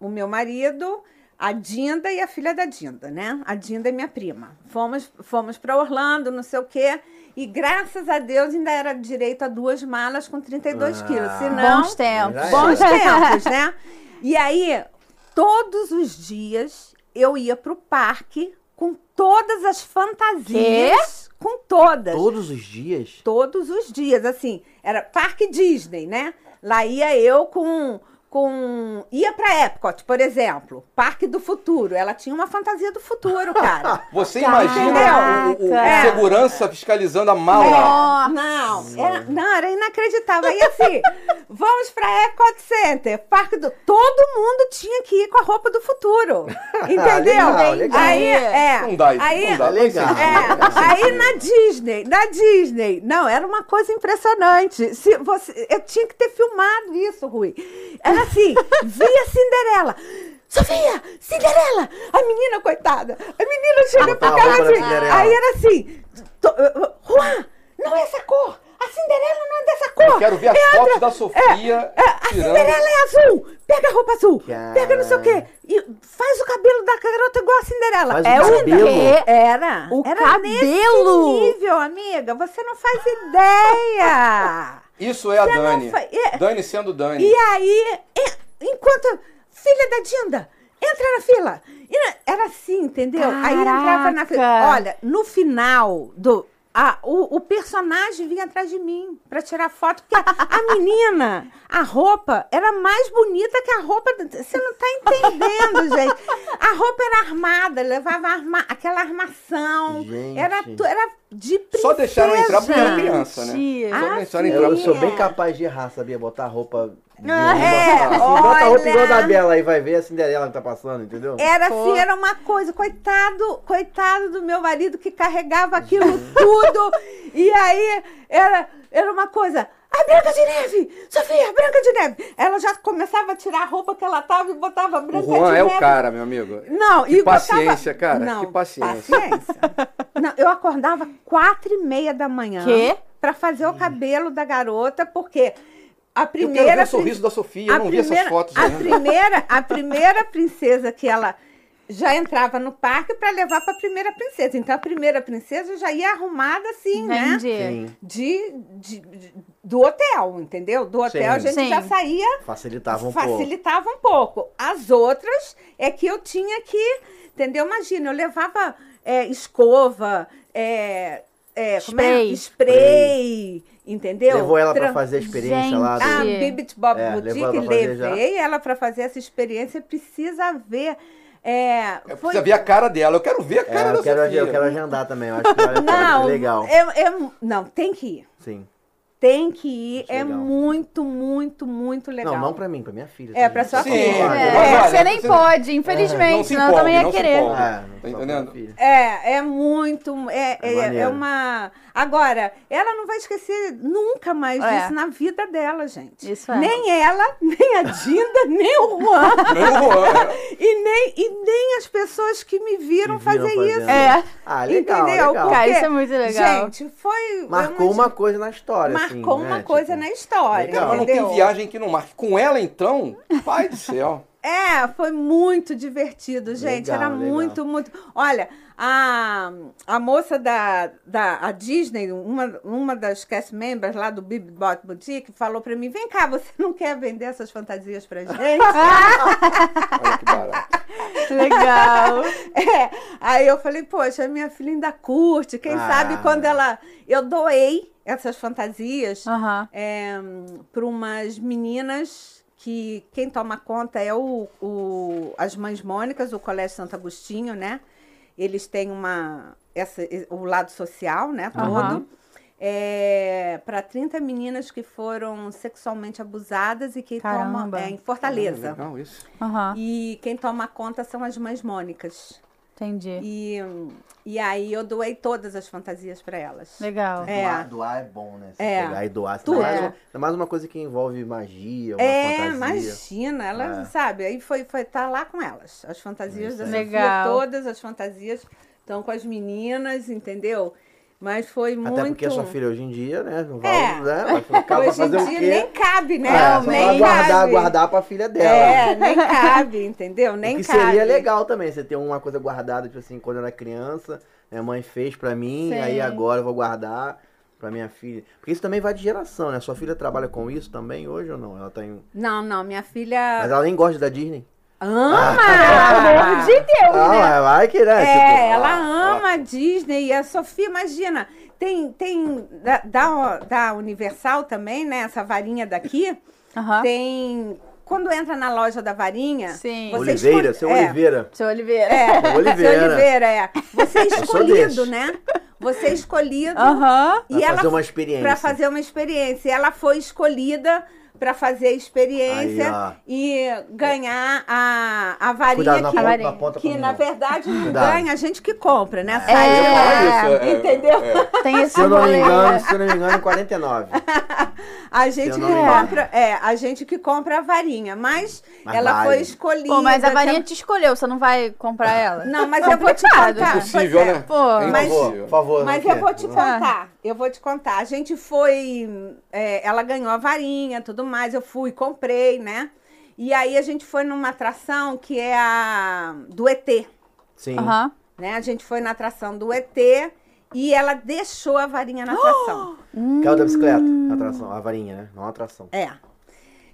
[SPEAKER 4] o, o meu marido, a Dinda e a filha da Dinda, né? A Dinda é minha prima. Fomos, fomos para Orlando, não sei o quê. E graças a Deus ainda era direito a duas malas com 32
[SPEAKER 2] Ah.
[SPEAKER 4] quilos. Senão,
[SPEAKER 1] Bons tempos.
[SPEAKER 2] Já era.
[SPEAKER 4] bons tempos, É. né? E aí, todos os dias eu ia pro parque com todas as fantasias, com todas,
[SPEAKER 2] Todos os dias?
[SPEAKER 4] todos os dias, assim, era parque Disney, né? Lá ia eu com com ia pra Epcot, por exemplo, Parque do Futuro. Ela tinha uma fantasia do futuro, cara.
[SPEAKER 3] Você
[SPEAKER 1] Caraca.
[SPEAKER 3] imagina o, o- o
[SPEAKER 4] É.
[SPEAKER 3] segurança fiscalizando a mala.
[SPEAKER 4] Não, era, não, era inacreditável. Aí assim, vamos pra Epcot Center, parque do. Todo mundo tinha que ir com a roupa do futuro. Entendeu?
[SPEAKER 2] Legal, legal.
[SPEAKER 4] Aí, é.
[SPEAKER 3] Ah, Não dá,
[SPEAKER 4] aí,
[SPEAKER 3] não Assim, dá.
[SPEAKER 2] legal.
[SPEAKER 4] É, aí na Disney, na Disney. Não, era uma coisa impressionante. Se você, eu tinha que ter filmado isso, Rui. Era assim, via Cinderela. Sofia, Cinderela! A menina, coitada. A menina chega
[SPEAKER 2] Botar
[SPEAKER 4] pra
[SPEAKER 2] a
[SPEAKER 4] cá
[SPEAKER 2] roupa da
[SPEAKER 4] assim.
[SPEAKER 2] Cinderela.
[SPEAKER 4] Aí era assim, to- uh, uh, Juan, não é essa cor. A Cinderela não é dessa
[SPEAKER 3] Eu
[SPEAKER 4] cor.
[SPEAKER 3] quero ver as
[SPEAKER 4] É
[SPEAKER 3] fotos
[SPEAKER 4] outra-
[SPEAKER 3] da Sofia
[SPEAKER 4] a
[SPEAKER 3] tirando.
[SPEAKER 4] Cinderela é azul! Pega a roupa azul!
[SPEAKER 2] Cara.
[SPEAKER 4] Pega não sei o quê! E faz o cabelo da garota igual a Cinderela.
[SPEAKER 2] Faz o
[SPEAKER 4] é
[SPEAKER 2] cabelo?
[SPEAKER 4] quê? Era.
[SPEAKER 1] O
[SPEAKER 4] era
[SPEAKER 1] cabelo?
[SPEAKER 4] Nesse nível, amiga. Você não faz ideia.
[SPEAKER 3] Isso é a Dani.
[SPEAKER 4] fa- é.
[SPEAKER 3] Dani sendo Dani.
[SPEAKER 4] e aí, e- enquanto... Filha da Dinda, entra na fila. E na- Era assim, entendeu? Aí entrava na fila.
[SPEAKER 1] Caraca.
[SPEAKER 4] Olha, no final do... a- o, o personagem vinha atrás de mim pra tirar foto, porque a menina, a roupa era mais bonita que a roupa. do- Você não tá entendendo, gente. A roupa era armada, levava arma- aquela armação.
[SPEAKER 2] Gente.
[SPEAKER 4] Era, tu- era de princesa.
[SPEAKER 3] Só deixaram entrar porque era
[SPEAKER 1] Gente.
[SPEAKER 3] criança, né? Só
[SPEAKER 4] Ah,
[SPEAKER 3] deixaram
[SPEAKER 4] sim.
[SPEAKER 3] entrar
[SPEAKER 2] Eu
[SPEAKER 3] porque
[SPEAKER 2] sou bem
[SPEAKER 4] É.
[SPEAKER 2] capaz de errar, sabia? Botar a roupa. de
[SPEAKER 4] Ah,
[SPEAKER 2] uma-
[SPEAKER 4] é,
[SPEAKER 2] assim, Bota a roupa igual a da
[SPEAKER 4] olha.
[SPEAKER 2] Bela e vai ver a Cinderela que tá passando, entendeu?
[SPEAKER 4] Era
[SPEAKER 1] Pô.
[SPEAKER 4] assim, era uma coisa. Coitado, coitado do meu marido que carregava aquilo tudo. e aí era, era uma coisa. Ai, Branca de Neve! Sofia, Branca de Neve! Ela já começava a tirar a roupa que ela tava e botava Branca
[SPEAKER 3] O
[SPEAKER 4] de
[SPEAKER 3] Juan
[SPEAKER 4] Neve.
[SPEAKER 3] é o cara, meu amigo.
[SPEAKER 4] Não, e
[SPEAKER 3] Que
[SPEAKER 4] botava-
[SPEAKER 3] paciência, cara,
[SPEAKER 4] Não,
[SPEAKER 3] que paciência.
[SPEAKER 4] paciência. Não, eu acordava quatro e meia da manhã
[SPEAKER 1] Quê?
[SPEAKER 4] pra fazer o cabelo da garota, porque a
[SPEAKER 3] Eu
[SPEAKER 4] primeira.
[SPEAKER 3] quero ver um o
[SPEAKER 4] prin-
[SPEAKER 3] sorriso da Sofia. Eu
[SPEAKER 4] a
[SPEAKER 3] não vi
[SPEAKER 4] primeira-
[SPEAKER 3] essas fotos
[SPEAKER 4] a
[SPEAKER 3] ainda.
[SPEAKER 4] primeira, a primeira princesa que ela já entrava no parque para levar para a primeira princesa. Então a primeira princesa já ia arrumada assim, né?
[SPEAKER 1] Entendi.
[SPEAKER 2] Sim,
[SPEAKER 4] De, de- de- do hotel, entendeu? Do hotel
[SPEAKER 2] Sim.
[SPEAKER 4] a gente já
[SPEAKER 1] Sim.
[SPEAKER 4] saía
[SPEAKER 2] facilitava um pouco.
[SPEAKER 4] facilitava um pouco. As outras é que eu tinha que, entendeu? Imagina, eu levava é, escova, é, é, como é?
[SPEAKER 1] Spray.
[SPEAKER 4] Spray, entendeu?
[SPEAKER 2] Levou ela pra
[SPEAKER 4] Tran-
[SPEAKER 2] fazer a experiência lá do...
[SPEAKER 1] Gente.
[SPEAKER 4] a
[SPEAKER 1] Sim.
[SPEAKER 4] Bibit Ah, Bob
[SPEAKER 2] É,
[SPEAKER 4] Boutique,
[SPEAKER 2] levou ela pra fazer já.
[SPEAKER 4] levei ela para fazer essa experiência. Precisa ver. É, foi-
[SPEAKER 3] Eu Precisa ver a cara dela. Eu quero ver a cara
[SPEAKER 2] É,
[SPEAKER 3] da
[SPEAKER 2] eu, quero,
[SPEAKER 3] Sofia.
[SPEAKER 2] eu quero agendar também, eu acho que olha,
[SPEAKER 4] Não,
[SPEAKER 2] é legal.
[SPEAKER 4] é- é- não, tem que ir.
[SPEAKER 2] Sim.
[SPEAKER 4] Tem que ir.
[SPEAKER 2] Isso é
[SPEAKER 4] é
[SPEAKER 2] legal.
[SPEAKER 4] muito, muito, muito legal.
[SPEAKER 2] Não, não pra mim, pra minha filha.
[SPEAKER 4] É, pra sua
[SPEAKER 2] Sim,
[SPEAKER 4] filha.
[SPEAKER 2] claro.
[SPEAKER 1] É,
[SPEAKER 3] Mas olha,
[SPEAKER 1] você nem
[SPEAKER 3] você-
[SPEAKER 1] pode,
[SPEAKER 3] não
[SPEAKER 1] infelizmente,
[SPEAKER 3] se
[SPEAKER 1] senão eu também ia
[SPEAKER 3] empolgue, não se
[SPEAKER 1] querer.
[SPEAKER 3] empolgue.
[SPEAKER 2] É, não
[SPEAKER 3] Tá
[SPEAKER 2] só pra
[SPEAKER 3] entendendo?
[SPEAKER 2] filha.
[SPEAKER 4] É, é muito. É,
[SPEAKER 2] É
[SPEAKER 4] é, é
[SPEAKER 2] maneiro.
[SPEAKER 4] uma. Agora, ela não vai esquecer nunca mais
[SPEAKER 1] É.
[SPEAKER 4] disso na vida dela, gente.
[SPEAKER 1] Isso é.
[SPEAKER 4] Nem ela, nem a Dinda, nem o Juan,
[SPEAKER 3] Meu Juan,
[SPEAKER 4] e nem, e nem as pessoas que me viram
[SPEAKER 2] Me viram
[SPEAKER 4] fazer
[SPEAKER 2] fazendo.
[SPEAKER 4] isso.
[SPEAKER 1] É,
[SPEAKER 2] Ah, legal,
[SPEAKER 4] Entendeu?
[SPEAKER 2] legal.
[SPEAKER 4] Porque,
[SPEAKER 1] cara, isso é muito legal.
[SPEAKER 4] Gente, foi.
[SPEAKER 2] Marcou
[SPEAKER 4] uma,
[SPEAKER 2] uma coisa na história, assim,
[SPEAKER 4] marcou
[SPEAKER 2] né?
[SPEAKER 4] uma coisa
[SPEAKER 2] Tipo,
[SPEAKER 4] na história.
[SPEAKER 2] Legal.
[SPEAKER 3] Mas não
[SPEAKER 4] entendeu?
[SPEAKER 3] tem viagem que não marque. Com ela, então, pai do céu.
[SPEAKER 4] É, foi muito divertido, gente.
[SPEAKER 2] Legal,
[SPEAKER 4] Era
[SPEAKER 2] legal.
[SPEAKER 4] muito, muito. Olha, a, a moça da, da a Disney, uma, uma das cast members lá do Big Bot Boutique, falou pra mim: vem cá, você não quer vender essas fantasias pra gente?
[SPEAKER 3] Olha que barato.
[SPEAKER 1] Legal.
[SPEAKER 4] É. Aí eu falei: poxa, minha filha ainda curte. Quem
[SPEAKER 2] Ah.
[SPEAKER 4] sabe quando ela. Eu doei essas fantasias
[SPEAKER 1] Aham.
[SPEAKER 4] é, para umas meninas que quem toma conta é o, o- as mães Mônicas, o Colégio Santo Agostinho, né? Eles têm uma essa, e- o lado social, né? Todo.
[SPEAKER 1] Aham.
[SPEAKER 4] para 30 meninas que foram sexualmente abusadas e quem
[SPEAKER 1] Caramba.
[SPEAKER 4] toma é, em Fortaleza.
[SPEAKER 3] Legal isso.
[SPEAKER 1] Aham.
[SPEAKER 4] E quem toma conta são as mães Mônicas.
[SPEAKER 1] Entendi.
[SPEAKER 4] E, e aí eu doei todas as fantasias para elas.
[SPEAKER 1] Legal.
[SPEAKER 4] É.
[SPEAKER 2] Doar, doar é bom, né? Você
[SPEAKER 4] É.
[SPEAKER 2] Pegar e doar.
[SPEAKER 4] Tudo.
[SPEAKER 2] Ainda mais,
[SPEAKER 1] É.
[SPEAKER 2] uma, ainda mais uma coisa que envolve magia, uma
[SPEAKER 4] É,
[SPEAKER 2] fantasia.
[SPEAKER 4] imagina, ela
[SPEAKER 2] É.
[SPEAKER 4] sabe, aí foi, foi tá lá com elas, as fantasias da
[SPEAKER 1] aí.
[SPEAKER 4] Sofia,
[SPEAKER 1] Legal.
[SPEAKER 4] todas as fantasias estão com as meninas, entendeu? Mas foi muito...
[SPEAKER 2] Até porque a sua filha hoje em dia, né? Não vai,
[SPEAKER 4] É.
[SPEAKER 2] né? Vai ficar pra
[SPEAKER 4] Hoje
[SPEAKER 2] fazer
[SPEAKER 4] em
[SPEAKER 2] o
[SPEAKER 4] dia
[SPEAKER 2] quê?
[SPEAKER 4] nem cabe, né?
[SPEAKER 2] É, só pra
[SPEAKER 1] nem
[SPEAKER 2] guardar,
[SPEAKER 4] cabe.
[SPEAKER 2] guardar pra filha dela.
[SPEAKER 4] É, nem cabe, entendeu? Nem
[SPEAKER 2] o que
[SPEAKER 4] cabe.
[SPEAKER 2] seria legal também, você ter uma coisa guardada, tipo assim, quando eu era criança, minha mãe fez pra mim,
[SPEAKER 1] Sim.
[SPEAKER 2] aí agora eu vou guardar pra minha filha. Porque isso também vai de geração, né? Sua filha trabalha com isso também hoje ou não? Ela tá em...
[SPEAKER 4] Não, não, minha filha
[SPEAKER 2] Mas é- Ah, ela nem gosta da Disney.
[SPEAKER 4] ama!
[SPEAKER 1] Pelo amor de Deus,
[SPEAKER 2] ah,
[SPEAKER 1] né?
[SPEAKER 2] vai- vai que, né?
[SPEAKER 4] É,
[SPEAKER 2] Tipo,
[SPEAKER 4] ela
[SPEAKER 2] ah,
[SPEAKER 4] ama a Disney. E a Sofia, imagina, tem, tem da, da, da Universal também, né? Essa varinha daqui.
[SPEAKER 1] Aham.
[SPEAKER 4] Tem. Quando entra na loja da varinha.
[SPEAKER 1] Sim.
[SPEAKER 4] você
[SPEAKER 2] Tipo, Oliveira,
[SPEAKER 4] escolhe-
[SPEAKER 2] seu
[SPEAKER 4] é,
[SPEAKER 2] Oliveira.
[SPEAKER 1] Seu Oliveira.
[SPEAKER 4] É,
[SPEAKER 2] Seu
[SPEAKER 4] seu
[SPEAKER 2] Oliveira.
[SPEAKER 4] Oliveira. é. Você é
[SPEAKER 2] sou
[SPEAKER 4] escolhido,
[SPEAKER 2] desse.
[SPEAKER 4] né? Você é escolhido.
[SPEAKER 1] Aham.
[SPEAKER 2] Pra
[SPEAKER 4] E ela
[SPEAKER 2] fazer uma experiência.
[SPEAKER 4] para fazer uma experiência. E Ela foi escolhida para fazer a
[SPEAKER 2] Aí,
[SPEAKER 4] experiência
[SPEAKER 2] ó.
[SPEAKER 4] e ganhar a, a varinha
[SPEAKER 2] Cuidado na
[SPEAKER 4] que,
[SPEAKER 2] ponta,
[SPEAKER 1] varinha.
[SPEAKER 2] na ponta
[SPEAKER 4] que
[SPEAKER 2] pra
[SPEAKER 4] na
[SPEAKER 2] mim.
[SPEAKER 4] verdade não
[SPEAKER 2] Cuidado. É.
[SPEAKER 4] ganha a gente que compra, né?
[SPEAKER 3] Olha isso, é,
[SPEAKER 4] entendeu?
[SPEAKER 3] é.
[SPEAKER 1] Tem esse
[SPEAKER 2] Se eu não me
[SPEAKER 1] rolê.
[SPEAKER 4] é.
[SPEAKER 2] engano, se eu não me engano, é em 49.
[SPEAKER 4] A gente
[SPEAKER 2] Eu
[SPEAKER 4] que
[SPEAKER 2] não lembro.
[SPEAKER 4] compra, é, a gente que compra a varinha, mas,
[SPEAKER 2] Mas
[SPEAKER 4] ela
[SPEAKER 2] vale.
[SPEAKER 4] foi escolhida.
[SPEAKER 1] Pô, mas a varinha te escolheu, você não vai
[SPEAKER 3] Ah.
[SPEAKER 1] comprar ela?
[SPEAKER 4] Não, mas eu vou te
[SPEAKER 1] Complicado.
[SPEAKER 4] contar.
[SPEAKER 3] Impossível,
[SPEAKER 4] Pois é.
[SPEAKER 3] né?
[SPEAKER 1] Pô,
[SPEAKER 3] é
[SPEAKER 4] mas-
[SPEAKER 3] impossível.
[SPEAKER 2] Por favor,
[SPEAKER 4] Mas
[SPEAKER 2] não
[SPEAKER 4] eu
[SPEAKER 2] quer.
[SPEAKER 4] vou te
[SPEAKER 2] Não-
[SPEAKER 4] contar, eu vou te contar. A gente foi, é, ela ganhou a varinha, tudo mais, eu fui, comprei, né? E aí a gente foi numa atração que é a do ET,
[SPEAKER 2] Sim.
[SPEAKER 1] Aham.
[SPEAKER 4] né? A gente foi na atração do ET e ela deixou a varinha na atração.
[SPEAKER 2] Caiu da bicicleta. A atração, a varinha, né? Não a atração.
[SPEAKER 4] É.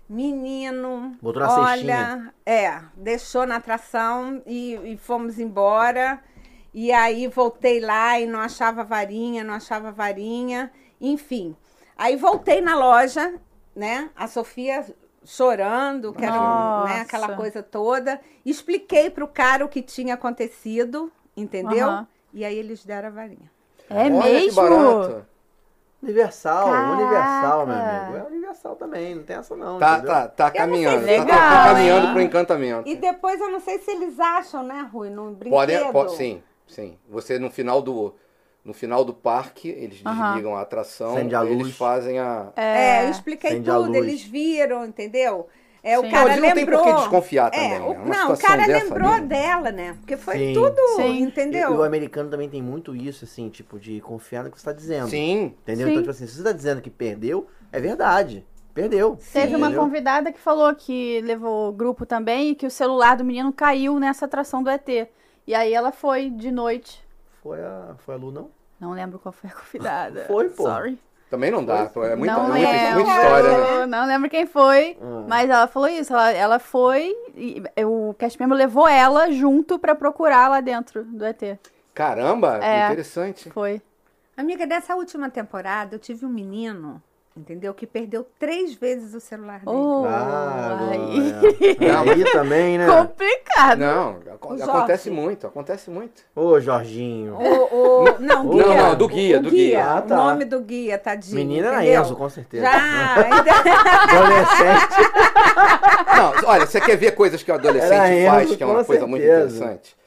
[SPEAKER 4] Menino.
[SPEAKER 2] Botou na
[SPEAKER 4] olha,
[SPEAKER 2] cestinha.
[SPEAKER 4] É, deixou na atração e, e fomos embora. E aí voltei lá e não achava varinha, não achava varinha. Enfim. Aí voltei na loja, né? A Sofia chorando, que era um- né, aquela
[SPEAKER 1] Nossa.
[SPEAKER 4] coisa toda. Expliquei pro cara o que tinha acontecido, entendeu?
[SPEAKER 1] Aham.
[SPEAKER 4] E aí eles deram a varinha.
[SPEAKER 1] É
[SPEAKER 3] Olha que
[SPEAKER 1] mesmo?
[SPEAKER 3] barato.
[SPEAKER 2] Universal,
[SPEAKER 1] Caraca.
[SPEAKER 2] universal, meu amigo. É universal também, não tem essa não.
[SPEAKER 3] Tá,
[SPEAKER 2] entendeu?
[SPEAKER 3] tá, tá caminhando.
[SPEAKER 1] sei se-
[SPEAKER 3] tá,
[SPEAKER 1] Legal,
[SPEAKER 3] tá caminhando
[SPEAKER 1] hein?
[SPEAKER 3] pro encantamento.
[SPEAKER 4] E depois eu não sei se eles acham, né, Rui, num brinquedo.
[SPEAKER 3] Podem, po- sim, sim. Você no final do no final do parque, eles
[SPEAKER 1] Aham.
[SPEAKER 3] desligam a atração,
[SPEAKER 2] Acende a
[SPEAKER 3] eles
[SPEAKER 2] luz.
[SPEAKER 3] fazem a
[SPEAKER 4] É, eu expliquei
[SPEAKER 2] Acende a
[SPEAKER 4] tudo,
[SPEAKER 2] luz.
[SPEAKER 4] eles viram, entendeu? É,
[SPEAKER 1] Sim.
[SPEAKER 4] o
[SPEAKER 3] Não,
[SPEAKER 4] cara
[SPEAKER 3] eles não tem
[SPEAKER 4] lembrou.
[SPEAKER 3] por que desconfiar também,
[SPEAKER 4] É,
[SPEAKER 3] né?
[SPEAKER 4] o-
[SPEAKER 3] Uma
[SPEAKER 4] não, o
[SPEAKER 3] situação
[SPEAKER 4] cara
[SPEAKER 3] dessa,
[SPEAKER 4] lembrou
[SPEAKER 3] né?
[SPEAKER 4] dela, né? Porque foi
[SPEAKER 2] Sim.
[SPEAKER 4] tudo,
[SPEAKER 1] Sim.
[SPEAKER 2] E, e o
[SPEAKER 4] entendeu?
[SPEAKER 2] americano também tem muito isso, assim, tipo, de confiar no que você tá dizendo.
[SPEAKER 3] Sim.
[SPEAKER 2] Entendeu?
[SPEAKER 1] Sim.
[SPEAKER 2] Então, tipo assim, se você tá dizendo que perdeu, é verdade. Perdeu.
[SPEAKER 1] Teve uma
[SPEAKER 2] entendeu?
[SPEAKER 1] convidada que falou que levou o grupo também e que o celular do menino caiu nessa atração do ET. E aí ela foi de noite.
[SPEAKER 2] Foi a, foi a Lu, não?
[SPEAKER 1] Não lembro qual foi a convidada.
[SPEAKER 2] Foi, pô.
[SPEAKER 1] Sorry.
[SPEAKER 3] Também não dá, é muita,
[SPEAKER 1] não
[SPEAKER 3] muita-
[SPEAKER 1] lembro.
[SPEAKER 3] muita história, né?
[SPEAKER 1] Não lembro quem foi.
[SPEAKER 2] Ah.
[SPEAKER 1] Mas ela falou isso. Ela, ela foi. E o cast member levou ela junto pra procurar lá dentro do ET.
[SPEAKER 3] Caramba,
[SPEAKER 1] É.
[SPEAKER 3] interessante.
[SPEAKER 1] Foi.
[SPEAKER 4] Amiga, dessa última temporada eu tive um menino, entendeu? Que perdeu três vezes o celular dele.
[SPEAKER 1] Oh,
[SPEAKER 2] Ah,
[SPEAKER 1] aí.
[SPEAKER 2] agora. Aí também, né?
[SPEAKER 1] Complicado.
[SPEAKER 3] Não, aco-
[SPEAKER 4] Jorge.
[SPEAKER 3] acontece muito, acontece muito.
[SPEAKER 2] Ô, Jorginho.
[SPEAKER 4] O, o- não,
[SPEAKER 2] Não,
[SPEAKER 4] guia.
[SPEAKER 3] não, do guia,
[SPEAKER 4] O
[SPEAKER 3] do guia.
[SPEAKER 2] Ah, tá.
[SPEAKER 4] O nome do guia, tadinho.
[SPEAKER 2] Menina era
[SPEAKER 4] entendeu?
[SPEAKER 2] Enzo, com certeza.
[SPEAKER 4] Já, então, ainda...
[SPEAKER 2] Adolescente.
[SPEAKER 3] Não, olha, você quer ver coisas que o
[SPEAKER 2] Era
[SPEAKER 3] adolescente
[SPEAKER 2] eu,
[SPEAKER 3] faz, que é uma
[SPEAKER 2] com
[SPEAKER 3] coisa muito
[SPEAKER 2] certeza.
[SPEAKER 3] interessante.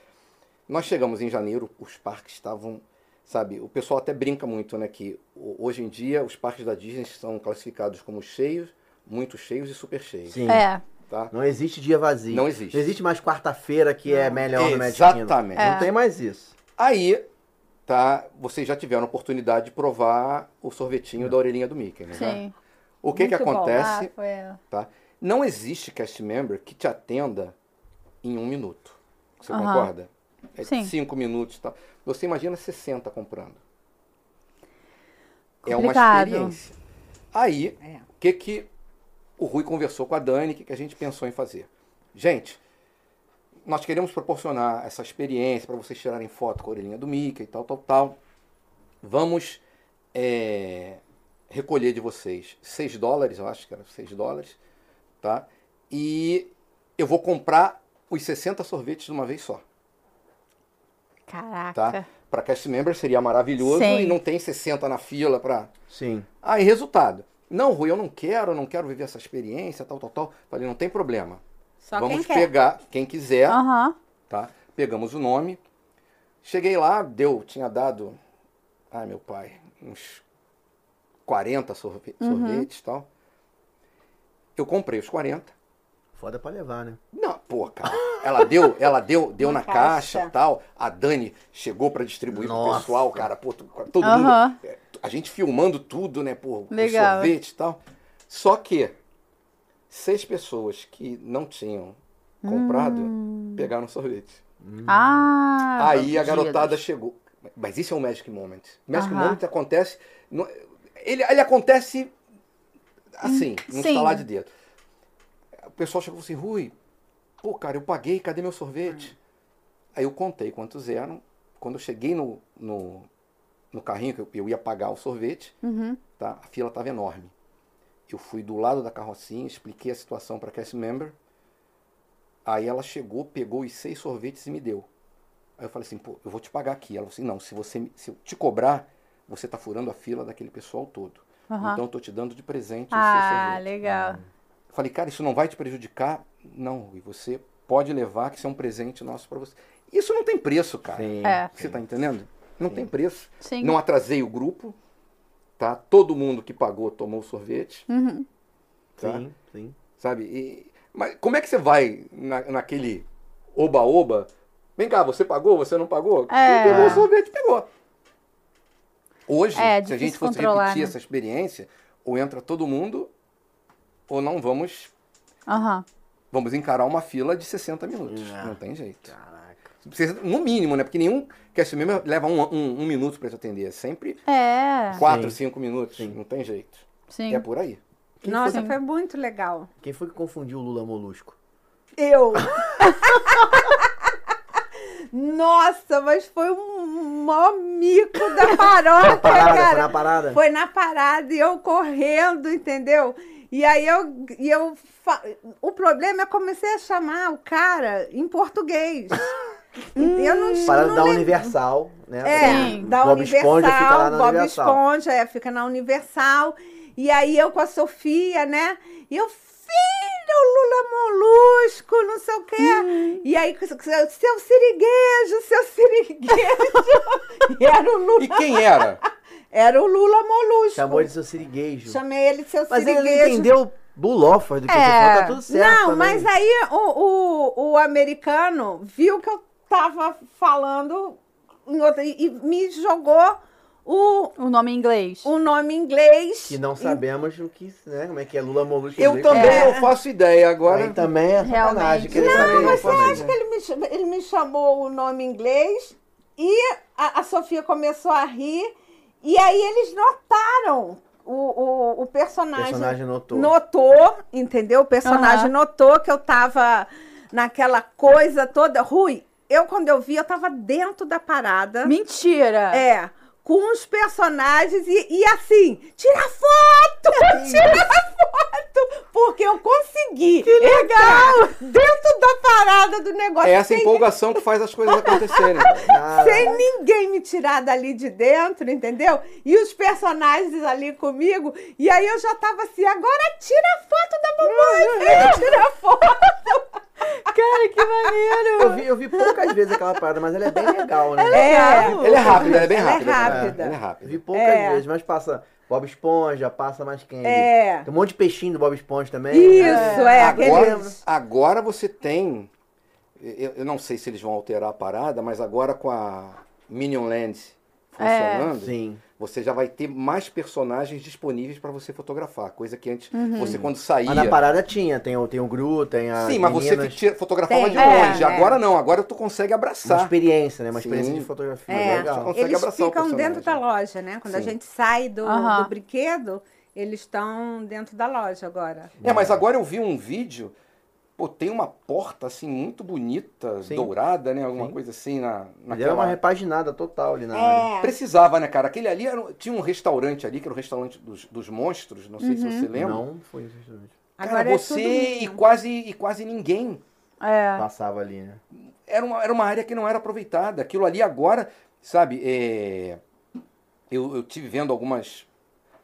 [SPEAKER 3] Nós chegamos em janeiro, os parques estavam, sabe, o pessoal até brinca muito, né, que ho- hoje em dia os parques da Disney são classificados como cheios, muito cheios e super cheios,
[SPEAKER 2] Sim.
[SPEAKER 1] É.
[SPEAKER 3] tá?
[SPEAKER 2] Não existe dia vazio.
[SPEAKER 3] Não existe.
[SPEAKER 2] Não existe mais quarta-feira que é melhor no Magic Kingdom.
[SPEAKER 3] Exatamente.
[SPEAKER 4] É.
[SPEAKER 2] Não tem mais isso.
[SPEAKER 3] Aí, tá, vocês já tiveram a oportunidade de provar o sorvetinho da orelhinha do Mickey, né?
[SPEAKER 1] Sim.
[SPEAKER 3] O que que
[SPEAKER 4] Muito bom.
[SPEAKER 3] acontece?
[SPEAKER 1] Ah, foi ela.
[SPEAKER 3] tá? Não existe cast member que te atenda em um minuto. Você
[SPEAKER 1] Aham.
[SPEAKER 3] concorda? É
[SPEAKER 1] Sim.
[SPEAKER 3] cinco minutos e tal. Você imagina 60 comprando. É uma
[SPEAKER 1] Complicado.
[SPEAKER 3] experiência. Aí,
[SPEAKER 4] É.
[SPEAKER 3] o que que o Rui conversou com a Dani, o que, que a gente pensou em fazer? Gente, nós queremos proporcionar essa experiência para vocês tirarem foto com a orelhinha do Mickey e tal, tal, tal. Vamos é, recolher de vocês 6 dólares, eu acho que era 6 dólares, tá? E eu vou comprar os 60 sorvetes de uma vez só,
[SPEAKER 1] Caraca.
[SPEAKER 3] tá? Para cast member seria maravilhoso
[SPEAKER 1] Sim.
[SPEAKER 3] e não tem 60 na fila para
[SPEAKER 2] Sim.
[SPEAKER 3] Aí, resultado. Não, Rui, eu não quero, eu não quero viver essa experiência, tal, tal, tal. Falei, não tem problema.
[SPEAKER 4] Só
[SPEAKER 3] Vamos
[SPEAKER 4] quem quer. Ah.
[SPEAKER 3] pegar quem quiser,
[SPEAKER 1] Aham.
[SPEAKER 3] tá? Pegamos o nome. Cheguei lá, deu, tinha dado, ai meu pai, uns 40 sorve
[SPEAKER 4] Uhum.
[SPEAKER 3] sorvetes e tal. Eu comprei os 40.
[SPEAKER 2] Foda pra levar, né?
[SPEAKER 3] Não, pô, cara. Ela deu, ela deu, deu
[SPEAKER 4] Uma
[SPEAKER 3] na caixa
[SPEAKER 4] caixa.
[SPEAKER 3] e tal. A Dani chegou pra distribuir pro
[SPEAKER 2] Nossa.
[SPEAKER 3] pessoal, cara. Pô, tu- todo
[SPEAKER 1] Aham.
[SPEAKER 3] mundo. é, A gente filmando tudo, né? Por com
[SPEAKER 1] Legal.
[SPEAKER 3] sorvete e tal. Só que seis pessoas que não tinham comprado
[SPEAKER 1] Hum.
[SPEAKER 3] pegaram sorvete.
[SPEAKER 1] Ah.
[SPEAKER 3] Hum. Aí a
[SPEAKER 2] Dias.
[SPEAKER 3] garotada chegou. Mas isso é um Magic Moment. Magic
[SPEAKER 1] Aham.
[SPEAKER 3] Moment acontece. no- Ele, ele acontece assim, num
[SPEAKER 1] Sim.
[SPEAKER 3] estalar de dedo. O pessoal chegou assim, Rui, pô, cara, eu paguei, cadê meu
[SPEAKER 1] Hum.
[SPEAKER 3] sorvete? Aí eu contei quantos eram. Quando eu cheguei no, no, no carrinho, que eu, eu ia pagar o sorvete,
[SPEAKER 1] Uhum.
[SPEAKER 3] tá? a fila estava enorme. Eu fui do lado da carrocinha, expliquei a situação para a cast member. Aí ela chegou, pegou os seis sorvetes e me deu. Aí eu falei assim, pô, eu vou te pagar aqui. Ela falou assim, não, se você me- se eu te cobrar, você tá furando a fila daquele pessoal todo.
[SPEAKER 1] Aham.
[SPEAKER 3] Então eu tô te dando de presente os seus
[SPEAKER 1] Ah,
[SPEAKER 3] sorvetes.
[SPEAKER 1] legal.
[SPEAKER 3] Eu falei, cara, isso não vai te prejudicar? Não, e você pode levar que isso é um presente nosso para você. Isso não tem preço, cara.
[SPEAKER 2] Sim.
[SPEAKER 1] É.
[SPEAKER 3] Você tá entendendo? Não tem preço.
[SPEAKER 1] Sim.
[SPEAKER 3] Não é- atrasei o grupo, tá? Todo mundo que pagou tomou o sorvete,
[SPEAKER 1] Uhum.
[SPEAKER 3] tá?
[SPEAKER 2] Sim, sim.
[SPEAKER 3] sabe? E- mas como é que você vai na- naquele oba-oba? Vem cá, você pagou, você não pagou?
[SPEAKER 1] É.
[SPEAKER 3] Quem pegou o sorvete, pegou. Hoje,
[SPEAKER 1] É,
[SPEAKER 3] se a
[SPEAKER 1] difícil
[SPEAKER 3] gente fosse
[SPEAKER 1] controlar,
[SPEAKER 3] repetir
[SPEAKER 1] né?
[SPEAKER 3] essa experiência, ou entra todo mundo, ou não vamos,
[SPEAKER 1] Aham.
[SPEAKER 3] vamos encarar uma fila de 60 minutos.
[SPEAKER 2] É.
[SPEAKER 3] Não tem jeito.
[SPEAKER 2] Caraca.
[SPEAKER 3] Precisa- No mínimo, né? Porque nenhum cast member leva um, um- um minuto para te atender. É sempre
[SPEAKER 1] É.
[SPEAKER 3] 4,
[SPEAKER 2] Sim.
[SPEAKER 3] 5 minutos.
[SPEAKER 2] Sim.
[SPEAKER 3] Não tem jeito.
[SPEAKER 1] Sim.
[SPEAKER 3] É por aí.
[SPEAKER 4] Nossa,
[SPEAKER 1] Sim.
[SPEAKER 4] foi muito legal.
[SPEAKER 2] Quem foi que confundiu o Lula Molusco?
[SPEAKER 4] Eu! Nossa, mas foi um mó mico da
[SPEAKER 2] Na
[SPEAKER 4] paróquia,
[SPEAKER 2] parada, foi
[SPEAKER 4] É, cara.
[SPEAKER 2] na parada.
[SPEAKER 4] Foi na parada e eu correndo, entendeu? E aí eu. E eu fa- O problema é que eu comecei a chamar o cara em português. eu não
[SPEAKER 2] Parada da Universal, né?
[SPEAKER 4] É,
[SPEAKER 1] Sim.
[SPEAKER 4] da
[SPEAKER 2] Bob
[SPEAKER 4] Universal,
[SPEAKER 2] Esponja fica lá na
[SPEAKER 4] Bob
[SPEAKER 2] Universal.
[SPEAKER 4] Esponja, é, fica na Universal. E aí eu com a Sofia, né? E eu, filho, Lula Molusco, não sei o quê. E aí, seu siriguejo, seu siriguejo. e era o Lula,
[SPEAKER 3] E quem era?
[SPEAKER 4] era o Lula Molusco.
[SPEAKER 2] Chamou de seu sirigueijo.
[SPEAKER 4] Chamei ele de seu
[SPEAKER 2] Mas ele
[SPEAKER 4] siriguejo.
[SPEAKER 2] não entendeu bulofas do que você
[SPEAKER 1] É.
[SPEAKER 2] falou, tá tudo certo.
[SPEAKER 4] Não,
[SPEAKER 2] também.
[SPEAKER 4] mas aí o, o, o americano viu que eu tava falando em outra- e, e me jogou o,
[SPEAKER 1] O nome em inglês.
[SPEAKER 3] Um-
[SPEAKER 4] o nome em inglês.
[SPEAKER 2] Que não
[SPEAKER 4] sabe.
[SPEAKER 2] sabemos o que, né? Como é que é Lula Molusco.
[SPEAKER 3] Eu
[SPEAKER 2] inglês.
[SPEAKER 3] também
[SPEAKER 4] É. tá.
[SPEAKER 3] não faço ideia agora.
[SPEAKER 2] Aí também é sacanagem.
[SPEAKER 1] Realmente.
[SPEAKER 2] querer
[SPEAKER 3] Não,
[SPEAKER 2] saber,
[SPEAKER 3] você
[SPEAKER 2] pode,
[SPEAKER 3] acha
[SPEAKER 2] né?
[SPEAKER 4] Ele me, cham- ele me chamou o nome em inglês e a, a Sofia começou a rir. E aí eles notaram o, o, o
[SPEAKER 2] O
[SPEAKER 4] personagem.
[SPEAKER 2] personagem notou.
[SPEAKER 4] Notou, entendeu? O personagem
[SPEAKER 1] Aham.
[SPEAKER 4] notou que eu tava naquela coisa toda. Rui, eu quando eu vi, eu tava dentro da parada.
[SPEAKER 1] Mentira!
[SPEAKER 4] É, com os personagens e, e assim, tira foto! Tira foto! Porque eu consegui. Que legal! Dentro da parada do negócio.
[SPEAKER 3] É essa
[SPEAKER 4] sem,
[SPEAKER 3] empolgação que faz as coisas acontecerem.
[SPEAKER 2] Cara,
[SPEAKER 4] sem ninguém me tirar dali de dentro, entendeu? E os personagens ali comigo. E aí eu já tava assim, agora tira a foto da mamãe! tira a foto!
[SPEAKER 1] Cara,
[SPEAKER 3] É.
[SPEAKER 1] que maneiro!
[SPEAKER 2] eu, vi, eu vi poucas vezes aquela parada, mas ela é bem legal, né?
[SPEAKER 4] É,
[SPEAKER 3] Ele é rápido, ele é bem
[SPEAKER 4] Ela é
[SPEAKER 3] rápido.
[SPEAKER 4] rápida.
[SPEAKER 3] Ele é
[SPEAKER 2] Eu
[SPEAKER 3] rápido.
[SPEAKER 2] Vi poucas
[SPEAKER 4] É.
[SPEAKER 2] vezes, mas passa Bob Esponja, passa mais quem?
[SPEAKER 4] É.
[SPEAKER 2] Tem um monte de peixinho do Bob Esponja também. né?
[SPEAKER 4] Isso, é,
[SPEAKER 3] Agora,
[SPEAKER 4] aquele.
[SPEAKER 3] agora você tem. Eu, eu não sei se eles vão alterar a parada, mas agora com a Minion Land
[SPEAKER 4] É.
[SPEAKER 3] funcionando,
[SPEAKER 2] Sim.
[SPEAKER 3] você já vai ter mais personagens disponíveis para você fotografar. Coisa que antes
[SPEAKER 4] Uhum.
[SPEAKER 3] você, quando saía.
[SPEAKER 2] Mas na parada tinha, tem o, tem o Gru, tem a.
[SPEAKER 3] Sim, mas você
[SPEAKER 2] meninas.
[SPEAKER 3] tira- fotografava
[SPEAKER 4] Tem,
[SPEAKER 3] de
[SPEAKER 1] é,
[SPEAKER 3] longe.
[SPEAKER 4] é.
[SPEAKER 3] Agora não, agora tu consegue
[SPEAKER 2] Uma
[SPEAKER 3] abraçar.
[SPEAKER 2] experiência, né? Uma
[SPEAKER 3] Sim.
[SPEAKER 2] experiência de fotografia.
[SPEAKER 4] É.
[SPEAKER 2] Legal.
[SPEAKER 3] Consegue
[SPEAKER 4] Eles
[SPEAKER 3] abraçar o
[SPEAKER 4] ficam
[SPEAKER 3] personagem.
[SPEAKER 4] dentro da loja, né? Quando a
[SPEAKER 3] Sim.
[SPEAKER 4] gente sai do,
[SPEAKER 1] Aham.
[SPEAKER 4] do brinquedo, eles estão dentro da loja agora.
[SPEAKER 3] É,
[SPEAKER 2] Né?
[SPEAKER 3] mas agora eu vi um vídeo, pô, tem uma porta assim muito bonita,
[SPEAKER 2] Sim.
[SPEAKER 3] dourada, né? Alguma
[SPEAKER 2] Sim.
[SPEAKER 3] coisa assim na,
[SPEAKER 2] Ele era é uma
[SPEAKER 3] naquela.
[SPEAKER 2] repaginada total ali na área.
[SPEAKER 3] Precisava, né, cara? Aquele ali era um- tinha um restaurante ali, que era o restaurante dos, dos monstros, não sei se você lembra.
[SPEAKER 2] Uhum. Não foi justamente.
[SPEAKER 3] Cara,
[SPEAKER 4] Agora é
[SPEAKER 3] você
[SPEAKER 4] tudo
[SPEAKER 3] e
[SPEAKER 4] menino.
[SPEAKER 3] quase e quase ninguém.
[SPEAKER 1] É.
[SPEAKER 2] Passava ali, né?
[SPEAKER 3] Era uma, era uma área que não era aproveitada. Aquilo ali agora, sabe, é, eu, eu tive vendo algumas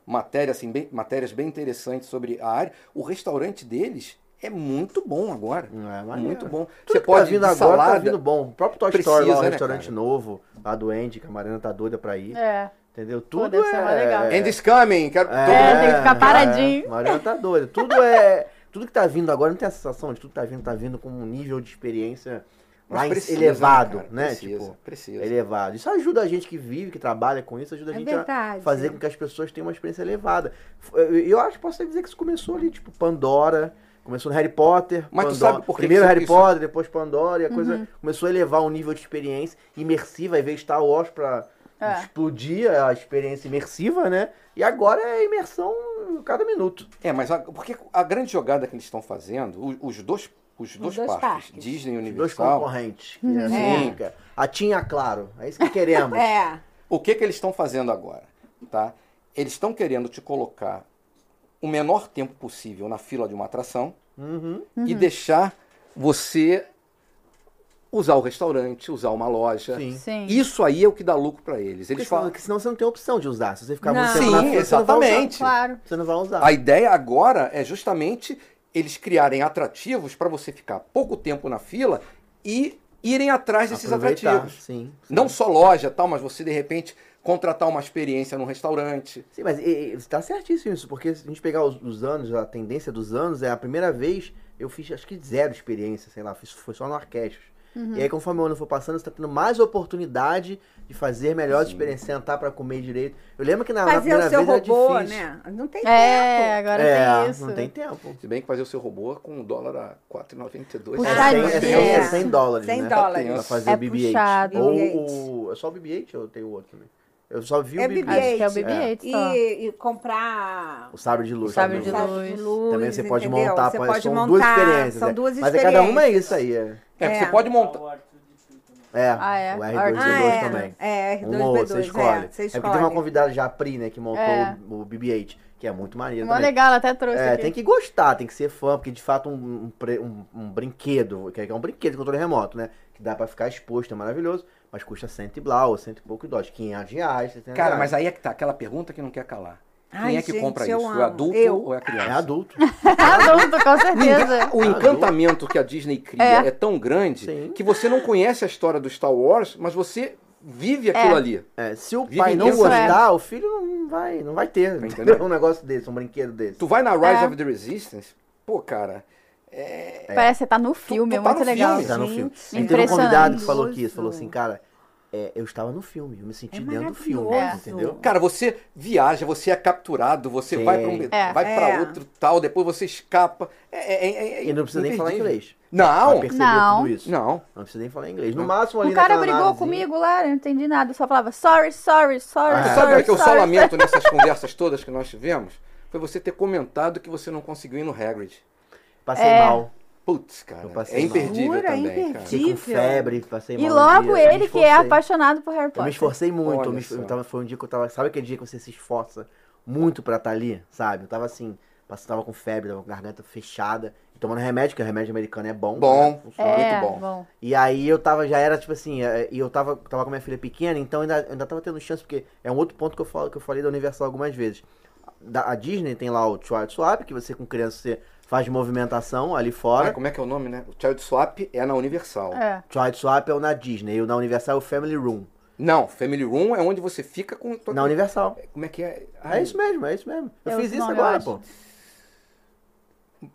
[SPEAKER 3] matérias, assim, bem- matérias bem interessantes sobre a área. O restaurante deles é muito bom agora.
[SPEAKER 2] Não é
[SPEAKER 3] É
[SPEAKER 2] maneiro.
[SPEAKER 3] muito bom.
[SPEAKER 2] Tudo
[SPEAKER 3] você
[SPEAKER 2] que
[SPEAKER 3] pode
[SPEAKER 2] tá
[SPEAKER 3] vir
[SPEAKER 2] vindo
[SPEAKER 3] de
[SPEAKER 2] agora tá
[SPEAKER 3] salada.
[SPEAKER 2] vindo bom. O próprio Toy
[SPEAKER 3] Precisa,
[SPEAKER 2] Story lá, um
[SPEAKER 3] né,
[SPEAKER 2] restaurante
[SPEAKER 3] cara?
[SPEAKER 2] novo, a do Andy, que a Mariana tá doida pra ir.
[SPEAKER 1] É.
[SPEAKER 2] Entendeu? Tudo
[SPEAKER 1] deve ser
[SPEAKER 2] é...
[SPEAKER 1] mais legal.
[SPEAKER 2] é-
[SPEAKER 3] And it's coming. Quero...
[SPEAKER 1] É, tem que ficar paradinho.
[SPEAKER 2] é. Mariana tá doida. Tudo é... Tudo que tá vindo agora, não tem a sensação de tudo que tá vindo, tá vindo com um nível de experiência
[SPEAKER 3] Mas
[SPEAKER 2] mais
[SPEAKER 3] precisa,
[SPEAKER 2] elevado,
[SPEAKER 3] cara,
[SPEAKER 2] né?
[SPEAKER 3] Precisa,
[SPEAKER 2] Tipo,
[SPEAKER 3] precisa.
[SPEAKER 2] elevado. Isso ajuda a gente que vive, que trabalha com isso, ajuda a
[SPEAKER 4] É
[SPEAKER 2] gente a
[SPEAKER 4] verdade.
[SPEAKER 2] fazer com que as pessoas tenham uma experiência elevada. F- Eu eu acho que posso dizer que isso começou ali, tipo, Pandora, começou no Harry Potter.
[SPEAKER 3] Mas tu
[SPEAKER 2] Pandora-
[SPEAKER 3] sabe por que
[SPEAKER 2] Primeiro
[SPEAKER 3] que
[SPEAKER 2] Harry
[SPEAKER 3] isso-
[SPEAKER 2] Potter, depois Pandora, e a coisa começou a elevar o nível de experiência imersiva, e veio Star Wars pra
[SPEAKER 1] É.
[SPEAKER 2] explodir a experiência imersiva, né? E agora é imersão a cada minuto.
[SPEAKER 3] É, mas a, porque a grande jogada que eles estão fazendo, o- os, dois, os dois,
[SPEAKER 4] dois
[SPEAKER 3] parques,
[SPEAKER 4] parques.
[SPEAKER 3] Disney e
[SPEAKER 2] Dois
[SPEAKER 3] Universal,
[SPEAKER 2] concorrentes. que é assim
[SPEAKER 3] É.
[SPEAKER 2] que fica. A Tinha, claro. É isso que queremos.
[SPEAKER 4] É,
[SPEAKER 3] o que, que eles estão fazendo agora? Tá? Eles estão querendo te colocar o menor tempo possível na fila de uma atração
[SPEAKER 2] Uhum.
[SPEAKER 3] e deixar você usar o restaurante, usar uma loja.
[SPEAKER 2] Sim.
[SPEAKER 1] Sim.
[SPEAKER 3] Isso aí é o que dá lucro pra eles.
[SPEAKER 2] Porque senão,
[SPEAKER 3] Eles falam.
[SPEAKER 2] porque senão você não tem opção de usar. Se você ficar muito
[SPEAKER 4] Não.
[SPEAKER 2] tempo na
[SPEAKER 3] Sim,
[SPEAKER 2] fila, você não vai usar.
[SPEAKER 3] exatamente.
[SPEAKER 1] Claro.
[SPEAKER 2] Você não vai usar.
[SPEAKER 3] A ideia agora é justamente eles criarem atrativos para você ficar pouco tempo na fila e irem atrás desses
[SPEAKER 2] Aproveitar,
[SPEAKER 3] atrativos.
[SPEAKER 2] Sim.
[SPEAKER 3] Não só loja, tal, mas você de repente contratar uma experiência num restaurante.
[SPEAKER 2] Sim, mas e, e, está certíssimo isso, porque se a gente pegar os, os anos, a tendência dos anos, é a primeira vez eu fiz acho que zero experiência, sei lá, fiz, foi só no Arquestos.
[SPEAKER 1] Uhum.
[SPEAKER 2] E aí, conforme o ano for passando, você tá tendo mais oportunidade de fazer melhores experiências, sentar pra comer direito. Eu lembro que na, na
[SPEAKER 4] fazer
[SPEAKER 2] primeira
[SPEAKER 4] o seu
[SPEAKER 2] vez
[SPEAKER 4] robô,
[SPEAKER 2] era difícil.
[SPEAKER 4] né? Não tem
[SPEAKER 1] É,
[SPEAKER 4] tempo.
[SPEAKER 1] agora
[SPEAKER 2] é,
[SPEAKER 1] tem isso.
[SPEAKER 2] não tem tempo.
[SPEAKER 3] Se bem que fazer o seu robô com um dólar a 4,92.
[SPEAKER 1] Puxa,
[SPEAKER 2] É, 100, é, 100, é
[SPEAKER 4] É.
[SPEAKER 2] 100 dólares,
[SPEAKER 4] 100
[SPEAKER 2] né?
[SPEAKER 4] dólares.
[SPEAKER 2] Pra fazer
[SPEAKER 1] É
[SPEAKER 2] o BB-8.
[SPEAKER 1] puxado.
[SPEAKER 2] Ou o... É só o BB-8 ou tem o outro também? Eu só vi o
[SPEAKER 4] É
[SPEAKER 2] BB-8.
[SPEAKER 1] Acho que é o
[SPEAKER 2] É.
[SPEAKER 1] BB-8 só.
[SPEAKER 4] E, e comprar
[SPEAKER 2] O sabre de luz.
[SPEAKER 1] O sabre de
[SPEAKER 2] também.
[SPEAKER 1] luz.
[SPEAKER 2] Também você pode
[SPEAKER 4] entendeu?
[SPEAKER 2] montar,
[SPEAKER 4] Você
[SPEAKER 2] pô,
[SPEAKER 4] pode
[SPEAKER 2] são
[SPEAKER 4] montar,
[SPEAKER 2] duas experiências.
[SPEAKER 4] São
[SPEAKER 2] é.
[SPEAKER 4] duas
[SPEAKER 2] Mas é cada uma é
[SPEAKER 4] experiências.
[SPEAKER 2] isso aí. É,
[SPEAKER 3] É, você
[SPEAKER 4] É.
[SPEAKER 3] pode montar.
[SPEAKER 2] é,
[SPEAKER 1] Ah, é.
[SPEAKER 2] o
[SPEAKER 1] Ah,
[SPEAKER 2] R2D2
[SPEAKER 4] é.
[SPEAKER 2] também.
[SPEAKER 4] É, R2D2.
[SPEAKER 2] Um ou outro, você escolhe.
[SPEAKER 4] É, você
[SPEAKER 2] porque teve uma
[SPEAKER 4] escolhe.
[SPEAKER 2] convidada já, a Pri, né, que montou
[SPEAKER 1] É.
[SPEAKER 2] o, o BB-8, que é muito maneiro
[SPEAKER 1] Mó
[SPEAKER 2] também.
[SPEAKER 1] legal, ela até trouxe
[SPEAKER 2] É,
[SPEAKER 1] aqui.
[SPEAKER 2] tem que gostar, tem que ser fã, porque de fato um, um pre- um- um brinquedo, que é um brinquedo de controle remoto, né? Que dá pra ficar exposto, é maravilhoso, mas custa cento e blau, ou cento e pouco dólares, 500 reais, 600
[SPEAKER 3] Cara,
[SPEAKER 2] reais.
[SPEAKER 3] mas aí é que tá aquela pergunta que não quer calar. Quem
[SPEAKER 4] Ai,
[SPEAKER 3] é que
[SPEAKER 4] gente,
[SPEAKER 3] compra
[SPEAKER 4] eu
[SPEAKER 3] isso?
[SPEAKER 4] amo.
[SPEAKER 3] O adulto
[SPEAKER 4] Eu.
[SPEAKER 3] ou é a criança?
[SPEAKER 2] É adulto.
[SPEAKER 1] É Adulto, tá com certeza.
[SPEAKER 3] O encantamento que a Disney cria é,
[SPEAKER 1] É.
[SPEAKER 3] tão grande
[SPEAKER 2] Sim.
[SPEAKER 3] que você não conhece a história do Star Wars, mas você vive aquilo
[SPEAKER 1] É.
[SPEAKER 3] ali.
[SPEAKER 2] É, se o
[SPEAKER 3] Vive
[SPEAKER 2] pai não
[SPEAKER 3] isso,
[SPEAKER 1] é.
[SPEAKER 2] gostar, o filho não vai, não vai ter, entendeu?
[SPEAKER 3] Entendeu?
[SPEAKER 2] Um negócio desse, um brinquedo desse.
[SPEAKER 3] Tu vai na Rise
[SPEAKER 1] É.
[SPEAKER 3] of the Resistance, pô, cara,
[SPEAKER 1] Parece que você tá no
[SPEAKER 3] tu
[SPEAKER 1] filme, é
[SPEAKER 3] tá
[SPEAKER 1] muito
[SPEAKER 3] no
[SPEAKER 1] É legal.
[SPEAKER 3] filme.
[SPEAKER 2] Tá no filme.
[SPEAKER 4] Gente,
[SPEAKER 2] E teve um
[SPEAKER 1] impressionante.
[SPEAKER 2] convidado que falou que isso, falou assim, cara, é, eu estava no filme, eu me senti
[SPEAKER 4] É
[SPEAKER 2] dentro do filme,
[SPEAKER 4] maravilhoso.
[SPEAKER 2] entendeu?
[SPEAKER 3] Cara, você viaja, você é capturado, você
[SPEAKER 2] Sim.
[SPEAKER 3] vai para um,
[SPEAKER 1] É.
[SPEAKER 3] vai pra
[SPEAKER 4] É.
[SPEAKER 3] outro tal, depois você escapa. É, é, é, é
[SPEAKER 2] E não precisa nem falar
[SPEAKER 3] imperdível.
[SPEAKER 2] inglês. Pra
[SPEAKER 3] Não,
[SPEAKER 2] perceber
[SPEAKER 1] Não.
[SPEAKER 2] tudo isso.
[SPEAKER 3] Ah, um? não.
[SPEAKER 2] Não precisa nem falar inglês. No máximo ali
[SPEAKER 1] O cara
[SPEAKER 2] naquela
[SPEAKER 1] brigou
[SPEAKER 2] navezinha.
[SPEAKER 1] comigo lá, eu não entendi nada. Eu só falava sorry, sorry, sorry,
[SPEAKER 2] Ah,
[SPEAKER 3] Tu
[SPEAKER 1] sorry.
[SPEAKER 3] sabe o É que eu só
[SPEAKER 1] sorry,
[SPEAKER 3] lamento nessas conversas todas que nós tivemos? Foi você ter comentado que você não conseguiu ir no Hagrid.
[SPEAKER 2] Passei
[SPEAKER 1] É.
[SPEAKER 2] mal.
[SPEAKER 3] Putz, cara,
[SPEAKER 2] Eu passei
[SPEAKER 3] é
[SPEAKER 2] mal.
[SPEAKER 3] imperdível
[SPEAKER 4] Jura,
[SPEAKER 3] também, cara.
[SPEAKER 4] imperdível.
[SPEAKER 2] Fiquei com
[SPEAKER 4] Horrível.
[SPEAKER 2] febre, passei mal.
[SPEAKER 1] E
[SPEAKER 2] um
[SPEAKER 1] logo
[SPEAKER 2] dia, eu me
[SPEAKER 1] ele, que é
[SPEAKER 2] esforcei.
[SPEAKER 1] apaixonado por Harry
[SPEAKER 2] Eu me
[SPEAKER 1] Potter.
[SPEAKER 2] esforcei muito.
[SPEAKER 3] Olha
[SPEAKER 2] eu me-
[SPEAKER 3] só.
[SPEAKER 2] eu tava- foi um dia que eu tava. Sabe aquele dia que você se esforça muito pra estar ali? Sabe? Eu tava assim, passava tava com febre, tava com a garganta fechada, e tomando remédio, que o remédio americano é bom.
[SPEAKER 3] Bom.
[SPEAKER 2] né? Funciona.
[SPEAKER 1] é,
[SPEAKER 3] muito bom.
[SPEAKER 2] E aí eu tava, já era tipo assim, é, e eu tava, tava com a minha filha pequena, então ainda, ainda tava tendo chance, porque é um outro ponto que eu, falo, que eu falei da Universal algumas vezes. Da, a Disney tem lá o Child Swap, que você com criança você faz movimentação ali
[SPEAKER 3] Ah,
[SPEAKER 2] fora.
[SPEAKER 3] como é que é o nome, né? O Child Swap é na Universal.
[SPEAKER 1] É.
[SPEAKER 2] Child Swap é o na Disney, e o na Universal é o Family Room.
[SPEAKER 3] Não, Family Room é onde você fica com...
[SPEAKER 2] Na Universal.
[SPEAKER 3] Como é que é?
[SPEAKER 2] É isso mesmo, é isso mesmo. Eu
[SPEAKER 1] É
[SPEAKER 2] fiz
[SPEAKER 1] outro
[SPEAKER 2] isso
[SPEAKER 1] nome, eu
[SPEAKER 2] agora,
[SPEAKER 1] acho.
[SPEAKER 2] pô.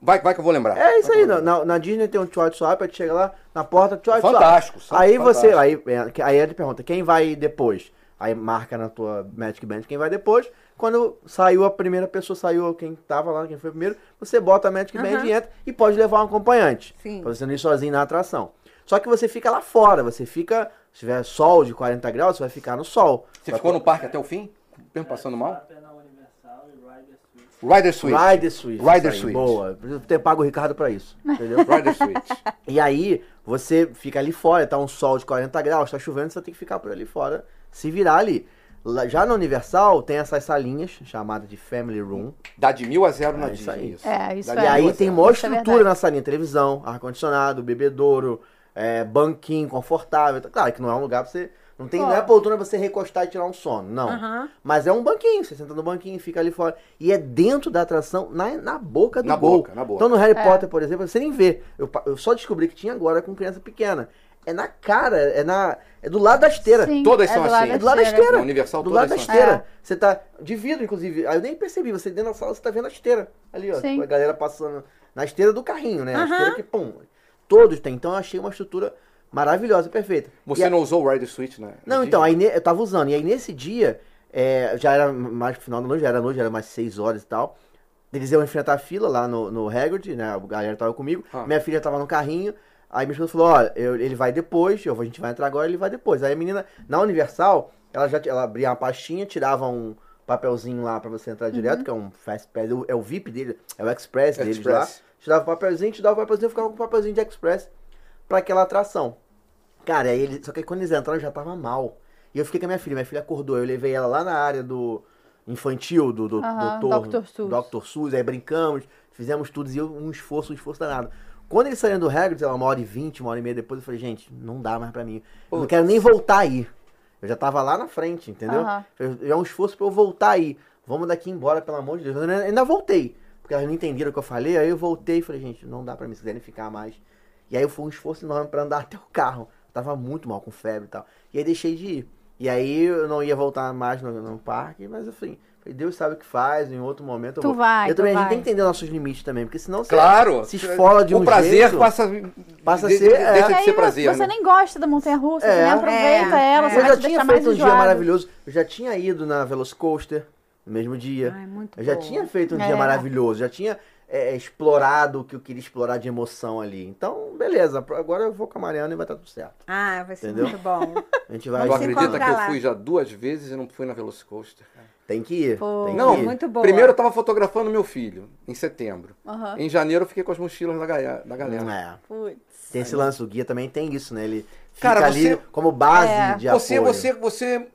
[SPEAKER 3] Vai, vai que eu vou lembrar.
[SPEAKER 2] É isso aí, na, na- na Disney tem um Twilight Swap, aí tu chega lá, na porta, Twilight Swap.
[SPEAKER 3] Fantástico. sabe?
[SPEAKER 2] Aí você,
[SPEAKER 3] Fantástico.
[SPEAKER 2] aí, é, que- aí ele pergunta, quem vai depois? Aí marca na tua Magic Band quem vai depois. Quando saiu a primeira pessoa, saiu quem tava lá, quem foi primeiro, você bota a Magic Band
[SPEAKER 4] Aham.
[SPEAKER 2] e entra e pode levar um acompanhante.
[SPEAKER 4] Sim.
[SPEAKER 2] Pra você não ir sozinho na atração. Só que você fica lá fora, você fica, se tiver sol de 40 graus, você vai ficar no sol.
[SPEAKER 3] Você
[SPEAKER 2] Vai
[SPEAKER 3] ficou
[SPEAKER 2] pro-
[SPEAKER 3] no parque até o fim? Mesmo passando mal? Rider Suite.
[SPEAKER 2] Rider Suite.
[SPEAKER 3] Rider
[SPEAKER 2] isso aí,
[SPEAKER 3] Suite.
[SPEAKER 2] Boa. Eu ter pago o Ricardo pra isso, entendeu?
[SPEAKER 3] Rider Suite.
[SPEAKER 2] E aí, você fica ali fora, tá um sol de 40 graus, tá chovendo, você tem que ficar por ali fora, se virar ali. Lá- Já na Universal, tem essas salinhas, chamadas de Family Room.
[SPEAKER 3] Dá de mil a zero na
[SPEAKER 2] É isso
[SPEAKER 3] Disney.
[SPEAKER 2] aí.
[SPEAKER 1] É, isso
[SPEAKER 3] Dá
[SPEAKER 1] é.
[SPEAKER 2] E
[SPEAKER 3] de mil a
[SPEAKER 2] aí
[SPEAKER 3] zero.
[SPEAKER 2] tem maior
[SPEAKER 1] Isso é
[SPEAKER 2] estrutura
[SPEAKER 1] verdade.
[SPEAKER 2] na salinha. Televisão, ar-condicionado, bebedouro, é, banquinho confortável. Claro que não é um lugar pra você... Não, tem, não é
[SPEAKER 1] Claro.
[SPEAKER 2] poltrona pra você recostar e tirar um sono, não.
[SPEAKER 4] Aham.
[SPEAKER 2] Mas é um banquinho, você senta no banquinho, fica ali fora. E é dentro da atração, na, na boca do
[SPEAKER 3] Na
[SPEAKER 2] gol.
[SPEAKER 3] boca, na boca.
[SPEAKER 2] Então no Harry
[SPEAKER 1] É.
[SPEAKER 2] Potter, por exemplo, você nem vê. Eu, pa- eu só descobri que tinha agora com criança pequena. É na cara, é na. É do lado da esteira.
[SPEAKER 1] Sim,
[SPEAKER 3] Todas
[SPEAKER 1] é
[SPEAKER 3] são
[SPEAKER 1] do
[SPEAKER 3] assim.
[SPEAKER 1] lado da
[SPEAKER 2] É do lado da
[SPEAKER 1] esteira.
[SPEAKER 2] esteira.
[SPEAKER 3] Na Universal
[SPEAKER 2] do
[SPEAKER 3] todas
[SPEAKER 2] lado da
[SPEAKER 3] são
[SPEAKER 2] esteira.
[SPEAKER 1] assim.
[SPEAKER 2] Você tá. De vidro, inclusive. Aí eu nem percebi. Você dentro da sala, você tá vendo a esteira. Ali, ó.
[SPEAKER 1] Sim.
[SPEAKER 2] A galera passando. Na esteira do carrinho, né? A
[SPEAKER 4] Aham.
[SPEAKER 2] esteira que, pum. Todos têm. Então eu achei uma estrutura maravilhosa, perfeita. E
[SPEAKER 3] Você
[SPEAKER 2] a-
[SPEAKER 3] não usou o Rider Suite, né? Na
[SPEAKER 2] não, então,
[SPEAKER 3] Disney?
[SPEAKER 2] aí ne- eu tava usando. E aí nesse dia, é, já era mais pro final da noite, já era noite, já era mais 6 horas e tal. Eles iam enfrentar a fila lá no, no Hagrid, né? A galera tava comigo.
[SPEAKER 3] Ah.
[SPEAKER 2] Minha filha tava no carrinho. Aí minha esposa falou, olha, eu- ele vai depois, eu, vou- a gente vai entrar agora, ele vai depois. Aí a menina, na Universal, ela já t- ela abria uma pastinha, tirava um papelzinho lá pra você entrar direto, que é um Fast Pass, é o- é o VIP dele, é o Express, deles lá.
[SPEAKER 3] Express.
[SPEAKER 2] Tirava o papelzinho, te dava o papelzinho, eu ficava com o papelzinho de Express pra aquela atração. Cara, aí ele, só que quando eles entraram eu já tava mal. E eu fiquei com a minha filha, minha filha acordou, eu levei ela lá na área do infantil, do, do
[SPEAKER 1] Aham,
[SPEAKER 2] doutor,
[SPEAKER 1] Dr. Seuss.
[SPEAKER 2] Dr. Seuss, aí brincamos, fizemos tudo, e eu, um esforço, um esforço danado. Quando eles saíram do Hagrid, sei lá, uma hora e vinte, uma hora e meia depois, eu falei, gente, não dá mais pra mim. Eu não
[SPEAKER 3] Putz.
[SPEAKER 2] quero nem voltar aí. Eu já tava lá na frente, entendeu?
[SPEAKER 1] Aham.
[SPEAKER 2] Eu- Já é um esforço pra eu voltar aí. Vamos daqui embora, pelo amor de Deus. Eu ainda- ainda voltei. Porque elas não entenderam o que eu falei. Aí eu voltei e falei, gente, não dá pra mim, se quiserem ficar mais. E aí foi um esforço enorme pra andar até o carro. Tava muito mal com febre e tal. E aí deixei de ir. E aí eu não ia voltar mais no, no parque, mas assim, falei, Deus sabe o que faz, em outro momento eu
[SPEAKER 1] Tu
[SPEAKER 2] vou.
[SPEAKER 1] vai,
[SPEAKER 2] eu também,
[SPEAKER 1] tu
[SPEAKER 2] a gente tem
[SPEAKER 1] vai.
[SPEAKER 2] que entender nossos limites também, porque senão você
[SPEAKER 3] Claro.
[SPEAKER 2] se esfola de
[SPEAKER 3] o
[SPEAKER 2] um
[SPEAKER 3] prazer
[SPEAKER 2] jeito.
[SPEAKER 3] passa,
[SPEAKER 2] passa a
[SPEAKER 3] de-
[SPEAKER 2] ser-
[SPEAKER 3] de-
[SPEAKER 2] é.
[SPEAKER 3] Deixa
[SPEAKER 1] E
[SPEAKER 3] de
[SPEAKER 1] aí
[SPEAKER 3] ser
[SPEAKER 1] vo-
[SPEAKER 3] prazer.
[SPEAKER 1] você
[SPEAKER 3] né?
[SPEAKER 1] nem gosta da montanha russa,
[SPEAKER 2] É.
[SPEAKER 1] você nem aproveita
[SPEAKER 4] É,
[SPEAKER 1] ela,
[SPEAKER 4] é.
[SPEAKER 1] você
[SPEAKER 2] Eu
[SPEAKER 1] vai
[SPEAKER 2] já
[SPEAKER 1] te
[SPEAKER 2] tinha
[SPEAKER 1] deixar
[SPEAKER 2] feito
[SPEAKER 1] mais
[SPEAKER 2] um dia
[SPEAKER 1] enjoado.
[SPEAKER 2] maravilhoso. Eu já tinha ido na Velocicoaster no mesmo dia.
[SPEAKER 4] Ai, muito
[SPEAKER 2] Eu já
[SPEAKER 4] bom.
[SPEAKER 2] tinha feito um dia
[SPEAKER 1] É.
[SPEAKER 2] maravilhoso, já tinha é, explorado o que eu queria explorar de emoção ali. Então, beleza, pro- agora eu vou com a Mariana e vai estar tudo certo.
[SPEAKER 4] Ah, vai ser
[SPEAKER 2] Entendeu?
[SPEAKER 4] muito bom.
[SPEAKER 2] A gente vai.
[SPEAKER 4] Vamos
[SPEAKER 3] Tu
[SPEAKER 4] se
[SPEAKER 3] acredita que
[SPEAKER 4] encontrar
[SPEAKER 3] eu
[SPEAKER 4] lá.
[SPEAKER 3] fui já duas vezes e não fui na Velocicoaster?
[SPEAKER 2] Tem que ir.
[SPEAKER 1] Pô.
[SPEAKER 2] Tem que
[SPEAKER 3] Não,
[SPEAKER 2] ir.
[SPEAKER 4] muito boa.
[SPEAKER 3] Primeiro eu tava fotografando meu filho, em setembro.
[SPEAKER 1] Aham.
[SPEAKER 3] Em janeiro eu fiquei com as mochilas da, gaia- da galera.
[SPEAKER 2] É.
[SPEAKER 1] Putz.
[SPEAKER 2] Tem esse lance, o guia também tem isso, né? Ele fica
[SPEAKER 3] Cara,
[SPEAKER 2] ali
[SPEAKER 3] você-
[SPEAKER 2] como base
[SPEAKER 1] É.
[SPEAKER 2] de
[SPEAKER 3] você,
[SPEAKER 2] apoio.
[SPEAKER 3] você, você,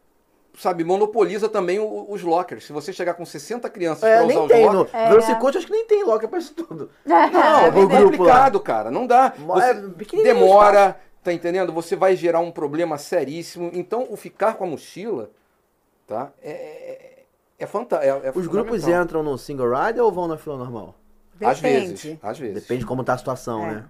[SPEAKER 3] sabe, monopoliza também o- os lockers. Se você chegar com 60 crianças
[SPEAKER 2] É,
[SPEAKER 3] pra usar
[SPEAKER 2] nem
[SPEAKER 3] os
[SPEAKER 2] tem.
[SPEAKER 3] lockers...
[SPEAKER 2] No
[SPEAKER 1] É.
[SPEAKER 2] Velocicoaster, acho que nem tem locker pra isso tudo.
[SPEAKER 3] Não,
[SPEAKER 2] É,
[SPEAKER 3] é,
[SPEAKER 2] pro grupo lá.
[SPEAKER 3] complicado, cara. Não dá.
[SPEAKER 2] Mo- é
[SPEAKER 3] Você
[SPEAKER 2] pequenininho
[SPEAKER 3] demora, tá entendendo? Você vai gerar um problema seríssimo. Então, o ficar com a mochila, tá? É, é, fantástico.
[SPEAKER 2] Os grupos entram no single rider ou vão na fila normal?
[SPEAKER 3] Às
[SPEAKER 4] Depende.
[SPEAKER 3] vezes. Às vezes.
[SPEAKER 2] Depende de como tá a situação,
[SPEAKER 4] É.
[SPEAKER 2] né?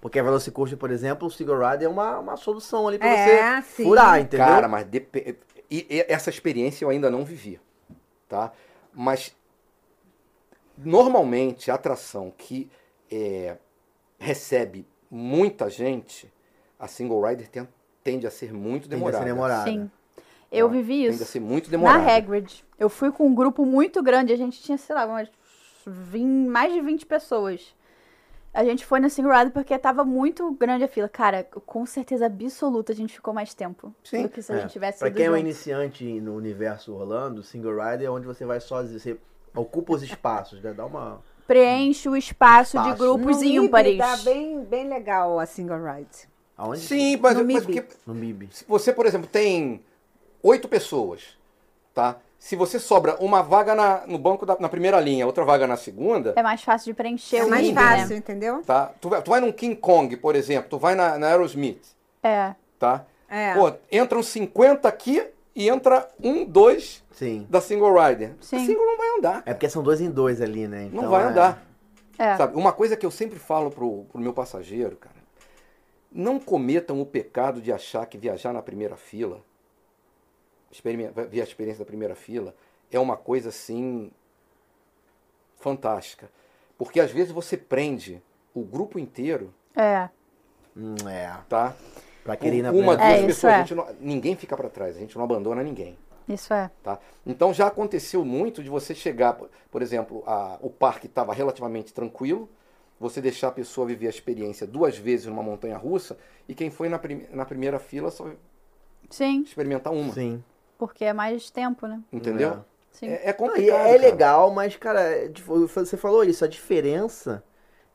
[SPEAKER 2] Porque a Velocicoaster, por exemplo, o single rider é uma, uma solução ali pra
[SPEAKER 4] É,
[SPEAKER 2] você
[SPEAKER 4] sim.
[SPEAKER 2] furar, entendeu?
[SPEAKER 3] Cara, mas depe- e- e essa experiência eu ainda não vivi, tá? Mas normalmente a atração que é, recebe muita gente, a single rider tem tende a ser muito
[SPEAKER 2] Tende a
[SPEAKER 3] demorada.
[SPEAKER 2] ser demorada.
[SPEAKER 1] Sim. Eu
[SPEAKER 3] Tá?
[SPEAKER 1] vivi
[SPEAKER 3] Tende a
[SPEAKER 1] isso
[SPEAKER 3] ser muito
[SPEAKER 1] na
[SPEAKER 3] demorada.
[SPEAKER 1] Hagrid. Eu fui com um grupo muito grande, a gente tinha, sei lá, umas vin- mais de 20 pessoas. A gente foi na Singurado porque tava muito grande a fila. Cara, com certeza absoluta a gente ficou mais tempo
[SPEAKER 3] Sim,
[SPEAKER 1] do que se a
[SPEAKER 2] é.
[SPEAKER 1] gente tivesse
[SPEAKER 2] Pra
[SPEAKER 1] ido
[SPEAKER 2] quem é um
[SPEAKER 1] junto.
[SPEAKER 2] iniciante no universo Orlando, Single Rider é onde você vai sozinho, você ocupa os espaços, né? Dá uma.
[SPEAKER 1] Preenche o espaço, de
[SPEAKER 2] Espaço.
[SPEAKER 1] grupos
[SPEAKER 4] No
[SPEAKER 1] ímpares.
[SPEAKER 4] MIB Tá bem, bem legal a single ride.
[SPEAKER 2] Aonde?
[SPEAKER 3] Sim, mas,
[SPEAKER 4] No
[SPEAKER 3] mas
[SPEAKER 4] MIB.
[SPEAKER 3] porque
[SPEAKER 2] No MIB.
[SPEAKER 3] se você, por exemplo, tem oito pessoas, tá? Se você sobra uma vaga na- no banco da, na primeira linha, outra vaga na segunda,
[SPEAKER 1] É mais fácil de preencher
[SPEAKER 4] É
[SPEAKER 1] o
[SPEAKER 4] mais
[SPEAKER 1] MIB,
[SPEAKER 4] fácil,
[SPEAKER 1] né?
[SPEAKER 4] entendeu?
[SPEAKER 3] tá? Tu vai, tu vai num King Kong, por exemplo, tu vai na, na Aerosmith,
[SPEAKER 1] É.
[SPEAKER 3] tá?
[SPEAKER 4] É.
[SPEAKER 3] Pô, entram 50 aqui e entra um, dois
[SPEAKER 2] Sim.
[SPEAKER 3] da Single Rider. A
[SPEAKER 1] Sim.
[SPEAKER 3] Single não vai andar.
[SPEAKER 2] É porque são dois em dois ali, né?
[SPEAKER 3] Não
[SPEAKER 2] Então,
[SPEAKER 3] vai
[SPEAKER 2] é-
[SPEAKER 3] andar.
[SPEAKER 1] É.
[SPEAKER 3] Sabe, uma coisa que eu sempre falo pro, pro meu passageiro, cara, não cometam o pecado de achar que viajar na primeira fila, experime- ver a experiência da primeira fila, é uma coisa assim fantástica. Porque às vezes você prende o grupo inteiro,
[SPEAKER 1] É.
[SPEAKER 2] Hum, é.
[SPEAKER 3] tá?
[SPEAKER 2] Pra
[SPEAKER 3] Por
[SPEAKER 2] querer ir na
[SPEAKER 3] uma,
[SPEAKER 2] primeira-
[SPEAKER 1] É,
[SPEAKER 3] duas
[SPEAKER 1] isso
[SPEAKER 3] pessoas, a
[SPEAKER 1] é.
[SPEAKER 3] gente não- ninguém fica pra trás, a gente não abandona ninguém.
[SPEAKER 1] Isso é.
[SPEAKER 3] Tá? Então já aconteceu muito de você chegar, por- por exemplo, a- o parque estava relativamente tranquilo, você deixar a pessoa viver a experiência duas vezes numa montanha russa e quem foi na, prim- na primeira fila só
[SPEAKER 1] Sim,
[SPEAKER 3] experimentar uma.
[SPEAKER 2] Sim.
[SPEAKER 1] porque é mais tempo, né?
[SPEAKER 3] Entendeu?
[SPEAKER 1] Sim.
[SPEAKER 3] É, é
[SPEAKER 2] Não, e
[SPEAKER 3] complicado.
[SPEAKER 2] é
[SPEAKER 3] cara.
[SPEAKER 2] legal, mas, cara, é, tipo, você falou isso, a diferença,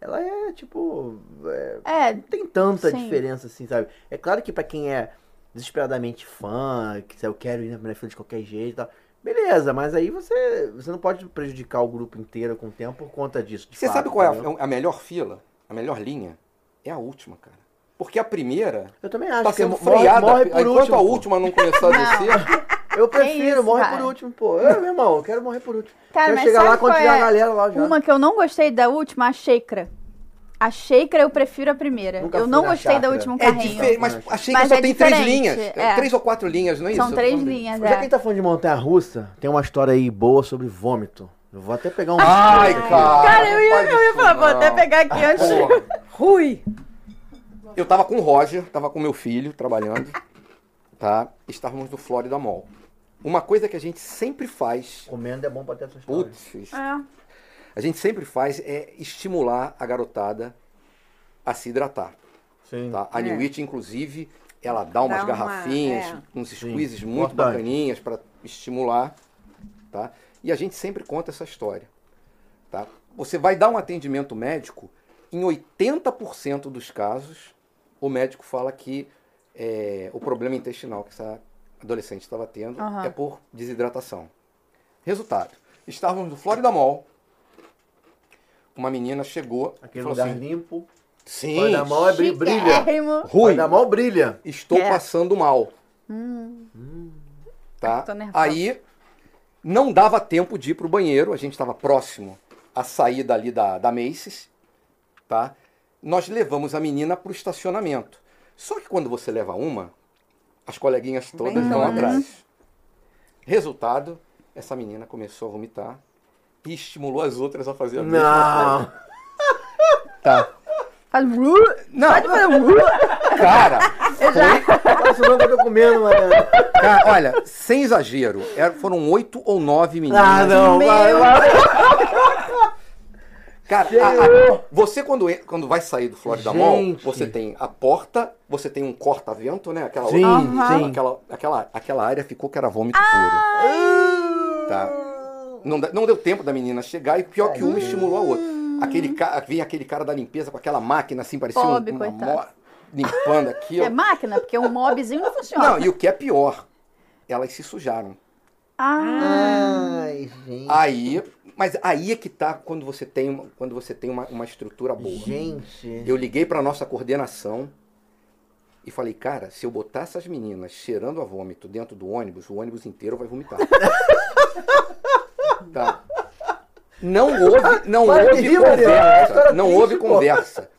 [SPEAKER 2] ela é, tipo, é,
[SPEAKER 1] É,
[SPEAKER 2] não tem tanta
[SPEAKER 1] Sim.
[SPEAKER 2] diferença assim, sabe? É claro que pra quem é desesperadamente fã, que sabe, eu quero ir na primeira fila de qualquer jeito e tal, beleza, mas aí você, você não pode prejudicar o grupo inteiro com o tempo por conta disso. de
[SPEAKER 3] Você
[SPEAKER 2] fato,
[SPEAKER 3] sabe qual
[SPEAKER 2] entendeu?
[SPEAKER 3] é a, a melhor fila, a melhor linha? É a última, cara. Porque a primeira
[SPEAKER 2] Eu também
[SPEAKER 3] está
[SPEAKER 2] acho que
[SPEAKER 3] Tá sendo
[SPEAKER 2] mo- morre,
[SPEAKER 3] freada.
[SPEAKER 2] morre por
[SPEAKER 3] enquanto
[SPEAKER 2] último.
[SPEAKER 3] a
[SPEAKER 2] pô.
[SPEAKER 3] última não começar a descer,
[SPEAKER 2] Eu prefiro,
[SPEAKER 1] É isso,
[SPEAKER 2] morre
[SPEAKER 1] cara.
[SPEAKER 2] por último, pô. Eu, meu irmão, eu quero morrer por último.
[SPEAKER 1] Cara,
[SPEAKER 2] quero
[SPEAKER 1] mas
[SPEAKER 2] chegar
[SPEAKER 1] sabe
[SPEAKER 2] lá quando
[SPEAKER 1] qual
[SPEAKER 2] tiver a
[SPEAKER 1] é
[SPEAKER 2] galera lá já.
[SPEAKER 1] uma que eu não gostei da última, a Sheikra. A Sheikra eu prefiro a primeira.
[SPEAKER 2] Nunca
[SPEAKER 1] eu
[SPEAKER 2] fui
[SPEAKER 1] não
[SPEAKER 2] na
[SPEAKER 1] gostei da
[SPEAKER 2] chácara.
[SPEAKER 1] última um
[SPEAKER 3] é
[SPEAKER 1] carrinho.
[SPEAKER 3] diferente. Mas achei que
[SPEAKER 1] Mas
[SPEAKER 3] só
[SPEAKER 1] é
[SPEAKER 3] tem três
[SPEAKER 1] diferente,
[SPEAKER 3] linhas.
[SPEAKER 1] é.
[SPEAKER 3] Três ou quatro linhas, não é isso?
[SPEAKER 1] São três
[SPEAKER 3] Não tem-
[SPEAKER 1] linhas,
[SPEAKER 2] Já que a
[SPEAKER 1] é.
[SPEAKER 2] gente tá falando de montanha russa, tem uma história aí boa sobre vômito. Eu vou até pegar um.
[SPEAKER 3] Ai, cara.
[SPEAKER 1] Cara, eu ia,
[SPEAKER 3] não faz
[SPEAKER 1] eu ia
[SPEAKER 3] isso,
[SPEAKER 1] falar, vou
[SPEAKER 3] não.
[SPEAKER 1] até pegar aqui antes.
[SPEAKER 3] Porra.
[SPEAKER 4] Rui!
[SPEAKER 3] Eu tava com o Roger, tava com meu filho trabalhando, tá? Estávamos no Florida Mall. Uma coisa que a gente sempre faz,
[SPEAKER 2] Comendo é bom pra ter essa história.
[SPEAKER 3] putz,
[SPEAKER 1] É,
[SPEAKER 3] a gente sempre faz é estimular a garotada a se hidratar,
[SPEAKER 2] Sim.
[SPEAKER 3] tá? A
[SPEAKER 4] É.
[SPEAKER 3] New It, inclusive, ela dá umas
[SPEAKER 4] uma-
[SPEAKER 3] garrafinhas,
[SPEAKER 4] é.
[SPEAKER 3] uns
[SPEAKER 2] Sim,
[SPEAKER 3] squeezes muito
[SPEAKER 2] importante.
[SPEAKER 3] bacaninhas para estimular, tá? E a gente sempre conta essa história, tá? Você vai dar um atendimento médico, em 80% dos casos, o médico fala que é, o problema intestinal que essa adolescente estava tendo
[SPEAKER 1] Aham.
[SPEAKER 3] é por desidratação. Resultado, estávamos no Florida Mall, uma menina chegou e
[SPEAKER 2] Aquele
[SPEAKER 3] falou
[SPEAKER 2] lugar
[SPEAKER 3] assim,
[SPEAKER 2] limpo.
[SPEAKER 3] sim,
[SPEAKER 2] Vai da mão é bri- brilha.
[SPEAKER 1] chiquérrimo.
[SPEAKER 2] Vai
[SPEAKER 3] Rui,
[SPEAKER 2] da mão brilha.
[SPEAKER 3] Estou
[SPEAKER 1] É.
[SPEAKER 3] passando mal. Tá?
[SPEAKER 1] Hum. Tô nervosa.
[SPEAKER 3] Aí não dava tempo de ir pro banheiro, a gente estava próximo à saída ali da, da Macy's, tá? Nós levamos a menina pro estacionamento. Só que quando você leva uma, as coleguinhas todas
[SPEAKER 4] Vem
[SPEAKER 3] estão
[SPEAKER 4] todas.
[SPEAKER 3] atrás. Resultado, essa menina começou a vomitar e estimulou as outras a fazer a mesma
[SPEAKER 2] Não.
[SPEAKER 3] coisa. Tá.
[SPEAKER 1] Faz blu,
[SPEAKER 3] Não,
[SPEAKER 1] faz blu.
[SPEAKER 3] cara,
[SPEAKER 2] Tá assinando que eu tô comendo, é. mano.
[SPEAKER 3] Cara, olha, sem exagero, era- foram oito ou nove meninas.
[SPEAKER 2] Ah, não. Vai, vai.
[SPEAKER 3] Cara, a- a- você quando, en- quando vai sair do Florida Mall,
[SPEAKER 2] Gente.
[SPEAKER 3] você tem a porta, você tem um corta-vento, né? Aquela
[SPEAKER 2] Sim,
[SPEAKER 1] Aham.
[SPEAKER 2] sim.
[SPEAKER 3] Aquela, aquela, aquela área ficou que era vômito puro. Tá? Não, da- não deu tempo da menina chegar e pior que uma estimulou a outra. Aquele cara, vem aquele cara da limpeza com aquela máquina assim, parecia um,
[SPEAKER 1] Pobre,
[SPEAKER 3] uma
[SPEAKER 1] coitado.
[SPEAKER 3] mó, limpando aqui.
[SPEAKER 1] É
[SPEAKER 3] ó.
[SPEAKER 1] máquina, porque um mobzinho não funciona.
[SPEAKER 3] Não, e o que é pior, elas se sujaram.
[SPEAKER 1] Ah,
[SPEAKER 2] Ai, gente.
[SPEAKER 3] Aí, mas aí é que tá quando você tem uma, quando você tem uma, uma estrutura boa.
[SPEAKER 2] Gente.
[SPEAKER 3] Eu liguei pra nossa coordenação e falei, cara, se eu botar essas meninas cheirando a vômito dentro do ônibus, o ônibus inteiro vai vomitar. tá? Não houve, não
[SPEAKER 2] Para de
[SPEAKER 3] houve
[SPEAKER 2] rir, Mariana. É
[SPEAKER 3] conversa.
[SPEAKER 2] história
[SPEAKER 3] Não
[SPEAKER 2] triste,
[SPEAKER 3] houve
[SPEAKER 2] pô.
[SPEAKER 3] conversa.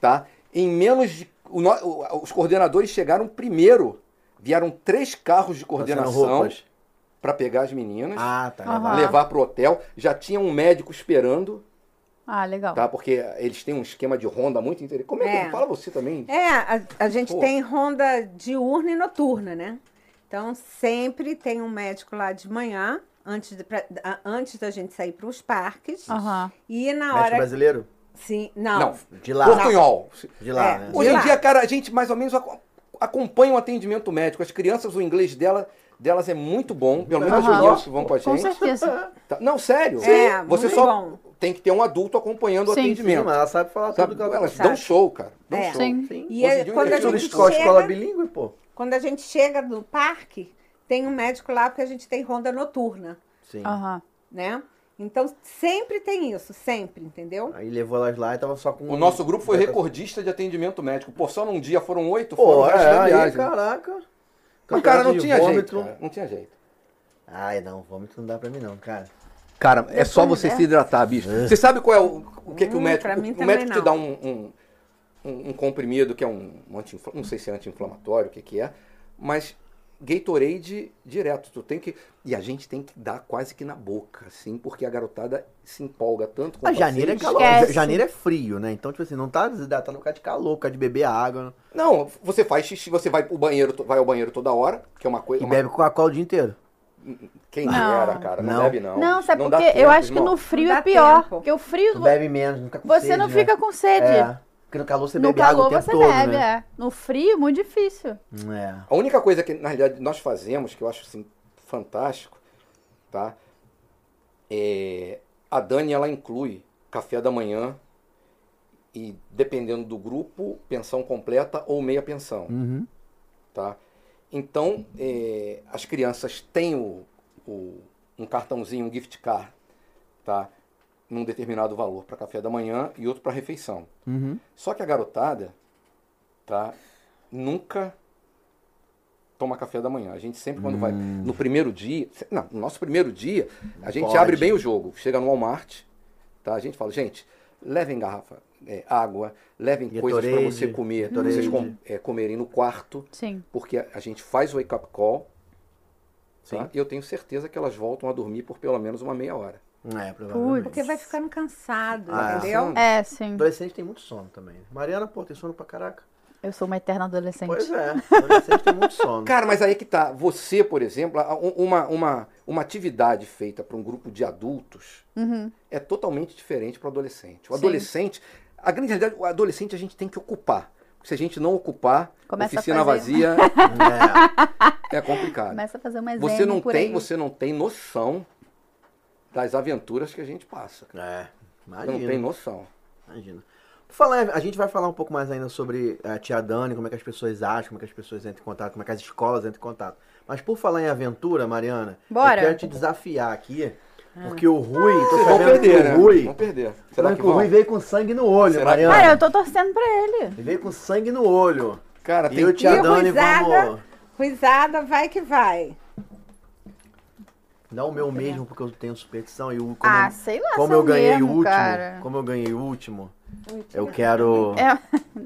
[SPEAKER 3] Tá? Em menos de. o no- o- os coordenadores chegaram primeiro. Vieram três carros de coordenação
[SPEAKER 2] roupas.
[SPEAKER 3] pra pegar as meninas
[SPEAKER 2] Ah, tá.
[SPEAKER 1] Aham.
[SPEAKER 2] legal.
[SPEAKER 3] levar pro hotel. Já tinha um médico esperando,
[SPEAKER 1] Ah, legal.
[SPEAKER 3] tá? Porque eles têm um esquema de ronda muito interessante. Como é que
[SPEAKER 4] É.
[SPEAKER 3] ele fala você também?
[SPEAKER 4] É, a, a gente
[SPEAKER 3] Pô.
[SPEAKER 4] tem ronda diurna e noturna, né? Então, sempre tem um médico lá de manhã, antes, de- pra- a- antes da gente sair para os parques.
[SPEAKER 1] Aham.
[SPEAKER 4] E é na
[SPEAKER 2] Médico
[SPEAKER 4] hora.
[SPEAKER 2] brasileiro?
[SPEAKER 4] Sim,
[SPEAKER 3] Não,
[SPEAKER 4] não.
[SPEAKER 2] De lá.
[SPEAKER 3] portunhol.
[SPEAKER 2] De lá,
[SPEAKER 4] É,
[SPEAKER 2] né?
[SPEAKER 4] De
[SPEAKER 3] Hoje em
[SPEAKER 4] lá.
[SPEAKER 3] dia, cara, a gente mais ou menos ac- acompanha o atendimento médico. As crianças, o inglês dela, delas é muito bom. Pelo menos
[SPEAKER 1] Aham.
[SPEAKER 3] os nossos que vão com a
[SPEAKER 1] Com
[SPEAKER 3] gente.
[SPEAKER 1] certeza.
[SPEAKER 3] Tá- Não, sério.
[SPEAKER 4] É,
[SPEAKER 3] Você
[SPEAKER 4] muito
[SPEAKER 3] só
[SPEAKER 4] bom.
[SPEAKER 3] tem que ter um adulto acompanhando o
[SPEAKER 1] Sim.
[SPEAKER 2] Sim,
[SPEAKER 3] atendimento.
[SPEAKER 2] mas ela sabe falar
[SPEAKER 3] Sabe? é
[SPEAKER 2] tudo que ela
[SPEAKER 3] Elas
[SPEAKER 4] sabe.
[SPEAKER 3] dão show, cara. Dão
[SPEAKER 4] É.
[SPEAKER 3] show.
[SPEAKER 1] Sim.
[SPEAKER 2] Sim.
[SPEAKER 4] E
[SPEAKER 3] Hoje
[SPEAKER 4] é-
[SPEAKER 3] em dia,
[SPEAKER 4] quando, a
[SPEAKER 3] estuda
[SPEAKER 2] Estuda
[SPEAKER 4] gente
[SPEAKER 2] escola, escola
[SPEAKER 4] chega,
[SPEAKER 2] bilíngue, pô.
[SPEAKER 4] quando a gente chega no parque, tem um médico lá porque a gente tem ronda noturna,
[SPEAKER 2] Sim.
[SPEAKER 1] Aham.
[SPEAKER 4] né? Então, sempre tem isso, sempre, entendeu?
[SPEAKER 2] Aí levou elas lá e tava só com...
[SPEAKER 3] O nosso grupo foi recordista de atendimento médico. Pô, só num dia foram oito, foram o
[SPEAKER 2] É. Pô,
[SPEAKER 3] resto
[SPEAKER 2] é,
[SPEAKER 3] da
[SPEAKER 2] aí,
[SPEAKER 3] viagem.
[SPEAKER 2] caraca.
[SPEAKER 3] Mas, cara, não
[SPEAKER 2] De
[SPEAKER 3] tinha
[SPEAKER 2] vômito.
[SPEAKER 3] jeito. cara. Não tinha jeito.
[SPEAKER 2] Ai, não, vômito não dá pra mim não, cara.
[SPEAKER 3] Cara, é só você
[SPEAKER 1] né?
[SPEAKER 3] se hidratar, bicho. Você sabe qual é o, o que, que o
[SPEAKER 4] Hum,
[SPEAKER 3] médico.
[SPEAKER 4] pra mim
[SPEAKER 3] o
[SPEAKER 4] também
[SPEAKER 3] médico te
[SPEAKER 4] não.
[SPEAKER 3] dá um, um, um- um comprimido que é um, um anti não sei se é anti-inflamatório, o que, que é, mas Gatorade direto. Tu tem que. E a gente tem que dar quase que na boca, assim, porque a garotada se empolga tanto com
[SPEAKER 2] Ah,
[SPEAKER 3] o
[SPEAKER 2] janeiro é
[SPEAKER 3] paciente.
[SPEAKER 2] calor.
[SPEAKER 1] Esquece.
[SPEAKER 2] Ja- Janeiro é frio, né? Então, tipo assim, não tá desidratado por causa de calor, por causa de beber água. né?
[SPEAKER 3] Não, você faz xixi, você vai pro banheiro, to- vai ao banheiro toda hora, que é uma coisa.
[SPEAKER 2] E
[SPEAKER 3] Uma...
[SPEAKER 2] bebe Coca-Cola o dia inteiro.
[SPEAKER 3] Quem
[SPEAKER 1] Não.
[SPEAKER 3] dera, cara. Não,
[SPEAKER 2] Não.
[SPEAKER 3] bebe, não.
[SPEAKER 1] Não, sabe
[SPEAKER 3] dá
[SPEAKER 1] por quê?
[SPEAKER 3] tempo,
[SPEAKER 1] eu acho que
[SPEAKER 3] irmão.
[SPEAKER 1] no frio
[SPEAKER 4] Não
[SPEAKER 1] é
[SPEAKER 4] dá
[SPEAKER 1] pior.
[SPEAKER 4] tempo.
[SPEAKER 1] Porque o frio.
[SPEAKER 2] Não bebe menos, não fica com
[SPEAKER 1] Você
[SPEAKER 2] sede,
[SPEAKER 1] não
[SPEAKER 2] né?
[SPEAKER 1] fica com sede.
[SPEAKER 2] É, porque no calor você
[SPEAKER 1] no
[SPEAKER 2] bebe água
[SPEAKER 1] calor
[SPEAKER 2] o tempo
[SPEAKER 1] você
[SPEAKER 2] todo,
[SPEAKER 1] bebe,
[SPEAKER 2] né?
[SPEAKER 1] é. No frio, muito difícil.
[SPEAKER 2] É.
[SPEAKER 3] A única coisa que, na realidade, nós fazemos, que eu acho assim, fantástico, tá? É, a Dani, ela inclui café da manhã e, dependendo do grupo, pensão completa ou meia pensão,
[SPEAKER 2] Uhum.
[SPEAKER 3] tá? Então, é, as crianças têm o, o- um cartãozinho, um gift card, tá? Num determinado valor para café da manhã e outro para refeição.
[SPEAKER 2] Uhum.
[SPEAKER 3] Só que a garotada, tá? Nunca toma café da manhã. A gente sempre quando vai no primeiro dia, não, no nosso primeiro dia, a gente
[SPEAKER 2] Hum. Pode.
[SPEAKER 3] abre bem o jogo. Chega no Walmart, tá? A gente fala, gente, levem garrafa, é, água, levem
[SPEAKER 2] é
[SPEAKER 3] coisas para
[SPEAKER 2] Gatorade,
[SPEAKER 3] você comer, pra
[SPEAKER 2] Gatorade.
[SPEAKER 3] vocês com- é, comerem no quarto,
[SPEAKER 1] Sim.
[SPEAKER 3] porque a gente faz o wake up call, tá?
[SPEAKER 2] Sim.
[SPEAKER 3] E eu tenho certeza que elas voltam a dormir por pelo menos uma meia hora.
[SPEAKER 2] É, provavelmente.
[SPEAKER 4] Porque vai ficando cansado,
[SPEAKER 2] Ah,
[SPEAKER 4] entendeu?
[SPEAKER 1] É, sim.
[SPEAKER 2] Adolescente tem muito sono também. Mariana, pô, tem sono pra caraca.
[SPEAKER 1] Eu sou uma eterna adolescente.
[SPEAKER 2] Pois é, adolescente tem muito sono.
[SPEAKER 3] Cara, mas aí que tá. Você, por exemplo, a- um- uma, uma, uma atividade feita para um grupo de adultos
[SPEAKER 1] Uhum.
[SPEAKER 3] é totalmente diferente para o adolescente. O
[SPEAKER 1] Sim.
[SPEAKER 3] adolescente, a grande realidade, o adolescente a gente tem que ocupar. Porque se a gente não ocupar,
[SPEAKER 1] Começa a
[SPEAKER 3] oficina
[SPEAKER 1] fazer.
[SPEAKER 3] vazia
[SPEAKER 2] É.
[SPEAKER 3] é complicado.
[SPEAKER 1] Começa a fazer uma
[SPEAKER 3] você não
[SPEAKER 1] por
[SPEAKER 3] tem,
[SPEAKER 1] aí.
[SPEAKER 3] você não tem noção das aventuras que a gente passa. cara.
[SPEAKER 2] É.
[SPEAKER 3] Você não tem
[SPEAKER 2] Imagina.
[SPEAKER 3] noção.
[SPEAKER 2] Imagina. Por Falar, a gente vai falar um pouco mais ainda sobre a tia Dani, como é que as pessoas acham, como é que as pessoas entram em contato, como é que as escolas entram em contato. Mas por falar em aventura, Mariana,
[SPEAKER 1] Bora. Ah.
[SPEAKER 2] eu quero te desafiar aqui, porque o Rui, tô
[SPEAKER 3] Vocês vão
[SPEAKER 2] sabendo tá que
[SPEAKER 3] perder, né?
[SPEAKER 2] o Rui,
[SPEAKER 3] Vão perder. Será
[SPEAKER 2] sabendo
[SPEAKER 3] que
[SPEAKER 2] que o Rui
[SPEAKER 3] vão?
[SPEAKER 2] veio com sangue no olho,
[SPEAKER 3] Será que-
[SPEAKER 2] Mariana.
[SPEAKER 1] Cara, eu tô torcendo pra ele.
[SPEAKER 2] Ele veio com sangue no olho.
[SPEAKER 3] Cara,
[SPEAKER 2] E eu
[SPEAKER 3] tem
[SPEAKER 2] te Tia
[SPEAKER 4] e o
[SPEAKER 2] Dani,
[SPEAKER 4] Ruizada,
[SPEAKER 2] vamos-
[SPEAKER 4] Ruizada, vai que vai.
[SPEAKER 2] Não o meu mesmo, porque eu tenho superstição e o como,
[SPEAKER 1] ah, sei lá.
[SPEAKER 2] como
[SPEAKER 1] sou
[SPEAKER 2] eu ganhei
[SPEAKER 1] mesmo,
[SPEAKER 2] o último,
[SPEAKER 1] cara. tá
[SPEAKER 2] como eu ganhei o último, eu
[SPEAKER 4] Ah,
[SPEAKER 2] quero
[SPEAKER 1] É,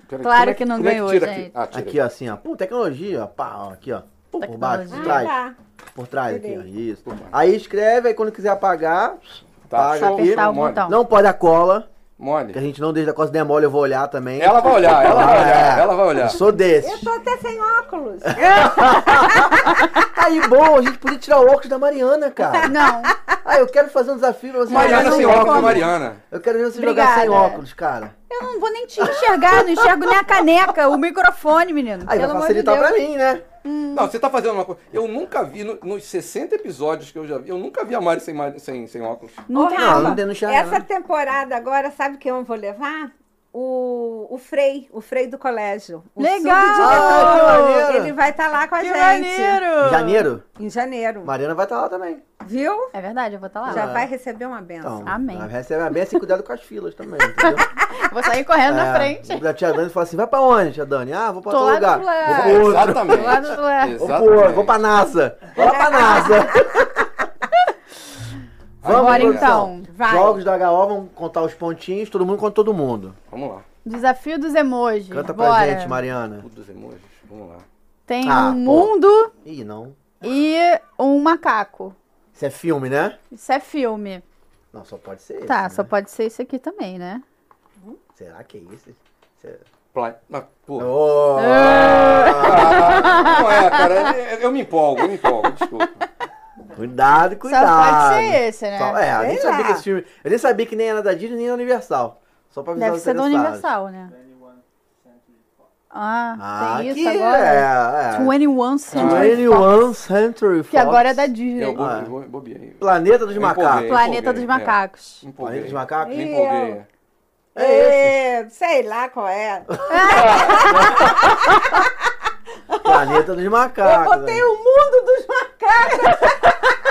[SPEAKER 3] Peraí,
[SPEAKER 1] Claro
[SPEAKER 3] como é
[SPEAKER 1] que não
[SPEAKER 3] como é
[SPEAKER 1] ganhou,
[SPEAKER 3] tira
[SPEAKER 1] gente.
[SPEAKER 3] Aqui? Ah, tira
[SPEAKER 2] aqui ó, assim, ó, pum, tecnologia, ó, pá, ó, aqui ó, pum, por baixo, por
[SPEAKER 1] Tecnologia.
[SPEAKER 2] trás.
[SPEAKER 4] Ah, tá.
[SPEAKER 2] Por trás aqui,
[SPEAKER 4] Tirei.
[SPEAKER 2] ó. Isso.
[SPEAKER 3] Por baixo.
[SPEAKER 2] Aí escreve, aí quando quiser apagar,
[SPEAKER 3] Tá,
[SPEAKER 2] apaga
[SPEAKER 3] show.
[SPEAKER 2] aqui.
[SPEAKER 1] apertar o
[SPEAKER 3] mole.
[SPEAKER 1] botão.
[SPEAKER 2] Não pode dar cola,
[SPEAKER 3] Mole.
[SPEAKER 2] que a gente não deixa a cola, se der mole eu vou olhar também.
[SPEAKER 3] Ela vai olhar, ela vai
[SPEAKER 2] É.
[SPEAKER 3] olhar, ela vai
[SPEAKER 2] Eu
[SPEAKER 3] olhar.
[SPEAKER 2] sou desse.
[SPEAKER 4] Eu tô até sem óculos.
[SPEAKER 2] tá Aí, bom, a gente podia tirar o óculos da Mariana, cara.
[SPEAKER 1] Não.
[SPEAKER 2] Ah, eu quero fazer um desafio pra você
[SPEAKER 3] Mariana
[SPEAKER 2] jogar
[SPEAKER 1] não
[SPEAKER 3] sem
[SPEAKER 1] tem
[SPEAKER 3] óculos,
[SPEAKER 1] como.
[SPEAKER 3] Mariana.
[SPEAKER 2] Eu quero ver você jogar
[SPEAKER 1] Obrigada.
[SPEAKER 2] sem óculos, cara.
[SPEAKER 1] Eu não vou nem te enxergar, não enxergo nem a caneca, o microfone, menino.
[SPEAKER 2] Aí
[SPEAKER 1] Pelo
[SPEAKER 2] vai
[SPEAKER 1] amor de
[SPEAKER 2] facilitar
[SPEAKER 1] Deus.
[SPEAKER 2] pra mim, né?
[SPEAKER 3] Não, você tá fazendo uma coisa. Eu nunca vi, no- nos 60 episódios que eu já vi, eu nunca vi a Mari sem, Mari- sem, sem óculos.
[SPEAKER 1] Não
[SPEAKER 4] Ô,
[SPEAKER 1] tem
[SPEAKER 4] Rafa,
[SPEAKER 2] Não, não tem no né? Instagram,
[SPEAKER 4] Essa
[SPEAKER 2] não.
[SPEAKER 4] temporada agora, sabe quem eu vou levar? O, o Frei, o Frei do colégio. O
[SPEAKER 1] Legal!
[SPEAKER 4] subdiretor.
[SPEAKER 2] Ah, que maneiro!
[SPEAKER 4] Ele vai estar lá com a
[SPEAKER 1] Que
[SPEAKER 4] gente.
[SPEAKER 1] maneiro!
[SPEAKER 2] Em janeiro,
[SPEAKER 4] Em janeiro.
[SPEAKER 2] Mariana vai estar lá também.
[SPEAKER 4] Viu?
[SPEAKER 1] É verdade, eu vou estar lá.
[SPEAKER 4] Já
[SPEAKER 2] Ah.
[SPEAKER 4] vai receber uma benção.
[SPEAKER 2] Então,
[SPEAKER 1] Amém.
[SPEAKER 2] ela Recebe a benção e cuidado com as filas também, entendeu?
[SPEAKER 1] Vou sair correndo na
[SPEAKER 2] É,
[SPEAKER 1] frente.
[SPEAKER 2] A tia Dani fala assim, vai pra onde, tia Dani? Ah, vou pra
[SPEAKER 1] Tô
[SPEAKER 2] outro
[SPEAKER 1] lá
[SPEAKER 2] lugar.
[SPEAKER 1] no
[SPEAKER 2] Vou
[SPEAKER 1] lugar.
[SPEAKER 2] pra É, outro.
[SPEAKER 3] Exatamente.
[SPEAKER 1] Lá do lado.
[SPEAKER 2] Ô, pô, vou pra NASA. Vou lá pra NASA.
[SPEAKER 1] Agora
[SPEAKER 2] produção.
[SPEAKER 1] então,
[SPEAKER 4] vai.
[SPEAKER 2] Jogos da HO vão contar os pontinhos, todo mundo conta todo mundo.
[SPEAKER 3] Vamos lá.
[SPEAKER 1] Desafio dos emojis.
[SPEAKER 2] Canta pra
[SPEAKER 1] Bora.
[SPEAKER 2] gente, Mariana.
[SPEAKER 3] O dos emojis, vamos lá.
[SPEAKER 1] Tem
[SPEAKER 2] Ah,
[SPEAKER 1] um
[SPEAKER 2] pô.
[SPEAKER 1] mundo
[SPEAKER 2] Ih, não.
[SPEAKER 1] e um macaco.
[SPEAKER 2] Isso é filme, né?
[SPEAKER 1] Isso é filme.
[SPEAKER 2] Não, só pode ser esse.
[SPEAKER 1] tá,
[SPEAKER 2] né?
[SPEAKER 1] só pode ser isso aqui também, né?
[SPEAKER 2] Será que é esse? Será-
[SPEAKER 3] Pla- Mas, pô,
[SPEAKER 2] Oh!
[SPEAKER 3] ah, não é, cara, eu- eu me empolgo, eu me empolgo, desculpa.
[SPEAKER 2] Cuidado, cuidado.
[SPEAKER 1] Só pode ser esse, né?
[SPEAKER 2] Só- é, eu nem
[SPEAKER 4] Sei
[SPEAKER 2] sabia
[SPEAKER 4] lá.
[SPEAKER 2] que esse filme. Eu nem sabia que nem era da Disney nem da Universal. Só pra avisar
[SPEAKER 1] Deve
[SPEAKER 2] os
[SPEAKER 1] ser do
[SPEAKER 2] interessados.
[SPEAKER 1] Universal, né? Ah,
[SPEAKER 2] Ah,
[SPEAKER 1] tem
[SPEAKER 2] que
[SPEAKER 1] isso agora?
[SPEAKER 2] é. é.
[SPEAKER 1] 21 Century
[SPEAKER 2] 21 Century Fox.
[SPEAKER 1] Que agora é da Disney.
[SPEAKER 3] Eu bo-
[SPEAKER 2] Ah.
[SPEAKER 3] bo- bobiei.
[SPEAKER 2] Planeta dos
[SPEAKER 3] Eu
[SPEAKER 2] Macacos.
[SPEAKER 3] empolguei.
[SPEAKER 1] Planeta
[SPEAKER 3] empolguei,
[SPEAKER 1] dos
[SPEAKER 3] é.
[SPEAKER 1] Macacos.
[SPEAKER 2] Planeta
[SPEAKER 3] Empolguei.
[SPEAKER 2] dos Macacos?
[SPEAKER 3] Me
[SPEAKER 4] Ih,
[SPEAKER 3] empolguei. é.
[SPEAKER 2] É esse.
[SPEAKER 4] É, sei lá qual é.
[SPEAKER 2] Planeta dos
[SPEAKER 4] Eu
[SPEAKER 2] Macacos.
[SPEAKER 4] botei o mundo dos macacos.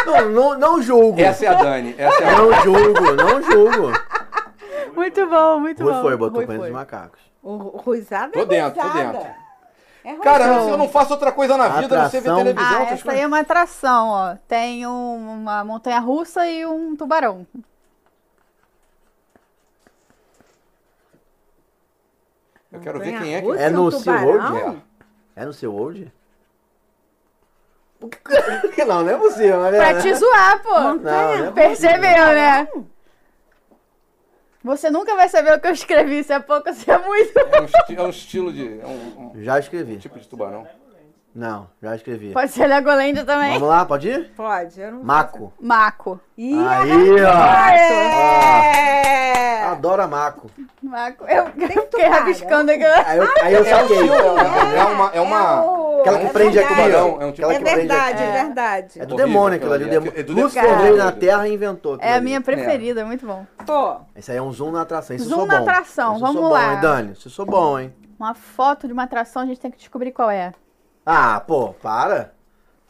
[SPEAKER 2] Não, não, não julgo.
[SPEAKER 3] Essa é a Dani, essa é a
[SPEAKER 2] Não julgo, não julgo.
[SPEAKER 1] Muito bom, muito
[SPEAKER 2] Rui
[SPEAKER 1] bom.
[SPEAKER 2] foi, botou
[SPEAKER 1] Rui
[SPEAKER 2] Planeta
[SPEAKER 1] foi.
[SPEAKER 2] dos Macacos.
[SPEAKER 4] O Ruizada
[SPEAKER 3] Tô
[SPEAKER 4] é
[SPEAKER 3] dentro, tô
[SPEAKER 4] ruizada.
[SPEAKER 3] dentro.
[SPEAKER 4] É ruizada.
[SPEAKER 3] Cara, eu não- eu não faço outra coisa na vida, eu não sei ver
[SPEAKER 2] Atração.
[SPEAKER 3] televisão,
[SPEAKER 1] Ah,
[SPEAKER 3] outras
[SPEAKER 1] essa aí é uma atração, ó. Tem um- uma montanha russa e um tubarão.
[SPEAKER 3] Eu quero
[SPEAKER 4] Tem
[SPEAKER 3] ver
[SPEAKER 4] a
[SPEAKER 3] quem é que
[SPEAKER 4] Rússia,
[SPEAKER 2] É
[SPEAKER 4] um
[SPEAKER 2] no Sea World?
[SPEAKER 4] tubarão?
[SPEAKER 2] É no seu World? Não, não é possível, né?
[SPEAKER 1] Pra te zoar, pô.
[SPEAKER 2] Não, não é
[SPEAKER 1] Percebeu, né? Você nunca vai saber o que eu escrevi, se é pouco, se é muito.
[SPEAKER 3] é. um esti- É um estilo de. É um, um
[SPEAKER 2] Já escrevi.
[SPEAKER 3] tipo de tubarão.
[SPEAKER 2] Não, já escrevi.
[SPEAKER 1] Pode ser Legolândia também.
[SPEAKER 2] Vamos lá, pode ir?
[SPEAKER 4] Pode, eu não
[SPEAKER 2] Maco.
[SPEAKER 1] Maco.
[SPEAKER 4] Ih,
[SPEAKER 2] Aí, ó.
[SPEAKER 4] arrasou. É.
[SPEAKER 2] Adora Maco.
[SPEAKER 1] Maco. Eu, eu fiquei
[SPEAKER 4] tubarão.
[SPEAKER 1] rabiscando aqui.
[SPEAKER 2] Aí eu, aí eu
[SPEAKER 3] É um
[SPEAKER 2] saquei.
[SPEAKER 3] estilo, é uma. É uma, é uma
[SPEAKER 4] o-
[SPEAKER 2] Aquela que
[SPEAKER 4] é
[SPEAKER 2] prende aqui
[SPEAKER 4] verdade.
[SPEAKER 3] tubarão, é um tipo
[SPEAKER 2] Aquela
[SPEAKER 4] É
[SPEAKER 2] que prende
[SPEAKER 4] verdade,
[SPEAKER 2] aqui.
[SPEAKER 4] é verdade.
[SPEAKER 2] É do
[SPEAKER 3] Horrível
[SPEAKER 2] demônio aquilo ali. O
[SPEAKER 3] aquilo ali.
[SPEAKER 2] demônio.
[SPEAKER 3] É do
[SPEAKER 2] Lúcifer
[SPEAKER 4] demônio.
[SPEAKER 2] veio na Terra e inventou aquilo
[SPEAKER 1] É a
[SPEAKER 2] ali.
[SPEAKER 1] minha preferida, muito bom.
[SPEAKER 4] Pô,
[SPEAKER 2] Esse aí é um zoom na atração. Isso eu
[SPEAKER 1] Zoom
[SPEAKER 2] sou
[SPEAKER 1] na
[SPEAKER 2] bom.
[SPEAKER 1] atração,
[SPEAKER 2] Isso eu sou
[SPEAKER 1] vamos
[SPEAKER 2] bom,
[SPEAKER 1] lá.
[SPEAKER 2] hein, Dani? Isso eu sou bom, hein?
[SPEAKER 1] Uma foto de uma atração, a gente tem que descobrir qual é.
[SPEAKER 2] Ah, pô, para.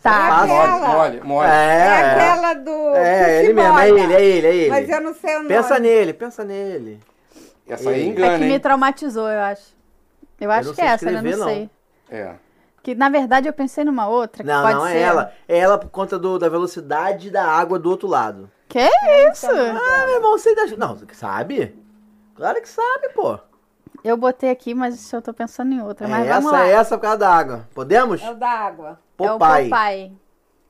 [SPEAKER 1] Tá.
[SPEAKER 4] Será que
[SPEAKER 3] mole,
[SPEAKER 4] é Aquela.
[SPEAKER 3] mole, mole.
[SPEAKER 4] é,
[SPEAKER 2] É,
[SPEAKER 4] aquela do.
[SPEAKER 2] é. É,
[SPEAKER 4] que se
[SPEAKER 2] ele mesmo. É
[SPEAKER 4] molha.
[SPEAKER 2] ele, é ele, é ele.
[SPEAKER 4] Mas eu não sei o nome.
[SPEAKER 2] Pensa nele, pensa nele.
[SPEAKER 3] Essa aí
[SPEAKER 1] É que
[SPEAKER 3] engana,
[SPEAKER 1] me
[SPEAKER 3] hein?
[SPEAKER 1] traumatizou, eu acho. Eu acho
[SPEAKER 2] não
[SPEAKER 1] que é
[SPEAKER 2] sei
[SPEAKER 1] essa, né?
[SPEAKER 2] escrever,
[SPEAKER 1] Não
[SPEAKER 2] não.
[SPEAKER 1] sei.
[SPEAKER 3] É.
[SPEAKER 1] Que na verdade eu pensei numa outra. Que
[SPEAKER 2] Não,
[SPEAKER 1] pode
[SPEAKER 2] não
[SPEAKER 1] ser.
[SPEAKER 2] é ela. É ela por conta do- da velocidade da água do outro lado.
[SPEAKER 1] Que isso?
[SPEAKER 2] Ah, meu irmão, sei das. Não, sabe? Claro que sabe, pô.
[SPEAKER 1] Eu botei aqui, mas eu tô pensando em outra. Então, Mas
[SPEAKER 2] é
[SPEAKER 1] vamos
[SPEAKER 2] essa,
[SPEAKER 1] lá.
[SPEAKER 2] é essa por causa da água. Podemos?
[SPEAKER 4] É o da água.
[SPEAKER 1] É o
[SPEAKER 2] Popeye.
[SPEAKER 1] Popeye.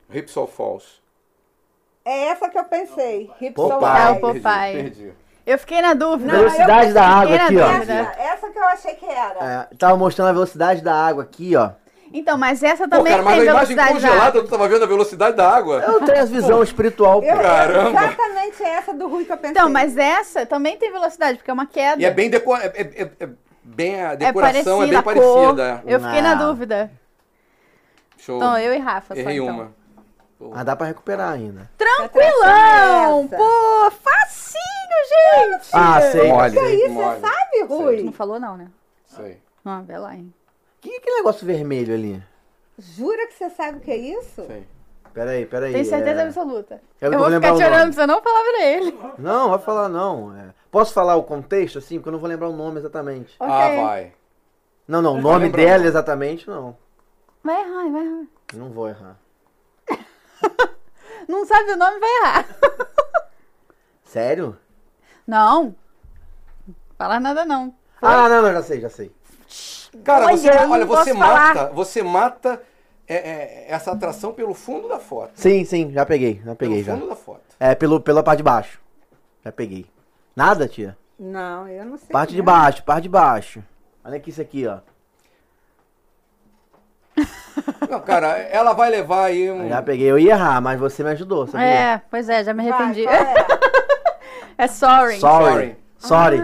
[SPEAKER 3] Ripsol Falls.
[SPEAKER 4] É essa que eu pensei. Hipson
[SPEAKER 2] Popeye.
[SPEAKER 1] É o
[SPEAKER 4] Vai.
[SPEAKER 1] Popeye.
[SPEAKER 3] Perdi, perdi.
[SPEAKER 1] Eu fiquei na dúvida.
[SPEAKER 2] Não, Velocidade eu- da
[SPEAKER 1] fiquei
[SPEAKER 2] água
[SPEAKER 1] na
[SPEAKER 2] aqui, ó.
[SPEAKER 1] dúvida.
[SPEAKER 4] Essa,
[SPEAKER 2] né?
[SPEAKER 4] essa que eu achei que era.
[SPEAKER 2] É, tava mostrando a velocidade da água aqui, ó.
[SPEAKER 1] Então, mas essa
[SPEAKER 3] Pô,
[SPEAKER 1] também
[SPEAKER 3] cara, mas a
[SPEAKER 1] tem
[SPEAKER 3] imagem
[SPEAKER 1] velocidade da água.
[SPEAKER 3] congelada, tu tava vendo a velocidade da água.
[SPEAKER 2] Eu tenho a visão espiritual, pô.
[SPEAKER 4] Eu-
[SPEAKER 3] Caramba.
[SPEAKER 4] Exatamente essa do Rui que eu pensei.
[SPEAKER 1] Então, mas essa também tem velocidade, porque é uma queda.
[SPEAKER 3] E é bem decor... é, é- é- é bem a
[SPEAKER 1] É
[SPEAKER 3] decoração
[SPEAKER 1] parecida,
[SPEAKER 3] é, bem
[SPEAKER 1] a cor.
[SPEAKER 3] parecida. é.
[SPEAKER 1] Eu fiquei na
[SPEAKER 2] Não.
[SPEAKER 1] dúvida.
[SPEAKER 3] Show.
[SPEAKER 1] Então, eu e Rafa só,
[SPEAKER 3] Errei
[SPEAKER 1] então.
[SPEAKER 3] uma.
[SPEAKER 2] Mas dá pra recuperar ainda.
[SPEAKER 1] Tá Tranquilão!
[SPEAKER 4] Essa.
[SPEAKER 1] Pô, facinho, gente!
[SPEAKER 2] Ah, sei.
[SPEAKER 3] Mole.
[SPEAKER 4] Que isso, você
[SPEAKER 3] Mole.
[SPEAKER 1] é
[SPEAKER 4] sabe, Rui?
[SPEAKER 1] Não falou não, né?
[SPEAKER 3] Sei.
[SPEAKER 1] Não, vê lá, hein?
[SPEAKER 2] Que, que negócio vermelho ali?
[SPEAKER 4] Jura que você sabe o que é isso?
[SPEAKER 3] Sei.
[SPEAKER 2] Peraí, peraí.
[SPEAKER 1] Tenho certeza
[SPEAKER 2] é...
[SPEAKER 1] absoluta.
[SPEAKER 2] Eu
[SPEAKER 1] Eu,
[SPEAKER 2] não
[SPEAKER 1] vou
[SPEAKER 2] vou
[SPEAKER 1] ficar te
[SPEAKER 2] lembrar o nome.
[SPEAKER 1] olhando se eu não falar pra ele.
[SPEAKER 2] Não, vai falar não. É, Posso falar o contexto, assim? Porque eu não vou lembrar o nome exatamente.
[SPEAKER 3] Ah,
[SPEAKER 1] Ok.
[SPEAKER 3] vai.
[SPEAKER 2] Não, não, o
[SPEAKER 3] vou
[SPEAKER 2] nome
[SPEAKER 3] lembrar.
[SPEAKER 2] dela exatamente, não.
[SPEAKER 1] Vai errar, vai errar.
[SPEAKER 2] Não vou errar.
[SPEAKER 1] Não sabe o nome, vai errar.
[SPEAKER 2] Sério?
[SPEAKER 1] Não. Falar nada, não.
[SPEAKER 2] Ah, não, não, já sei, já sei.
[SPEAKER 3] Cara,
[SPEAKER 1] Olha,
[SPEAKER 3] você,
[SPEAKER 1] eu não
[SPEAKER 3] olha, você
[SPEAKER 1] posso falar.
[SPEAKER 3] mata, você mata é, é, essa atração pelo fundo da foto.
[SPEAKER 2] Sim, sim, já peguei, já peguei
[SPEAKER 3] pelo
[SPEAKER 2] já.
[SPEAKER 3] fundo da foto.
[SPEAKER 2] É, pelo, pela parte de baixo. Já peguei. Nada, tia?
[SPEAKER 4] Não, eu não sei.
[SPEAKER 2] Parte de
[SPEAKER 4] não.
[SPEAKER 2] baixo, parte de baixo. Olha aqui isso aqui, ó.
[SPEAKER 3] Não, cara, ela vai levar aí um.
[SPEAKER 2] Já peguei. Eu ia errar, mas você me ajudou, sabia?
[SPEAKER 1] É, pois é, já me
[SPEAKER 4] Vai,
[SPEAKER 1] arrependi.
[SPEAKER 4] qual é?
[SPEAKER 1] É sorry. Ah.
[SPEAKER 2] Sorry. Sorry.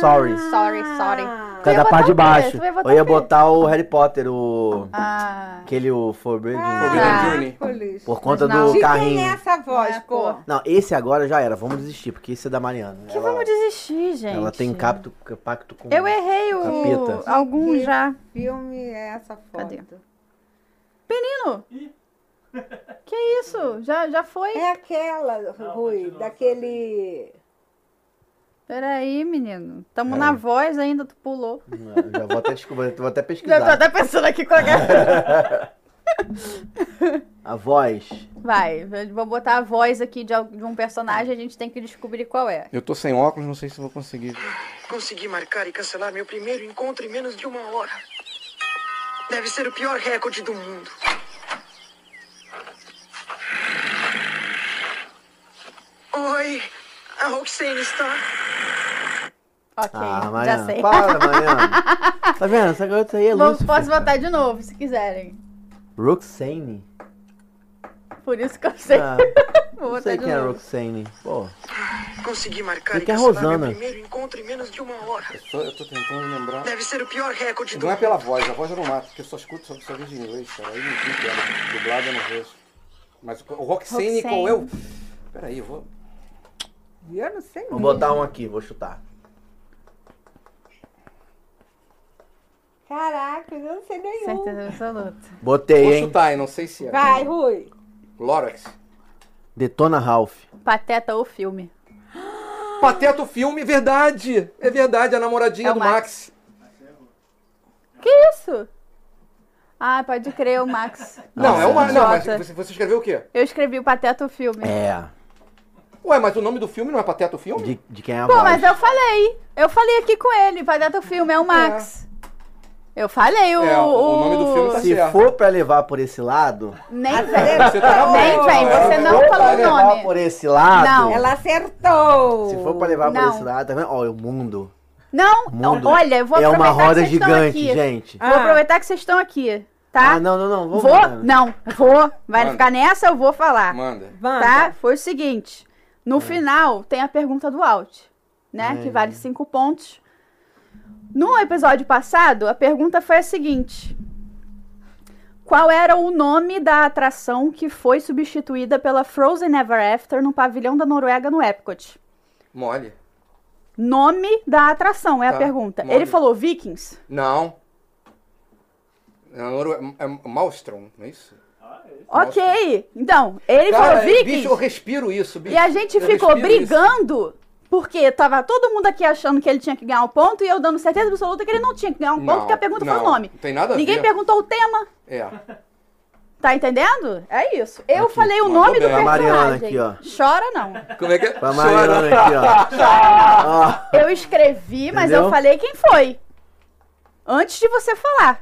[SPEAKER 2] Sorry.
[SPEAKER 1] Sorry, sorry.
[SPEAKER 4] Ah.
[SPEAKER 2] Por causa da
[SPEAKER 1] botar
[SPEAKER 2] parte de
[SPEAKER 1] o quê?
[SPEAKER 2] baixo.
[SPEAKER 1] Tu vai botar
[SPEAKER 2] Eu ia
[SPEAKER 1] o quê?
[SPEAKER 2] botar o Harry Potter, o.
[SPEAKER 1] Ah.
[SPEAKER 2] Aquele o Forbidden.
[SPEAKER 3] Forbidden
[SPEAKER 1] Ah.
[SPEAKER 3] Journey.
[SPEAKER 4] Caracoles.
[SPEAKER 2] Por conta
[SPEAKER 1] Mas não.
[SPEAKER 2] do
[SPEAKER 4] De quem é
[SPEAKER 2] carrinho.
[SPEAKER 4] essa voz,
[SPEAKER 1] É,
[SPEAKER 4] pô?
[SPEAKER 1] pô.
[SPEAKER 2] Não, esse agora já era. Vamos desistir, porque esse é da Mariana.
[SPEAKER 1] Que
[SPEAKER 2] ela,
[SPEAKER 1] vamos desistir, gente.
[SPEAKER 2] ela tem capto, pacto com.
[SPEAKER 1] Eu errei o...
[SPEAKER 2] Capeta.
[SPEAKER 1] algum já.
[SPEAKER 4] Filme é essa foto.
[SPEAKER 1] Cadê? Menino! Que isso? Já, já foi?
[SPEAKER 4] É aquela, Rui, daquele.
[SPEAKER 1] Peraí, menino.
[SPEAKER 2] É.
[SPEAKER 1] Tamo na voz ainda, tu pulou.
[SPEAKER 2] Não, Já vou até descobrir, vou até
[SPEAKER 1] Já tô
[SPEAKER 2] pesquisar.
[SPEAKER 1] até pensando aqui é. com a cara.
[SPEAKER 2] A voz.
[SPEAKER 1] Vai, vou botar a voz aqui de al- de um personagem, a gente tem que descobrir qual é.
[SPEAKER 3] Eu tô sem óculos, não sei se vou conseguir.
[SPEAKER 5] Consegui marcar e cancelar meu primeiro encontro em menos de uma hora. Deve ser o pior recorde do mundo. Oi, A Roxane está.
[SPEAKER 1] Ok,
[SPEAKER 2] Ah,
[SPEAKER 1] já
[SPEAKER 2] Mariana,
[SPEAKER 1] sei.
[SPEAKER 2] para, Mariana. Tá vendo? Essa garota aí é
[SPEAKER 1] Vou-
[SPEAKER 2] Lúcifer.
[SPEAKER 1] posso botar de novo, se quiserem.
[SPEAKER 2] Roxane.
[SPEAKER 1] Por isso que eu sei.
[SPEAKER 2] Ah,
[SPEAKER 1] Vou
[SPEAKER 2] não
[SPEAKER 1] botar
[SPEAKER 2] sei
[SPEAKER 1] de
[SPEAKER 2] quem é
[SPEAKER 1] novo.
[SPEAKER 2] Roxane. Pô,
[SPEAKER 5] Ah, Consegui marcar
[SPEAKER 2] Ele quer
[SPEAKER 5] e cancelar
[SPEAKER 2] Rosana.
[SPEAKER 5] meu primeiro encontro em menos de uma hora.
[SPEAKER 3] Eu tô, eu tô tentando lembrar.
[SPEAKER 5] Deve ser o pior recorde do
[SPEAKER 3] Não é pela voz, a voz eu não mato, porque eu só escuto, só, só vejo em inglês, cara. Aí não tem piada. Dublado eu não vejo. Mas o Roxane,
[SPEAKER 1] Roxane.
[SPEAKER 3] qual eu. Peraí, eu vou.
[SPEAKER 4] Eu não sei
[SPEAKER 2] vou
[SPEAKER 4] mesmo.
[SPEAKER 2] botar um aqui, vou chutar.
[SPEAKER 4] Caraca, eu não sei um. nenhum.
[SPEAKER 1] Certeza absoluta.
[SPEAKER 2] Botei,
[SPEAKER 3] Vou
[SPEAKER 2] hein?
[SPEAKER 3] chutar, hein? Não sei se é.
[SPEAKER 4] Vai, Rui.
[SPEAKER 3] Lorax.
[SPEAKER 2] Detona Ralph.
[SPEAKER 1] Pateta ou filme?
[SPEAKER 3] Pateta o filme, verdade! É verdade, a namoradinha
[SPEAKER 1] É o
[SPEAKER 3] do Max.
[SPEAKER 1] Que isso? Ah, pode crer, o Max.
[SPEAKER 3] Não, é o Max. Não, mas
[SPEAKER 1] Idiota.
[SPEAKER 3] você, você escreveu o quê?
[SPEAKER 1] Eu escrevi o Pateta ou filme.
[SPEAKER 2] É.
[SPEAKER 3] Ué, mas o nome do filme não é Pateta o filme?
[SPEAKER 2] De, de quem é a
[SPEAKER 1] Pô,
[SPEAKER 2] voz?
[SPEAKER 1] mas eu falei. Eu falei aqui com ele, Pateta ou filme, é o Max. Eu falei o.
[SPEAKER 3] É, o- o nome do filme tá
[SPEAKER 2] Se
[SPEAKER 3] certo.
[SPEAKER 2] for pra levar por esse lado.
[SPEAKER 1] Nem vem.
[SPEAKER 3] Você tá na
[SPEAKER 1] Nem
[SPEAKER 3] boa,
[SPEAKER 2] né?
[SPEAKER 1] vem,
[SPEAKER 3] cara.
[SPEAKER 1] você não
[SPEAKER 2] Se
[SPEAKER 1] falou
[SPEAKER 2] for pra
[SPEAKER 1] o
[SPEAKER 2] levar
[SPEAKER 1] nome.
[SPEAKER 2] por esse lado.
[SPEAKER 1] Não.
[SPEAKER 4] Ela acertou.
[SPEAKER 2] Se for pra levar
[SPEAKER 1] Não.
[SPEAKER 2] por esse lado, tá vendo? Ó, o mundo.
[SPEAKER 1] Não,
[SPEAKER 2] Mundo.
[SPEAKER 1] olha, eu vou
[SPEAKER 2] é uma
[SPEAKER 1] aproveitar que
[SPEAKER 2] roda
[SPEAKER 1] vocês estão
[SPEAKER 2] gigante,
[SPEAKER 1] aqui.
[SPEAKER 2] gente.
[SPEAKER 1] Vou
[SPEAKER 4] Ah.
[SPEAKER 1] aproveitar que vocês estão aqui, tá?
[SPEAKER 2] Ah, não, não, não. Vou.
[SPEAKER 1] vou? Não, vou. Vai
[SPEAKER 3] Manda.
[SPEAKER 1] ficar nessa, eu vou falar.
[SPEAKER 3] Manda.
[SPEAKER 4] Wanda.
[SPEAKER 1] Tá? Foi o seguinte.
[SPEAKER 2] É.
[SPEAKER 1] No final, tem a pergunta do out, né? Que vale cinco pontos. No episódio passado, a pergunta foi a seguinte. Qual era o nome da atração que foi substituída pela Frozen Ever After no pavilhão da Noruega no Epcot?
[SPEAKER 3] Mole.
[SPEAKER 1] Nome da atração é
[SPEAKER 3] Tá,
[SPEAKER 1] a pergunta.
[SPEAKER 3] nome.
[SPEAKER 1] Ele falou Vikings?
[SPEAKER 3] Não. Na Norue- É é Malmström, não é isso?
[SPEAKER 1] Ok. Então, ele
[SPEAKER 3] Cara,
[SPEAKER 1] falou Vikings.
[SPEAKER 3] bicho, eu respiro isso, bicho.
[SPEAKER 1] E a gente
[SPEAKER 3] Eu
[SPEAKER 1] ficou
[SPEAKER 3] respiro isso.
[SPEAKER 1] brigando, porque tava todo mundo aqui achando que ele tinha que ganhar um ponto e eu dando certeza absoluta que ele não tinha que ganhar um
[SPEAKER 3] Não,
[SPEAKER 1] ponto, porque a pergunta
[SPEAKER 3] não,
[SPEAKER 1] foi o nome.
[SPEAKER 3] Não tem nada a
[SPEAKER 1] Ninguém
[SPEAKER 3] ver.
[SPEAKER 1] perguntou o tema,
[SPEAKER 3] É.
[SPEAKER 1] tá entendendo? É isso. Eu
[SPEAKER 2] Aqui,
[SPEAKER 1] falei o
[SPEAKER 3] mandou
[SPEAKER 1] nome do
[SPEAKER 3] bem. A
[SPEAKER 1] personagem.
[SPEAKER 2] Mariana aqui, ó.
[SPEAKER 1] Chora não.
[SPEAKER 3] Como é que é?
[SPEAKER 2] Pra Mariana aqui, ó. Ó,
[SPEAKER 1] Eu escrevi, mas eu
[SPEAKER 2] Entendeu?
[SPEAKER 1] falei quem foi. Antes de você falar.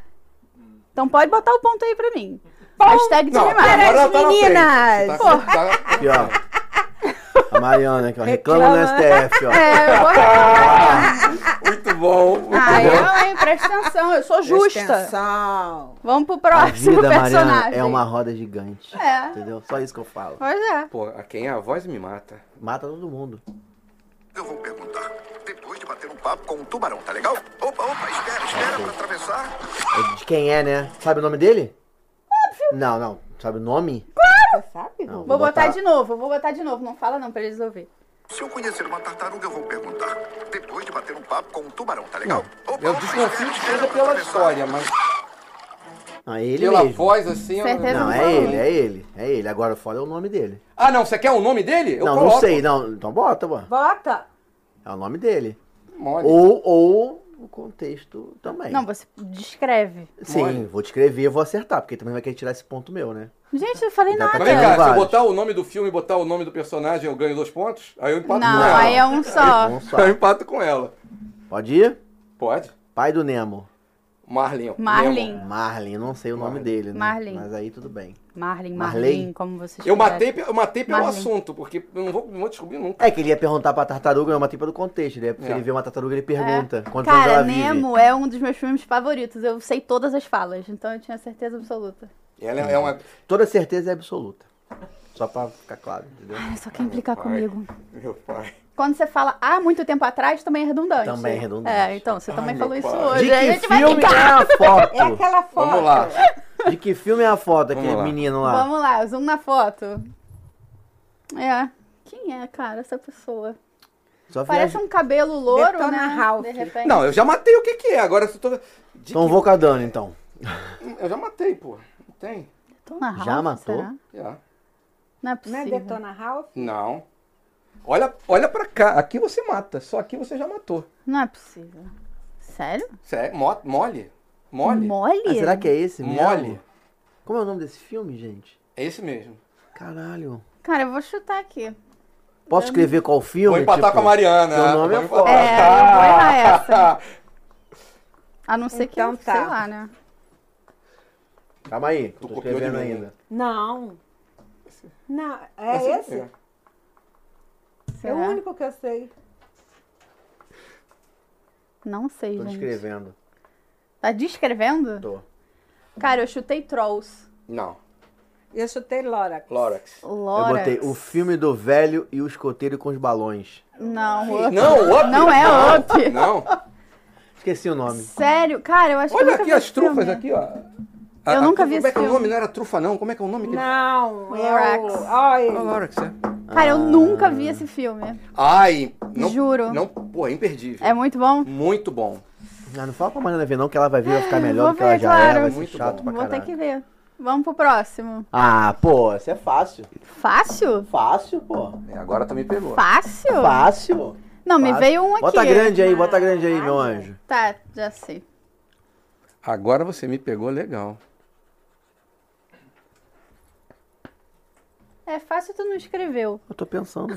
[SPEAKER 1] Então pode botar o ponto aí pra mim. Hashtag
[SPEAKER 3] Não,
[SPEAKER 1] Disney Mais.
[SPEAKER 3] agora ela tá na frente.
[SPEAKER 4] meninas!
[SPEAKER 3] Tá- tá-
[SPEAKER 2] aqui, ó. A Mariana aqui, ó. Reclama no
[SPEAKER 4] Reclama.
[SPEAKER 2] STF, ó.
[SPEAKER 1] É, eu vou...
[SPEAKER 3] Muito bom, muito
[SPEAKER 1] Ah,
[SPEAKER 3] bom.
[SPEAKER 1] eu, hein, presta atenção, eu sou
[SPEAKER 4] Presta
[SPEAKER 1] justa.
[SPEAKER 4] atenção.
[SPEAKER 1] Vamos pro
[SPEAKER 2] A
[SPEAKER 1] próximo
[SPEAKER 2] vida,
[SPEAKER 1] personagem.
[SPEAKER 2] Mariana, é uma roda gigante.
[SPEAKER 1] É.
[SPEAKER 2] Entendeu? Só isso que eu falo.
[SPEAKER 1] Pois é.
[SPEAKER 3] Pô, a quem é a voz me mata.
[SPEAKER 2] Mata todo mundo.
[SPEAKER 6] Eu vou perguntar. Depois de bater um papo com um tubarão, tá legal? Opa, opa, espera, espera pra atravessar.
[SPEAKER 2] É De quem é, né? Sabe o nome dele? Óbvio. Não, não. Sabe o nome?
[SPEAKER 4] Você sabe?
[SPEAKER 2] Não,
[SPEAKER 1] Vou botar de novo, vou botar de novo. Não fala não pra eles ouvir.
[SPEAKER 6] Se eu conhecer uma tartaruga, eu vou perguntar. Depois de bater um papo com um tubarão, tá legal? Opa,
[SPEAKER 3] Eu
[SPEAKER 6] opa,
[SPEAKER 3] desconfio
[SPEAKER 6] espera,
[SPEAKER 3] que
[SPEAKER 6] espera
[SPEAKER 3] seja
[SPEAKER 6] pra
[SPEAKER 3] pela
[SPEAKER 6] atravessar.
[SPEAKER 3] história, mas
[SPEAKER 2] Não, é ele
[SPEAKER 3] pela
[SPEAKER 2] mesmo.
[SPEAKER 3] voz assim. eu-
[SPEAKER 1] Certeza.
[SPEAKER 2] Não, é
[SPEAKER 1] Não. né?
[SPEAKER 2] ele, é ele. É ele. Agora o foda é o nome dele.
[SPEAKER 3] Ah, não, você quer o nome dele? Eu
[SPEAKER 2] não,
[SPEAKER 3] coloco.
[SPEAKER 2] não sei. Não. Então bota, pô.
[SPEAKER 4] Bota.
[SPEAKER 2] É o nome dele.
[SPEAKER 3] Mole.
[SPEAKER 2] Ou, ou o contexto também.
[SPEAKER 1] Não, você descreve.
[SPEAKER 2] Sim,
[SPEAKER 3] Mole.
[SPEAKER 2] vou te escrever e vou acertar, porque também vai querer tirar esse ponto meu, né?
[SPEAKER 1] Gente, eu falei
[SPEAKER 2] Dá pra
[SPEAKER 1] nada.
[SPEAKER 3] Mas vem cá, se eu
[SPEAKER 2] vários.
[SPEAKER 3] botar o nome do filme e botar o nome do personagem, eu ganho dois pontos? Aí eu empato com
[SPEAKER 1] Não,
[SPEAKER 3] ela.
[SPEAKER 1] aí é um só.
[SPEAKER 2] Vamos
[SPEAKER 3] Aí eu
[SPEAKER 2] lá.
[SPEAKER 3] empato com ela.
[SPEAKER 2] Pode ir?
[SPEAKER 3] Pode?
[SPEAKER 2] Pai do Nemo.
[SPEAKER 3] Marlin.
[SPEAKER 1] Marlin.
[SPEAKER 3] Nemo.
[SPEAKER 2] Marlin, eu não sei o nome
[SPEAKER 3] Marlin.
[SPEAKER 2] dele, né?
[SPEAKER 1] Marlin.
[SPEAKER 2] Mas aí tudo bem.
[SPEAKER 1] Marlin,
[SPEAKER 2] Marley?
[SPEAKER 1] Marlin, como vocês
[SPEAKER 3] Eu
[SPEAKER 1] quiserem.
[SPEAKER 3] matei, pe- eu matei pelo
[SPEAKER 1] Marlin.
[SPEAKER 3] assunto, porque eu não vou, não vou descobrir nunca.
[SPEAKER 2] É que ele ia perguntar pra tartaruga, é eu matei pelo contexto. Ele ia, se
[SPEAKER 3] É.
[SPEAKER 2] ele vê uma tartaruga, ele pergunta quantos anos
[SPEAKER 1] É. Cara,
[SPEAKER 2] ela
[SPEAKER 1] Nemo é um dos meus filmes favoritos. Eu sei todas as falas, então eu tinha certeza absoluta.
[SPEAKER 3] Ela é uma.
[SPEAKER 2] vive. Toda certeza é absoluta. Só pra ficar claro, entendeu?
[SPEAKER 1] Ai, só quer implicar
[SPEAKER 3] Ai.
[SPEAKER 1] comigo.
[SPEAKER 3] Meu pai.
[SPEAKER 1] Quando você fala há muito tempo atrás, também é redundante.
[SPEAKER 2] Também é redundante.
[SPEAKER 1] É, então, você também
[SPEAKER 3] meu
[SPEAKER 1] falou isso
[SPEAKER 3] pai.
[SPEAKER 1] hoje. a
[SPEAKER 2] De
[SPEAKER 1] gente
[SPEAKER 2] que
[SPEAKER 1] vai
[SPEAKER 2] filme
[SPEAKER 1] ficar.
[SPEAKER 2] é a
[SPEAKER 4] É
[SPEAKER 2] foto?
[SPEAKER 4] aquela foto.
[SPEAKER 3] Vamos lá.
[SPEAKER 2] De que filme é a foto,
[SPEAKER 3] Vamos
[SPEAKER 2] aquele
[SPEAKER 3] lá.
[SPEAKER 2] menino lá?
[SPEAKER 1] Vamos lá, zoom na foto. É. Quem é, cara, essa pessoa?
[SPEAKER 2] Só
[SPEAKER 1] Parece
[SPEAKER 2] viaja-
[SPEAKER 1] um cabelo louro,
[SPEAKER 4] Detona
[SPEAKER 1] né?
[SPEAKER 4] Ralph.
[SPEAKER 1] De repente.
[SPEAKER 3] Não, eu já matei o que que é. Agora eu tô. De
[SPEAKER 2] Então
[SPEAKER 3] que-
[SPEAKER 2] vou com a Dani, então.
[SPEAKER 3] Eu já matei, pô. Não tem?
[SPEAKER 1] Detona Ralph,
[SPEAKER 2] Já matou?
[SPEAKER 1] será?
[SPEAKER 3] Já.
[SPEAKER 1] Não é
[SPEAKER 4] Não é
[SPEAKER 1] possível.
[SPEAKER 4] Detona Ralph?
[SPEAKER 3] Não. Olha, olha pra cá. Aqui você mata. Só aqui você já matou.
[SPEAKER 1] Não é possível. Sério?
[SPEAKER 3] Sério? Mo- Mole? Mole?
[SPEAKER 2] Ah, será que é esse mesmo?
[SPEAKER 3] Mole?
[SPEAKER 2] Como é o nome desse filme, gente?
[SPEAKER 3] É esse mesmo.
[SPEAKER 2] Caralho.
[SPEAKER 1] Cara, eu vou chutar aqui.
[SPEAKER 2] Posso escrever qual filme?
[SPEAKER 3] Vou empatar
[SPEAKER 2] tipo?
[SPEAKER 3] com a Mariana.
[SPEAKER 2] Seu nome
[SPEAKER 3] Vou
[SPEAKER 2] é
[SPEAKER 3] empatar.
[SPEAKER 2] foda.
[SPEAKER 1] É, eu vou errar essa. A não ser
[SPEAKER 4] Então
[SPEAKER 1] que,
[SPEAKER 4] tá.
[SPEAKER 1] sei lá, né?
[SPEAKER 2] Calma aí, que eu
[SPEAKER 3] Tu
[SPEAKER 2] tô
[SPEAKER 3] copiou de
[SPEAKER 2] escrevendo
[SPEAKER 3] mim, né?
[SPEAKER 2] ainda.
[SPEAKER 4] Não. Não, é
[SPEAKER 3] Essa-
[SPEAKER 4] esse?
[SPEAKER 3] é.
[SPEAKER 4] É o
[SPEAKER 1] Será?
[SPEAKER 4] único que eu sei.
[SPEAKER 1] Não sei,
[SPEAKER 2] Tô
[SPEAKER 1] gente.
[SPEAKER 2] descrevendo.
[SPEAKER 1] Tá descrevendo?
[SPEAKER 2] Tô.
[SPEAKER 1] Cara, eu chutei Trolls.
[SPEAKER 3] Não.
[SPEAKER 4] Eu chutei Lorax.
[SPEAKER 3] Lorax.
[SPEAKER 1] Lorax.
[SPEAKER 2] Eu botei o filme do velho e o escoteiro com os balões.
[SPEAKER 1] Não, o outro.
[SPEAKER 3] Não, Up!
[SPEAKER 1] Não é Up.
[SPEAKER 3] Não.
[SPEAKER 2] Esqueci o nome.
[SPEAKER 1] Sério? Cara, eu acho que eu
[SPEAKER 3] Olha
[SPEAKER 1] nunca
[SPEAKER 3] aqui
[SPEAKER 1] vi
[SPEAKER 3] as
[SPEAKER 1] esse
[SPEAKER 3] trufas
[SPEAKER 1] filme. né?
[SPEAKER 3] aqui, ó.
[SPEAKER 1] Eu nunca vi
[SPEAKER 3] Como é
[SPEAKER 1] esse
[SPEAKER 3] que é o
[SPEAKER 1] filme.
[SPEAKER 3] nome? Não era trufa, não. Como é que é o nome? que-
[SPEAKER 4] Não, é o...
[SPEAKER 1] Lorax.
[SPEAKER 3] Ah,
[SPEAKER 4] Olha,
[SPEAKER 3] Lorax, é.
[SPEAKER 1] Cara, eu nunca vi esse filme.
[SPEAKER 3] Ai, não.
[SPEAKER 1] Juro.
[SPEAKER 3] Não, pô, é imperdível.
[SPEAKER 1] É muito bom?
[SPEAKER 3] Muito bom.
[SPEAKER 2] Ah, não fala pra Mariana ver não, que ela vai ver, vai ficar melhor
[SPEAKER 1] Ah, Vou
[SPEAKER 2] do que ela
[SPEAKER 1] ver,
[SPEAKER 2] já
[SPEAKER 1] claro.
[SPEAKER 2] é. Vai ser
[SPEAKER 3] Muito
[SPEAKER 2] chato
[SPEAKER 3] bom.
[SPEAKER 2] pra
[SPEAKER 1] Vou ter
[SPEAKER 2] caralho.
[SPEAKER 1] que ver. Vamos pro próximo.
[SPEAKER 2] Ah, pô, isso é fácil.
[SPEAKER 1] Fácil?
[SPEAKER 2] Fácil, pô.
[SPEAKER 3] É, agora também pegou.
[SPEAKER 1] Fácil?
[SPEAKER 2] Fácil.
[SPEAKER 1] Não, me
[SPEAKER 2] Fácil.
[SPEAKER 1] veio um aqui.
[SPEAKER 2] Bota grande aí, bota grande aí, meu anjo.
[SPEAKER 1] Tá, já sei.
[SPEAKER 3] Agora você me pegou legal.
[SPEAKER 1] É fácil tu não escreveu.
[SPEAKER 2] Eu tô pensando.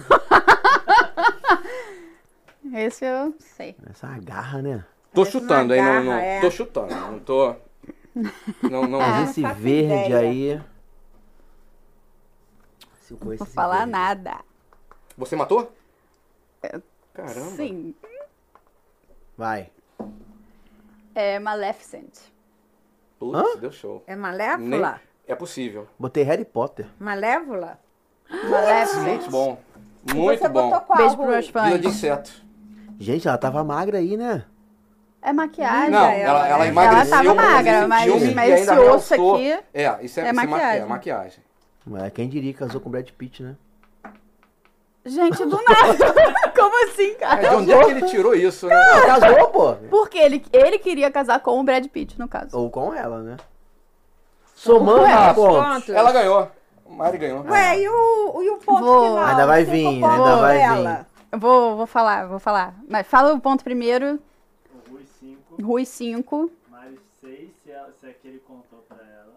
[SPEAKER 1] Esse eu sei.
[SPEAKER 2] Essa garra, né?
[SPEAKER 3] Tô
[SPEAKER 4] Parece uma
[SPEAKER 3] chutando aí, não,
[SPEAKER 4] garra,
[SPEAKER 3] não.
[SPEAKER 4] é.
[SPEAKER 3] Tô chutando, não tô. Não,
[SPEAKER 1] É,
[SPEAKER 3] não.
[SPEAKER 2] Mas
[SPEAKER 4] não
[SPEAKER 2] esse
[SPEAKER 4] faço
[SPEAKER 2] verde
[SPEAKER 4] ideia.
[SPEAKER 2] aí. Se eu
[SPEAKER 1] Não
[SPEAKER 2] conheço
[SPEAKER 1] vou
[SPEAKER 2] esse
[SPEAKER 1] falar
[SPEAKER 2] verde.
[SPEAKER 1] nada.
[SPEAKER 3] Você matou? Caramba.
[SPEAKER 1] É, Sim.
[SPEAKER 2] Vai.
[SPEAKER 1] É Maleficent.
[SPEAKER 3] Putz, deu show.
[SPEAKER 4] é Malévola?
[SPEAKER 3] É possível.
[SPEAKER 2] Botei Harry Potter.
[SPEAKER 4] Malévola?
[SPEAKER 3] Hum.
[SPEAKER 1] Maleficent.
[SPEAKER 3] Muito bom. Muito
[SPEAKER 4] Você
[SPEAKER 3] bom.
[SPEAKER 4] botou qual?
[SPEAKER 1] Beijo pros meus
[SPEAKER 3] Vida
[SPEAKER 1] fãs.
[SPEAKER 3] de inseto.
[SPEAKER 2] Gente, ela tava magra aí, né?
[SPEAKER 1] É maquiagem.
[SPEAKER 3] Não,
[SPEAKER 4] Ainda
[SPEAKER 3] ela,
[SPEAKER 4] ela,
[SPEAKER 3] ela
[SPEAKER 4] né?
[SPEAKER 3] emagreceu.
[SPEAKER 1] Ela tava
[SPEAKER 3] mas
[SPEAKER 1] magra,
[SPEAKER 3] esse
[SPEAKER 1] mas-
[SPEAKER 3] filme
[SPEAKER 1] mas
[SPEAKER 3] ainda
[SPEAKER 1] esse osso
[SPEAKER 3] realçou-
[SPEAKER 1] aqui
[SPEAKER 3] É, isso é,
[SPEAKER 1] é
[SPEAKER 3] isso ma-
[SPEAKER 1] maquiagem.
[SPEAKER 3] é maquiagem.
[SPEAKER 2] Mas Quem diria que casou com o Brad Pitt, né?
[SPEAKER 1] Gente, do nada. Como assim,
[SPEAKER 3] É, de
[SPEAKER 1] cara?
[SPEAKER 3] onde é que ele tirou isso, né?
[SPEAKER 2] Ela casou, pô.
[SPEAKER 1] Porque ele, ele queria casar com o Brad Pitt, no caso.
[SPEAKER 2] Ou com ela, né? Somando os pontos.
[SPEAKER 3] Ela ganhou. Mari ganhou.
[SPEAKER 4] Ué, e o, e o ponto
[SPEAKER 1] Vou.
[SPEAKER 4] final?
[SPEAKER 2] Ainda vai
[SPEAKER 4] Cinco
[SPEAKER 2] vir, ainda
[SPEAKER 4] pontos
[SPEAKER 2] vai
[SPEAKER 4] dela.
[SPEAKER 2] vir.
[SPEAKER 1] Eu vou, vou falar, vou falar. Mas fala o ponto primeiro. Rui 5.
[SPEAKER 7] Mário 6, se, ela- se aquele contou pra ela.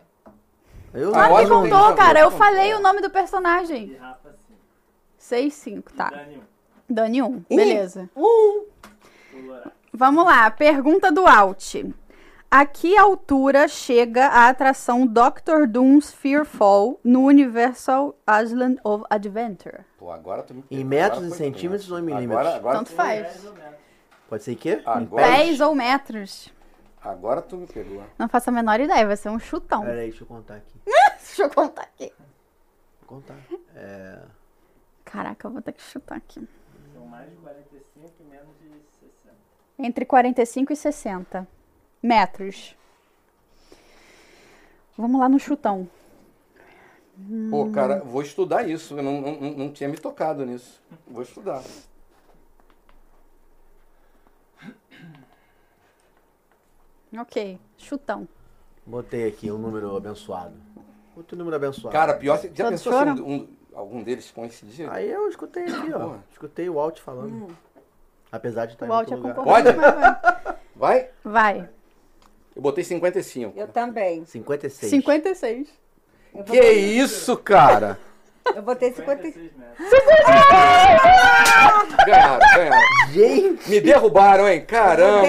[SPEAKER 2] Eu
[SPEAKER 1] Claro
[SPEAKER 3] Ah,
[SPEAKER 1] que
[SPEAKER 3] eu não
[SPEAKER 1] contou,
[SPEAKER 3] entendi.
[SPEAKER 1] cara. Eu
[SPEAKER 3] Não,
[SPEAKER 1] falei
[SPEAKER 3] é.
[SPEAKER 1] o nome do
[SPEAKER 7] E
[SPEAKER 1] personagem.
[SPEAKER 7] Rafa 5.
[SPEAKER 1] 6, 5, tá.
[SPEAKER 7] Dani 1.
[SPEAKER 1] Dani 1, beleza.
[SPEAKER 7] O Lorax.
[SPEAKER 1] Vamos lá, pergunta do Alt. A que altura chega a atração Doctor Doom's Fearfall no Universal Island of Adventure?
[SPEAKER 3] Pô, agora tu me
[SPEAKER 2] Em
[SPEAKER 3] pegou.
[SPEAKER 2] metros,
[SPEAKER 3] Agora
[SPEAKER 2] em
[SPEAKER 3] foi
[SPEAKER 2] centímetros
[SPEAKER 3] tenso.
[SPEAKER 2] ou em
[SPEAKER 3] Agora,
[SPEAKER 2] milímetros?
[SPEAKER 3] agora,
[SPEAKER 1] Tanto
[SPEAKER 3] tu-
[SPEAKER 1] faz.
[SPEAKER 2] Pode ser que?
[SPEAKER 3] Agora,
[SPEAKER 1] Pés ou metros?
[SPEAKER 3] agora tu me pegou.
[SPEAKER 1] Não faço a menor ideia, vai ser um chutão.
[SPEAKER 3] É.
[SPEAKER 2] Pera aí, deixa eu contar aqui.
[SPEAKER 1] Deixa eu contar aqui.
[SPEAKER 2] Vou contar.
[SPEAKER 1] Caraca, eu vou ter que chutar aqui.
[SPEAKER 7] São mais de 45 e menos de 60.
[SPEAKER 1] Entre 45 e 60 metros. Vamos lá no chutão.
[SPEAKER 3] Pô, cara, vou estudar isso. Eu não, não, não- não tinha me tocado nisso. Vou estudar.
[SPEAKER 1] Ok, chutão.
[SPEAKER 2] Botei aqui um número abençoado. Outro número abençoado.
[SPEAKER 3] Cara, pior, você já
[SPEAKER 1] Todos
[SPEAKER 3] pensou se
[SPEAKER 1] choram?
[SPEAKER 3] um, um- algum deles coincidir?
[SPEAKER 2] Aí eu escutei aqui, ó.
[SPEAKER 3] Porra.
[SPEAKER 2] Escutei o Alt falando. Apesar de estar
[SPEAKER 1] Hum. O Alt
[SPEAKER 2] em
[SPEAKER 1] é
[SPEAKER 2] outro lugar.
[SPEAKER 1] concorrente.
[SPEAKER 3] Pode?
[SPEAKER 1] mas vai.
[SPEAKER 3] Vai?
[SPEAKER 1] Vai.
[SPEAKER 3] Eu botei 55.
[SPEAKER 4] Eu também.
[SPEAKER 2] 56.
[SPEAKER 1] 56.
[SPEAKER 4] Eu
[SPEAKER 3] Que
[SPEAKER 4] botei,
[SPEAKER 3] isso, cara?
[SPEAKER 4] eu botei 50.
[SPEAKER 7] 56 metros.
[SPEAKER 3] Ganharam, ganharam.
[SPEAKER 2] Gente,
[SPEAKER 3] Me derrubaram, hein? Caramba!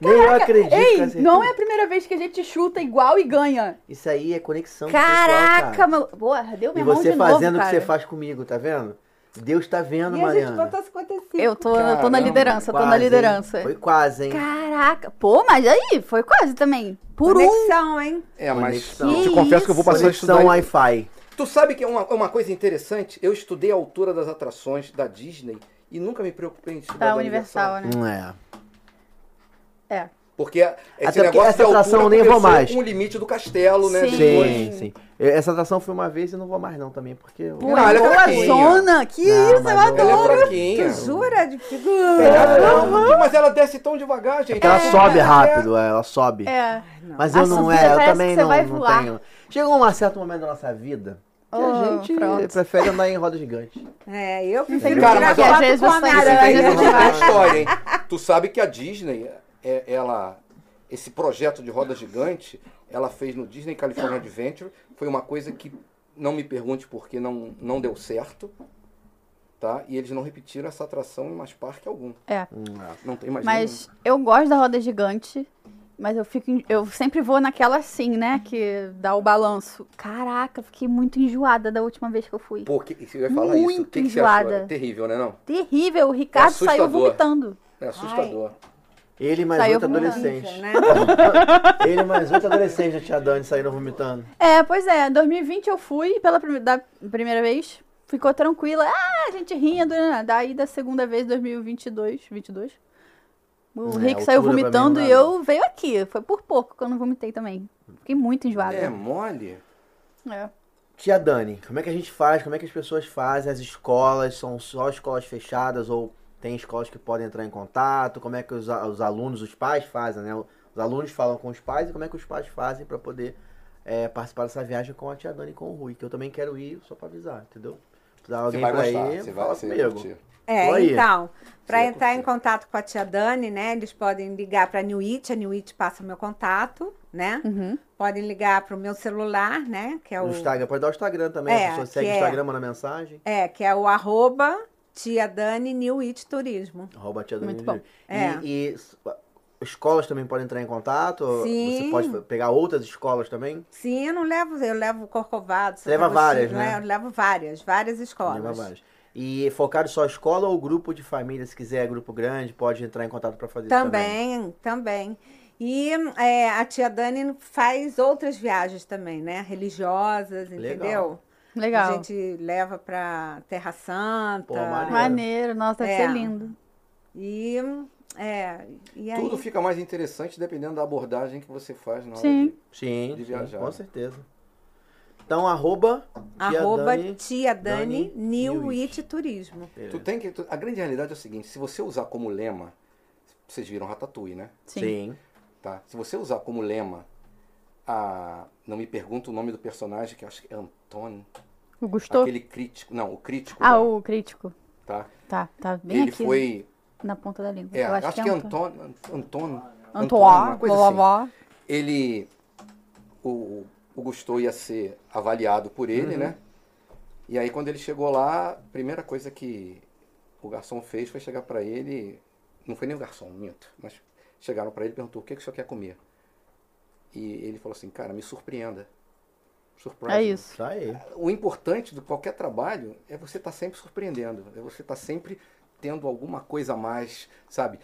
[SPEAKER 2] nem eu acredito.
[SPEAKER 1] Ei,
[SPEAKER 2] que acertei.
[SPEAKER 1] não é a primeira vez que a gente chuta igual e ganha.
[SPEAKER 2] Isso aí é conexão pessoal,
[SPEAKER 1] Caraca,
[SPEAKER 2] cara.
[SPEAKER 1] meu. Porra, deu
[SPEAKER 2] E
[SPEAKER 1] minha mão
[SPEAKER 2] você
[SPEAKER 1] de
[SPEAKER 2] fazendo
[SPEAKER 1] novo,
[SPEAKER 2] o que
[SPEAKER 1] cara.
[SPEAKER 2] você faz comigo, tá vendo? Deus tá vendo,
[SPEAKER 4] E a gente
[SPEAKER 2] Mariana.
[SPEAKER 4] botou 55.
[SPEAKER 1] Eu tô, eu tô na
[SPEAKER 3] Caramba,
[SPEAKER 1] liderança, tô na
[SPEAKER 2] Quase, hein?
[SPEAKER 1] liderança.
[SPEAKER 2] Foi quase, hein?
[SPEAKER 1] Caraca. Pô, mas aí, foi quase também. Por um.
[SPEAKER 4] Conexão, hein?
[SPEAKER 3] É, mas
[SPEAKER 2] Conexão.
[SPEAKER 3] eu te
[SPEAKER 1] Que
[SPEAKER 3] confesso que eu vou passar a estudar.
[SPEAKER 2] Conexão Wi-Fi.
[SPEAKER 3] Tu sabe que é uma, uma coisa interessante? Eu estudei a altura das atrações da Disney e nunca me preocupei em estudar
[SPEAKER 1] Tá
[SPEAKER 3] da
[SPEAKER 1] universal, né?
[SPEAKER 2] Não é.
[SPEAKER 1] É.
[SPEAKER 3] Porque esse
[SPEAKER 2] porque
[SPEAKER 3] negócio
[SPEAKER 2] essa
[SPEAKER 3] de altura
[SPEAKER 2] atração eu nem vou
[SPEAKER 3] começou
[SPEAKER 2] mais.
[SPEAKER 3] com o limite do castelo, né?
[SPEAKER 1] Sim.
[SPEAKER 3] Depois.
[SPEAKER 2] É. Sim, sim. Eu- Essa atração foi uma vez e não vou mais não também, porque... eu-
[SPEAKER 3] Não, ela é fraquinha.
[SPEAKER 1] zona, que
[SPEAKER 2] Não,
[SPEAKER 1] isso, eu
[SPEAKER 2] mas
[SPEAKER 1] adoro.
[SPEAKER 3] Ela é fraquinha.
[SPEAKER 4] Tu jura de
[SPEAKER 3] Tem
[SPEAKER 4] figura?
[SPEAKER 3] nada, não. Mas ela desce tão devagar, gente.
[SPEAKER 2] Porque ela sobe rápido, é, ela sobe.
[SPEAKER 1] tá É.
[SPEAKER 2] Mas eu
[SPEAKER 1] A
[SPEAKER 2] não
[SPEAKER 1] Sofia
[SPEAKER 2] é, eu
[SPEAKER 1] parece
[SPEAKER 2] também
[SPEAKER 1] que você
[SPEAKER 2] não,
[SPEAKER 1] vai
[SPEAKER 2] não
[SPEAKER 1] voar.
[SPEAKER 2] tenho. Chegou um certo momento da nossa vida que a
[SPEAKER 1] Oh,
[SPEAKER 2] gente
[SPEAKER 1] pronto.
[SPEAKER 2] prefere andar em roda gigante.
[SPEAKER 4] É, eu prefiro
[SPEAKER 3] Cara,
[SPEAKER 4] tirar
[SPEAKER 3] mas ó,
[SPEAKER 4] foto
[SPEAKER 1] às vezes
[SPEAKER 4] com a
[SPEAKER 1] você-
[SPEAKER 3] Você tá
[SPEAKER 1] Aranha.
[SPEAKER 4] Homem-Aranha.
[SPEAKER 3] enrolando a história, hein? Tu sabe que a Disney, é- ela, esse projeto de roda gigante, ela fez no Disney California Adventure. Foi uma coisa que, não me pergunte por que não, não deu certo. Tá? E eles não repetiram essa atração em mais parque algum.
[SPEAKER 1] É.
[SPEAKER 3] Não tem mais
[SPEAKER 1] Mas eu gosto da roda gigante. Mas eu fico. en- Eu sempre vou naquela assim, né? Que dá o balanço. Caraca, fiquei muito enjoada da última vez que eu fui.
[SPEAKER 3] Pô, que, você vai falar isso? O
[SPEAKER 1] Muito
[SPEAKER 3] que, que você achou?
[SPEAKER 1] enjoada.
[SPEAKER 3] É terrível, né? Não?
[SPEAKER 1] Terrível, o
[SPEAKER 2] É
[SPEAKER 1] Ricardo saiu
[SPEAKER 3] assustador.
[SPEAKER 1] vomitando.
[SPEAKER 3] É assustador.
[SPEAKER 2] Ele mais
[SPEAKER 1] Saiu
[SPEAKER 2] oito
[SPEAKER 1] vomitando.
[SPEAKER 2] adolescentes.
[SPEAKER 4] Né?
[SPEAKER 2] Ele mais oito adolescentes, a tia Dani saindo vomitando.
[SPEAKER 1] É, pois é, em 2020 eu fui pela prime- da primeira vez, ficou tranquila. Ah, a gente rindo, né? daí da segunda vez, 2022, 22. O
[SPEAKER 2] É,
[SPEAKER 1] Rick saiu
[SPEAKER 2] altura pra mim
[SPEAKER 1] vomitando
[SPEAKER 2] não
[SPEAKER 1] e
[SPEAKER 2] dá,
[SPEAKER 1] eu veio aqui. Foi por pouco que eu não vomitei também. Fiquei muito enjoada.
[SPEAKER 3] É mole?
[SPEAKER 1] É.
[SPEAKER 2] Tia Dani, como é que a gente faz? Como é que as pessoas fazem? As escolas são só escolas fechadas ou tem escolas que podem entrar em contato? Como é que os, a- os alunos, os pais fazem, né? Os alunos falam com os pais e como é que os pais fazem para poder é, participar dessa viagem com a tia Dani e com o Rui? Que eu também quero ir só para avisar, entendeu? Se dá
[SPEAKER 3] Você
[SPEAKER 2] alguém
[SPEAKER 3] vai
[SPEAKER 2] pra
[SPEAKER 3] gostar.
[SPEAKER 2] ir,
[SPEAKER 3] Você vai,
[SPEAKER 2] fala
[SPEAKER 3] você vai
[SPEAKER 2] comigo.
[SPEAKER 3] curtir.
[SPEAKER 2] Tô
[SPEAKER 4] É,
[SPEAKER 2] aí.
[SPEAKER 4] então, para
[SPEAKER 3] ia
[SPEAKER 4] entrar em
[SPEAKER 3] curtir.
[SPEAKER 4] contato com a tia Dani, né? Eles podem ligar para a Newit, a Newit passa o meu contato, né?
[SPEAKER 1] Uhum.
[SPEAKER 4] Podem ligar para o meu celular, né? Que é o
[SPEAKER 2] No Instagram, pode dar o Instagram também.
[SPEAKER 4] É,
[SPEAKER 2] a pessoa segue
[SPEAKER 4] que
[SPEAKER 2] o
[SPEAKER 4] é-
[SPEAKER 2] Instagram, manda mensagem.
[SPEAKER 4] é, que é o arroba tia Dani Newit Turismo.
[SPEAKER 2] Arroba tia Dani
[SPEAKER 1] Muito
[SPEAKER 2] Vivi.
[SPEAKER 1] bom.
[SPEAKER 2] E,
[SPEAKER 4] É.
[SPEAKER 2] e s- escolas também podem entrar em contato?
[SPEAKER 4] Sim.
[SPEAKER 2] Você pode pegar outras escolas também?
[SPEAKER 4] Sim, eu não levo, eu levo Corcovado, Santo
[SPEAKER 2] leva várias,
[SPEAKER 4] Agostinho,
[SPEAKER 2] né?
[SPEAKER 4] Eu levo várias, várias escolas.
[SPEAKER 2] Lembra várias. E focado só escola ou grupo de família, se quiser, grupo grande, pode entrar em contato para fazer isso também.
[SPEAKER 4] Também, também. E é, a tia Dani faz outras viagens também, né? Religiosas,
[SPEAKER 2] Legal.
[SPEAKER 4] entendeu? A
[SPEAKER 1] Legal.
[SPEAKER 4] gente leva pra Terra Santa.
[SPEAKER 2] Pô, maneiro.
[SPEAKER 1] Maneiro, nossa, deve
[SPEAKER 4] É.
[SPEAKER 1] ser lindo.
[SPEAKER 4] E é, e aí
[SPEAKER 3] Tudo fica mais interessante dependendo da abordagem que você faz na hora.
[SPEAKER 1] Sim.
[SPEAKER 3] de-
[SPEAKER 2] Sim, sim,
[SPEAKER 3] De viajar, né?
[SPEAKER 2] com certeza. Então, arroba, tia
[SPEAKER 4] arroba
[SPEAKER 2] Dani.
[SPEAKER 4] tia Dani,
[SPEAKER 2] Dani
[SPEAKER 4] New
[SPEAKER 2] It.
[SPEAKER 4] It Turismo.
[SPEAKER 3] Tu tem que, tu- a grande realidade é o seguinte, se você usar como lema, vocês viram Ratatouille, né?
[SPEAKER 1] Sim.
[SPEAKER 2] Sim.
[SPEAKER 3] Tá? Se você usar como lema a... Não me pergunta o nome do personagem, que eu acho que é Antônio.
[SPEAKER 1] O Gustavo?
[SPEAKER 3] Aquele crítico. Não, o crítico.
[SPEAKER 1] Ah,
[SPEAKER 3] né?
[SPEAKER 1] o crítico.
[SPEAKER 3] tá?
[SPEAKER 1] Tá, tá bem
[SPEAKER 3] Ele
[SPEAKER 1] aqui
[SPEAKER 3] foi.
[SPEAKER 1] na ponta da língua.
[SPEAKER 3] É,
[SPEAKER 1] eu
[SPEAKER 3] acho, que é
[SPEAKER 1] Anto-
[SPEAKER 3] Antônio. Antônio.
[SPEAKER 1] Antoine,
[SPEAKER 3] uma coisa
[SPEAKER 1] blá,
[SPEAKER 3] assim.
[SPEAKER 1] blá, blá.
[SPEAKER 3] ele o, o Gusteau ia ser avaliado por ele, né? E aí quando ele chegou lá, a primeira coisa que o garçom fez foi chegar pra ele, não foi nem o garçom, minto, mas chegaram pra ele e perguntou: "O que que o senhor quer comer?" E ele falou assim: "Cara, me surpreenda." Surprise. né?
[SPEAKER 1] É
[SPEAKER 3] me
[SPEAKER 1] isso.
[SPEAKER 2] Isso aí.
[SPEAKER 3] o importante de qualquer trabalho é você estar sempre surpreendendo, é você estar sempre tendo alguma coisa a mais, sabe?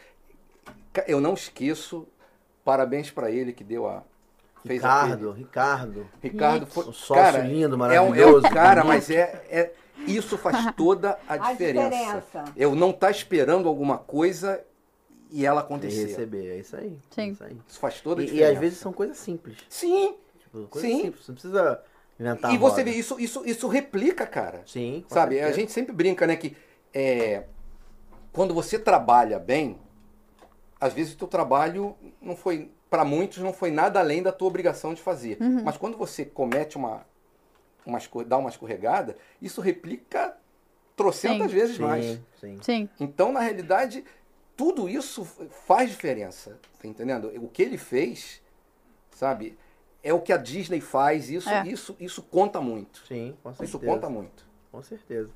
[SPEAKER 3] Ca- Eu não esqueço, parabéns pra ele que deu a. Fez a-
[SPEAKER 2] Ricardo, Ricardo.
[SPEAKER 3] Ricardo foi.
[SPEAKER 2] Um sócio
[SPEAKER 3] cara,
[SPEAKER 2] lindo,
[SPEAKER 3] é um, é um
[SPEAKER 2] maravilhoso,
[SPEAKER 3] cara,
[SPEAKER 2] bonito.
[SPEAKER 3] mas é, é- Isso faz toda a
[SPEAKER 4] A
[SPEAKER 3] diferença.
[SPEAKER 4] diferença.
[SPEAKER 3] Eu não estar esperando alguma coisa e ela
[SPEAKER 2] E
[SPEAKER 3] acontecer.
[SPEAKER 2] receber, é isso aí.
[SPEAKER 1] Sim.
[SPEAKER 2] é isso aí.
[SPEAKER 3] Isso faz toda a
[SPEAKER 2] E, e
[SPEAKER 3] diferença.
[SPEAKER 2] às vezes são coisas simples.
[SPEAKER 3] Sim!
[SPEAKER 2] Tipo, coisas
[SPEAKER 3] Sim.
[SPEAKER 2] simples. Não precisa inventar
[SPEAKER 3] e você
[SPEAKER 2] Tá roda.
[SPEAKER 3] vê, isso, isso, isso replica, cara.
[SPEAKER 2] Sim, com
[SPEAKER 3] Sabe, a
[SPEAKER 2] certeza.
[SPEAKER 3] gente sempre brinca, né, que é, quando você trabalha bem, às vezes o teu trabalho não foi, para muitos, não foi nada além da tua obrigação de fazer. Mas quando você comete uma, uma esco- dá uma escorregada, isso replica trocentas
[SPEAKER 1] Sim.
[SPEAKER 3] vezes mais.
[SPEAKER 2] Sim, sim.
[SPEAKER 1] Sim.
[SPEAKER 3] Então, na realidade, tudo isso faz diferença, tá entendendo? O que ele fez, sabe, é o que a Disney faz, isso,
[SPEAKER 1] É.
[SPEAKER 3] isso, isso conta muito.
[SPEAKER 2] Sim, com certeza.
[SPEAKER 3] Isso conta muito.
[SPEAKER 2] Com certeza.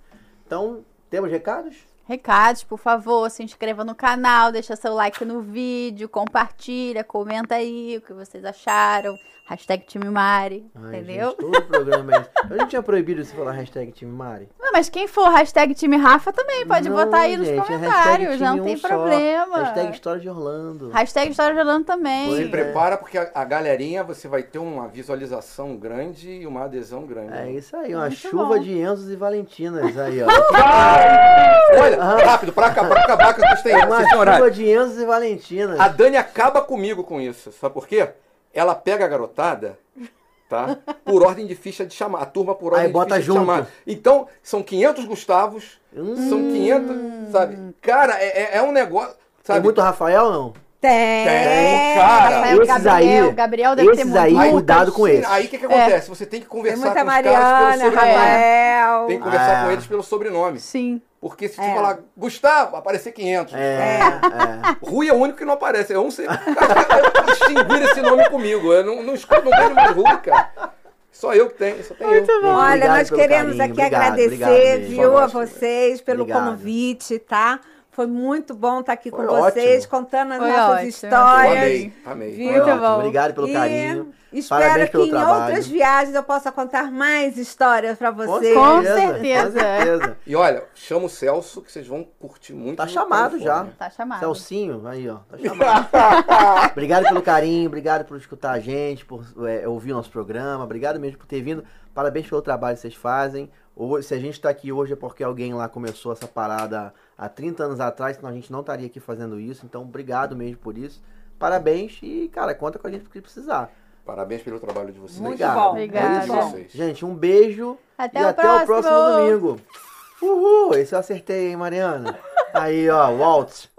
[SPEAKER 2] Então, temos recados?
[SPEAKER 1] Recados, por favor, se inscreva no canal, deixa seu like no vídeo, compartilha, comenta aí o que vocês acharam. Hashtag time Mari,
[SPEAKER 2] Ai,
[SPEAKER 1] entendeu?
[SPEAKER 2] gente, todo programa é isso. Eu não tinha proibido você falar hashtag time Mari.
[SPEAKER 1] Não, mas quem for hashtag time Rafa também pode
[SPEAKER 2] Não,
[SPEAKER 1] botar aí
[SPEAKER 2] gente, é
[SPEAKER 1] nos
[SPEAKER 2] hashtag
[SPEAKER 1] comentários,
[SPEAKER 2] time
[SPEAKER 1] não
[SPEAKER 2] um
[SPEAKER 1] tem
[SPEAKER 2] só.
[SPEAKER 1] problema.
[SPEAKER 2] Hashtag história de Orlando.
[SPEAKER 1] Hashtag História de Orlando também.
[SPEAKER 2] Pois
[SPEAKER 3] Se
[SPEAKER 2] é.
[SPEAKER 3] prepara porque a, a galerinha você vai ter uma visualização grande e uma adesão grande.
[SPEAKER 2] É isso aí, uma
[SPEAKER 1] Muito
[SPEAKER 2] chuva
[SPEAKER 1] bom.
[SPEAKER 2] de Enzos e Valentinas aí, ó.
[SPEAKER 3] Olha, rápido, pra, acabar- pra acabar que vocês têm,
[SPEAKER 2] Ah. uma
[SPEAKER 3] vocês têm horário.
[SPEAKER 2] chuva de Enzos e Valentinas.
[SPEAKER 3] A Dani acaba comigo com isso, sabe por quê? Ela pega a garotada, tá? Por ordem de ficha de chamar, a turma por ordem
[SPEAKER 2] Aí
[SPEAKER 3] de
[SPEAKER 2] bota
[SPEAKER 3] ficha
[SPEAKER 2] junto.
[SPEAKER 3] de chamar. Então, são 500 Gustavos,
[SPEAKER 2] Hum,
[SPEAKER 3] são 500, sabe? Cara, é, é- é um negócio,
[SPEAKER 2] Tem
[SPEAKER 3] sabe?
[SPEAKER 2] muito Rafael, não?
[SPEAKER 4] Tem,
[SPEAKER 3] Tem, cara.
[SPEAKER 1] Rafael,
[SPEAKER 2] Esses
[SPEAKER 1] Gabriel,
[SPEAKER 2] aí-
[SPEAKER 1] Gabriel deve ter
[SPEAKER 2] esses
[SPEAKER 1] muito.
[SPEAKER 2] aí,
[SPEAKER 1] Lucas.
[SPEAKER 2] cuidado com eles.
[SPEAKER 3] Aí o que, que acontece? Você tem que
[SPEAKER 4] É. Tem
[SPEAKER 3] conversar
[SPEAKER 4] muita
[SPEAKER 3] com os caras
[SPEAKER 4] Mariana,
[SPEAKER 3] pelo sobrenome.
[SPEAKER 4] Rafael.
[SPEAKER 3] Tem que conversar
[SPEAKER 2] Ah.
[SPEAKER 3] com eles pelo sobrenome.
[SPEAKER 1] Sim.
[SPEAKER 3] Porque se tu
[SPEAKER 4] É.
[SPEAKER 3] falar Gustavo, vai aparecer 500.
[SPEAKER 2] É, é.
[SPEAKER 3] Rui é o único que não aparece. Eu não sei. Extinguir esse nome comigo. Eu não, não escuto, não vejo mais Rui, cara. Só eu que tenho, só tenho eu.
[SPEAKER 2] Gente,
[SPEAKER 4] Olha,
[SPEAKER 2] obrigado
[SPEAKER 4] nós
[SPEAKER 2] pelo
[SPEAKER 4] queremos
[SPEAKER 2] carinho,
[SPEAKER 4] aqui
[SPEAKER 2] obrigado,
[SPEAKER 4] agradecer,
[SPEAKER 2] obrigado mesmo.
[SPEAKER 4] viu, a
[SPEAKER 3] Gosto.
[SPEAKER 4] vocês pelo
[SPEAKER 2] Obrigado.
[SPEAKER 4] convite, tá? Foi muito bom estar aqui
[SPEAKER 2] Foi
[SPEAKER 4] com vocês,
[SPEAKER 2] ótimo.
[SPEAKER 4] contando as
[SPEAKER 1] Foi
[SPEAKER 4] nossas
[SPEAKER 1] ótimo.
[SPEAKER 3] Eu
[SPEAKER 4] histórias.
[SPEAKER 3] amei, amei.
[SPEAKER 1] Viu? Muito bom.
[SPEAKER 2] Obrigado pelo
[SPEAKER 4] E
[SPEAKER 2] carinho.
[SPEAKER 4] Espero
[SPEAKER 2] Parabéns
[SPEAKER 4] que
[SPEAKER 2] pelo
[SPEAKER 4] em
[SPEAKER 2] trabalho.
[SPEAKER 4] outras viagens eu possa contar mais histórias para vocês.
[SPEAKER 1] certeza.
[SPEAKER 2] Com
[SPEAKER 1] certeza.
[SPEAKER 2] certeza.
[SPEAKER 3] E olha, chama o Celso que vocês vão curtir muito.
[SPEAKER 2] Tá
[SPEAKER 3] no
[SPEAKER 2] chamado
[SPEAKER 3] telefone.
[SPEAKER 2] já.
[SPEAKER 1] Tá chamado.
[SPEAKER 2] Celcinho, aí, ó. Tá chamado. obrigado pelo carinho, obrigado por escutar a gente, por é, ouvir o nosso programa. Obrigado mesmo por ter vindo. Parabéns pelo trabalho que vocês fazem. Hoje, se a gente tá aqui hoje é porque alguém lá começou essa parada há 30 anos atrás, senão a gente não estaria aqui fazendo isso. Então, obrigado mesmo por isso. Parabéns e, cara, conta com a gente porque precisar.
[SPEAKER 3] Parabéns pelo trabalho de vocês.
[SPEAKER 4] Muito
[SPEAKER 2] Obrigado.
[SPEAKER 4] bom.
[SPEAKER 1] Obrigada.
[SPEAKER 4] Muito bom.
[SPEAKER 2] Gente, um beijo
[SPEAKER 1] Até
[SPEAKER 2] e
[SPEAKER 1] o
[SPEAKER 2] até
[SPEAKER 1] próximo.
[SPEAKER 2] o próximo domingo. Uhul! Esse eu acertei, hein, Mariana? Aí, ó, Waltz.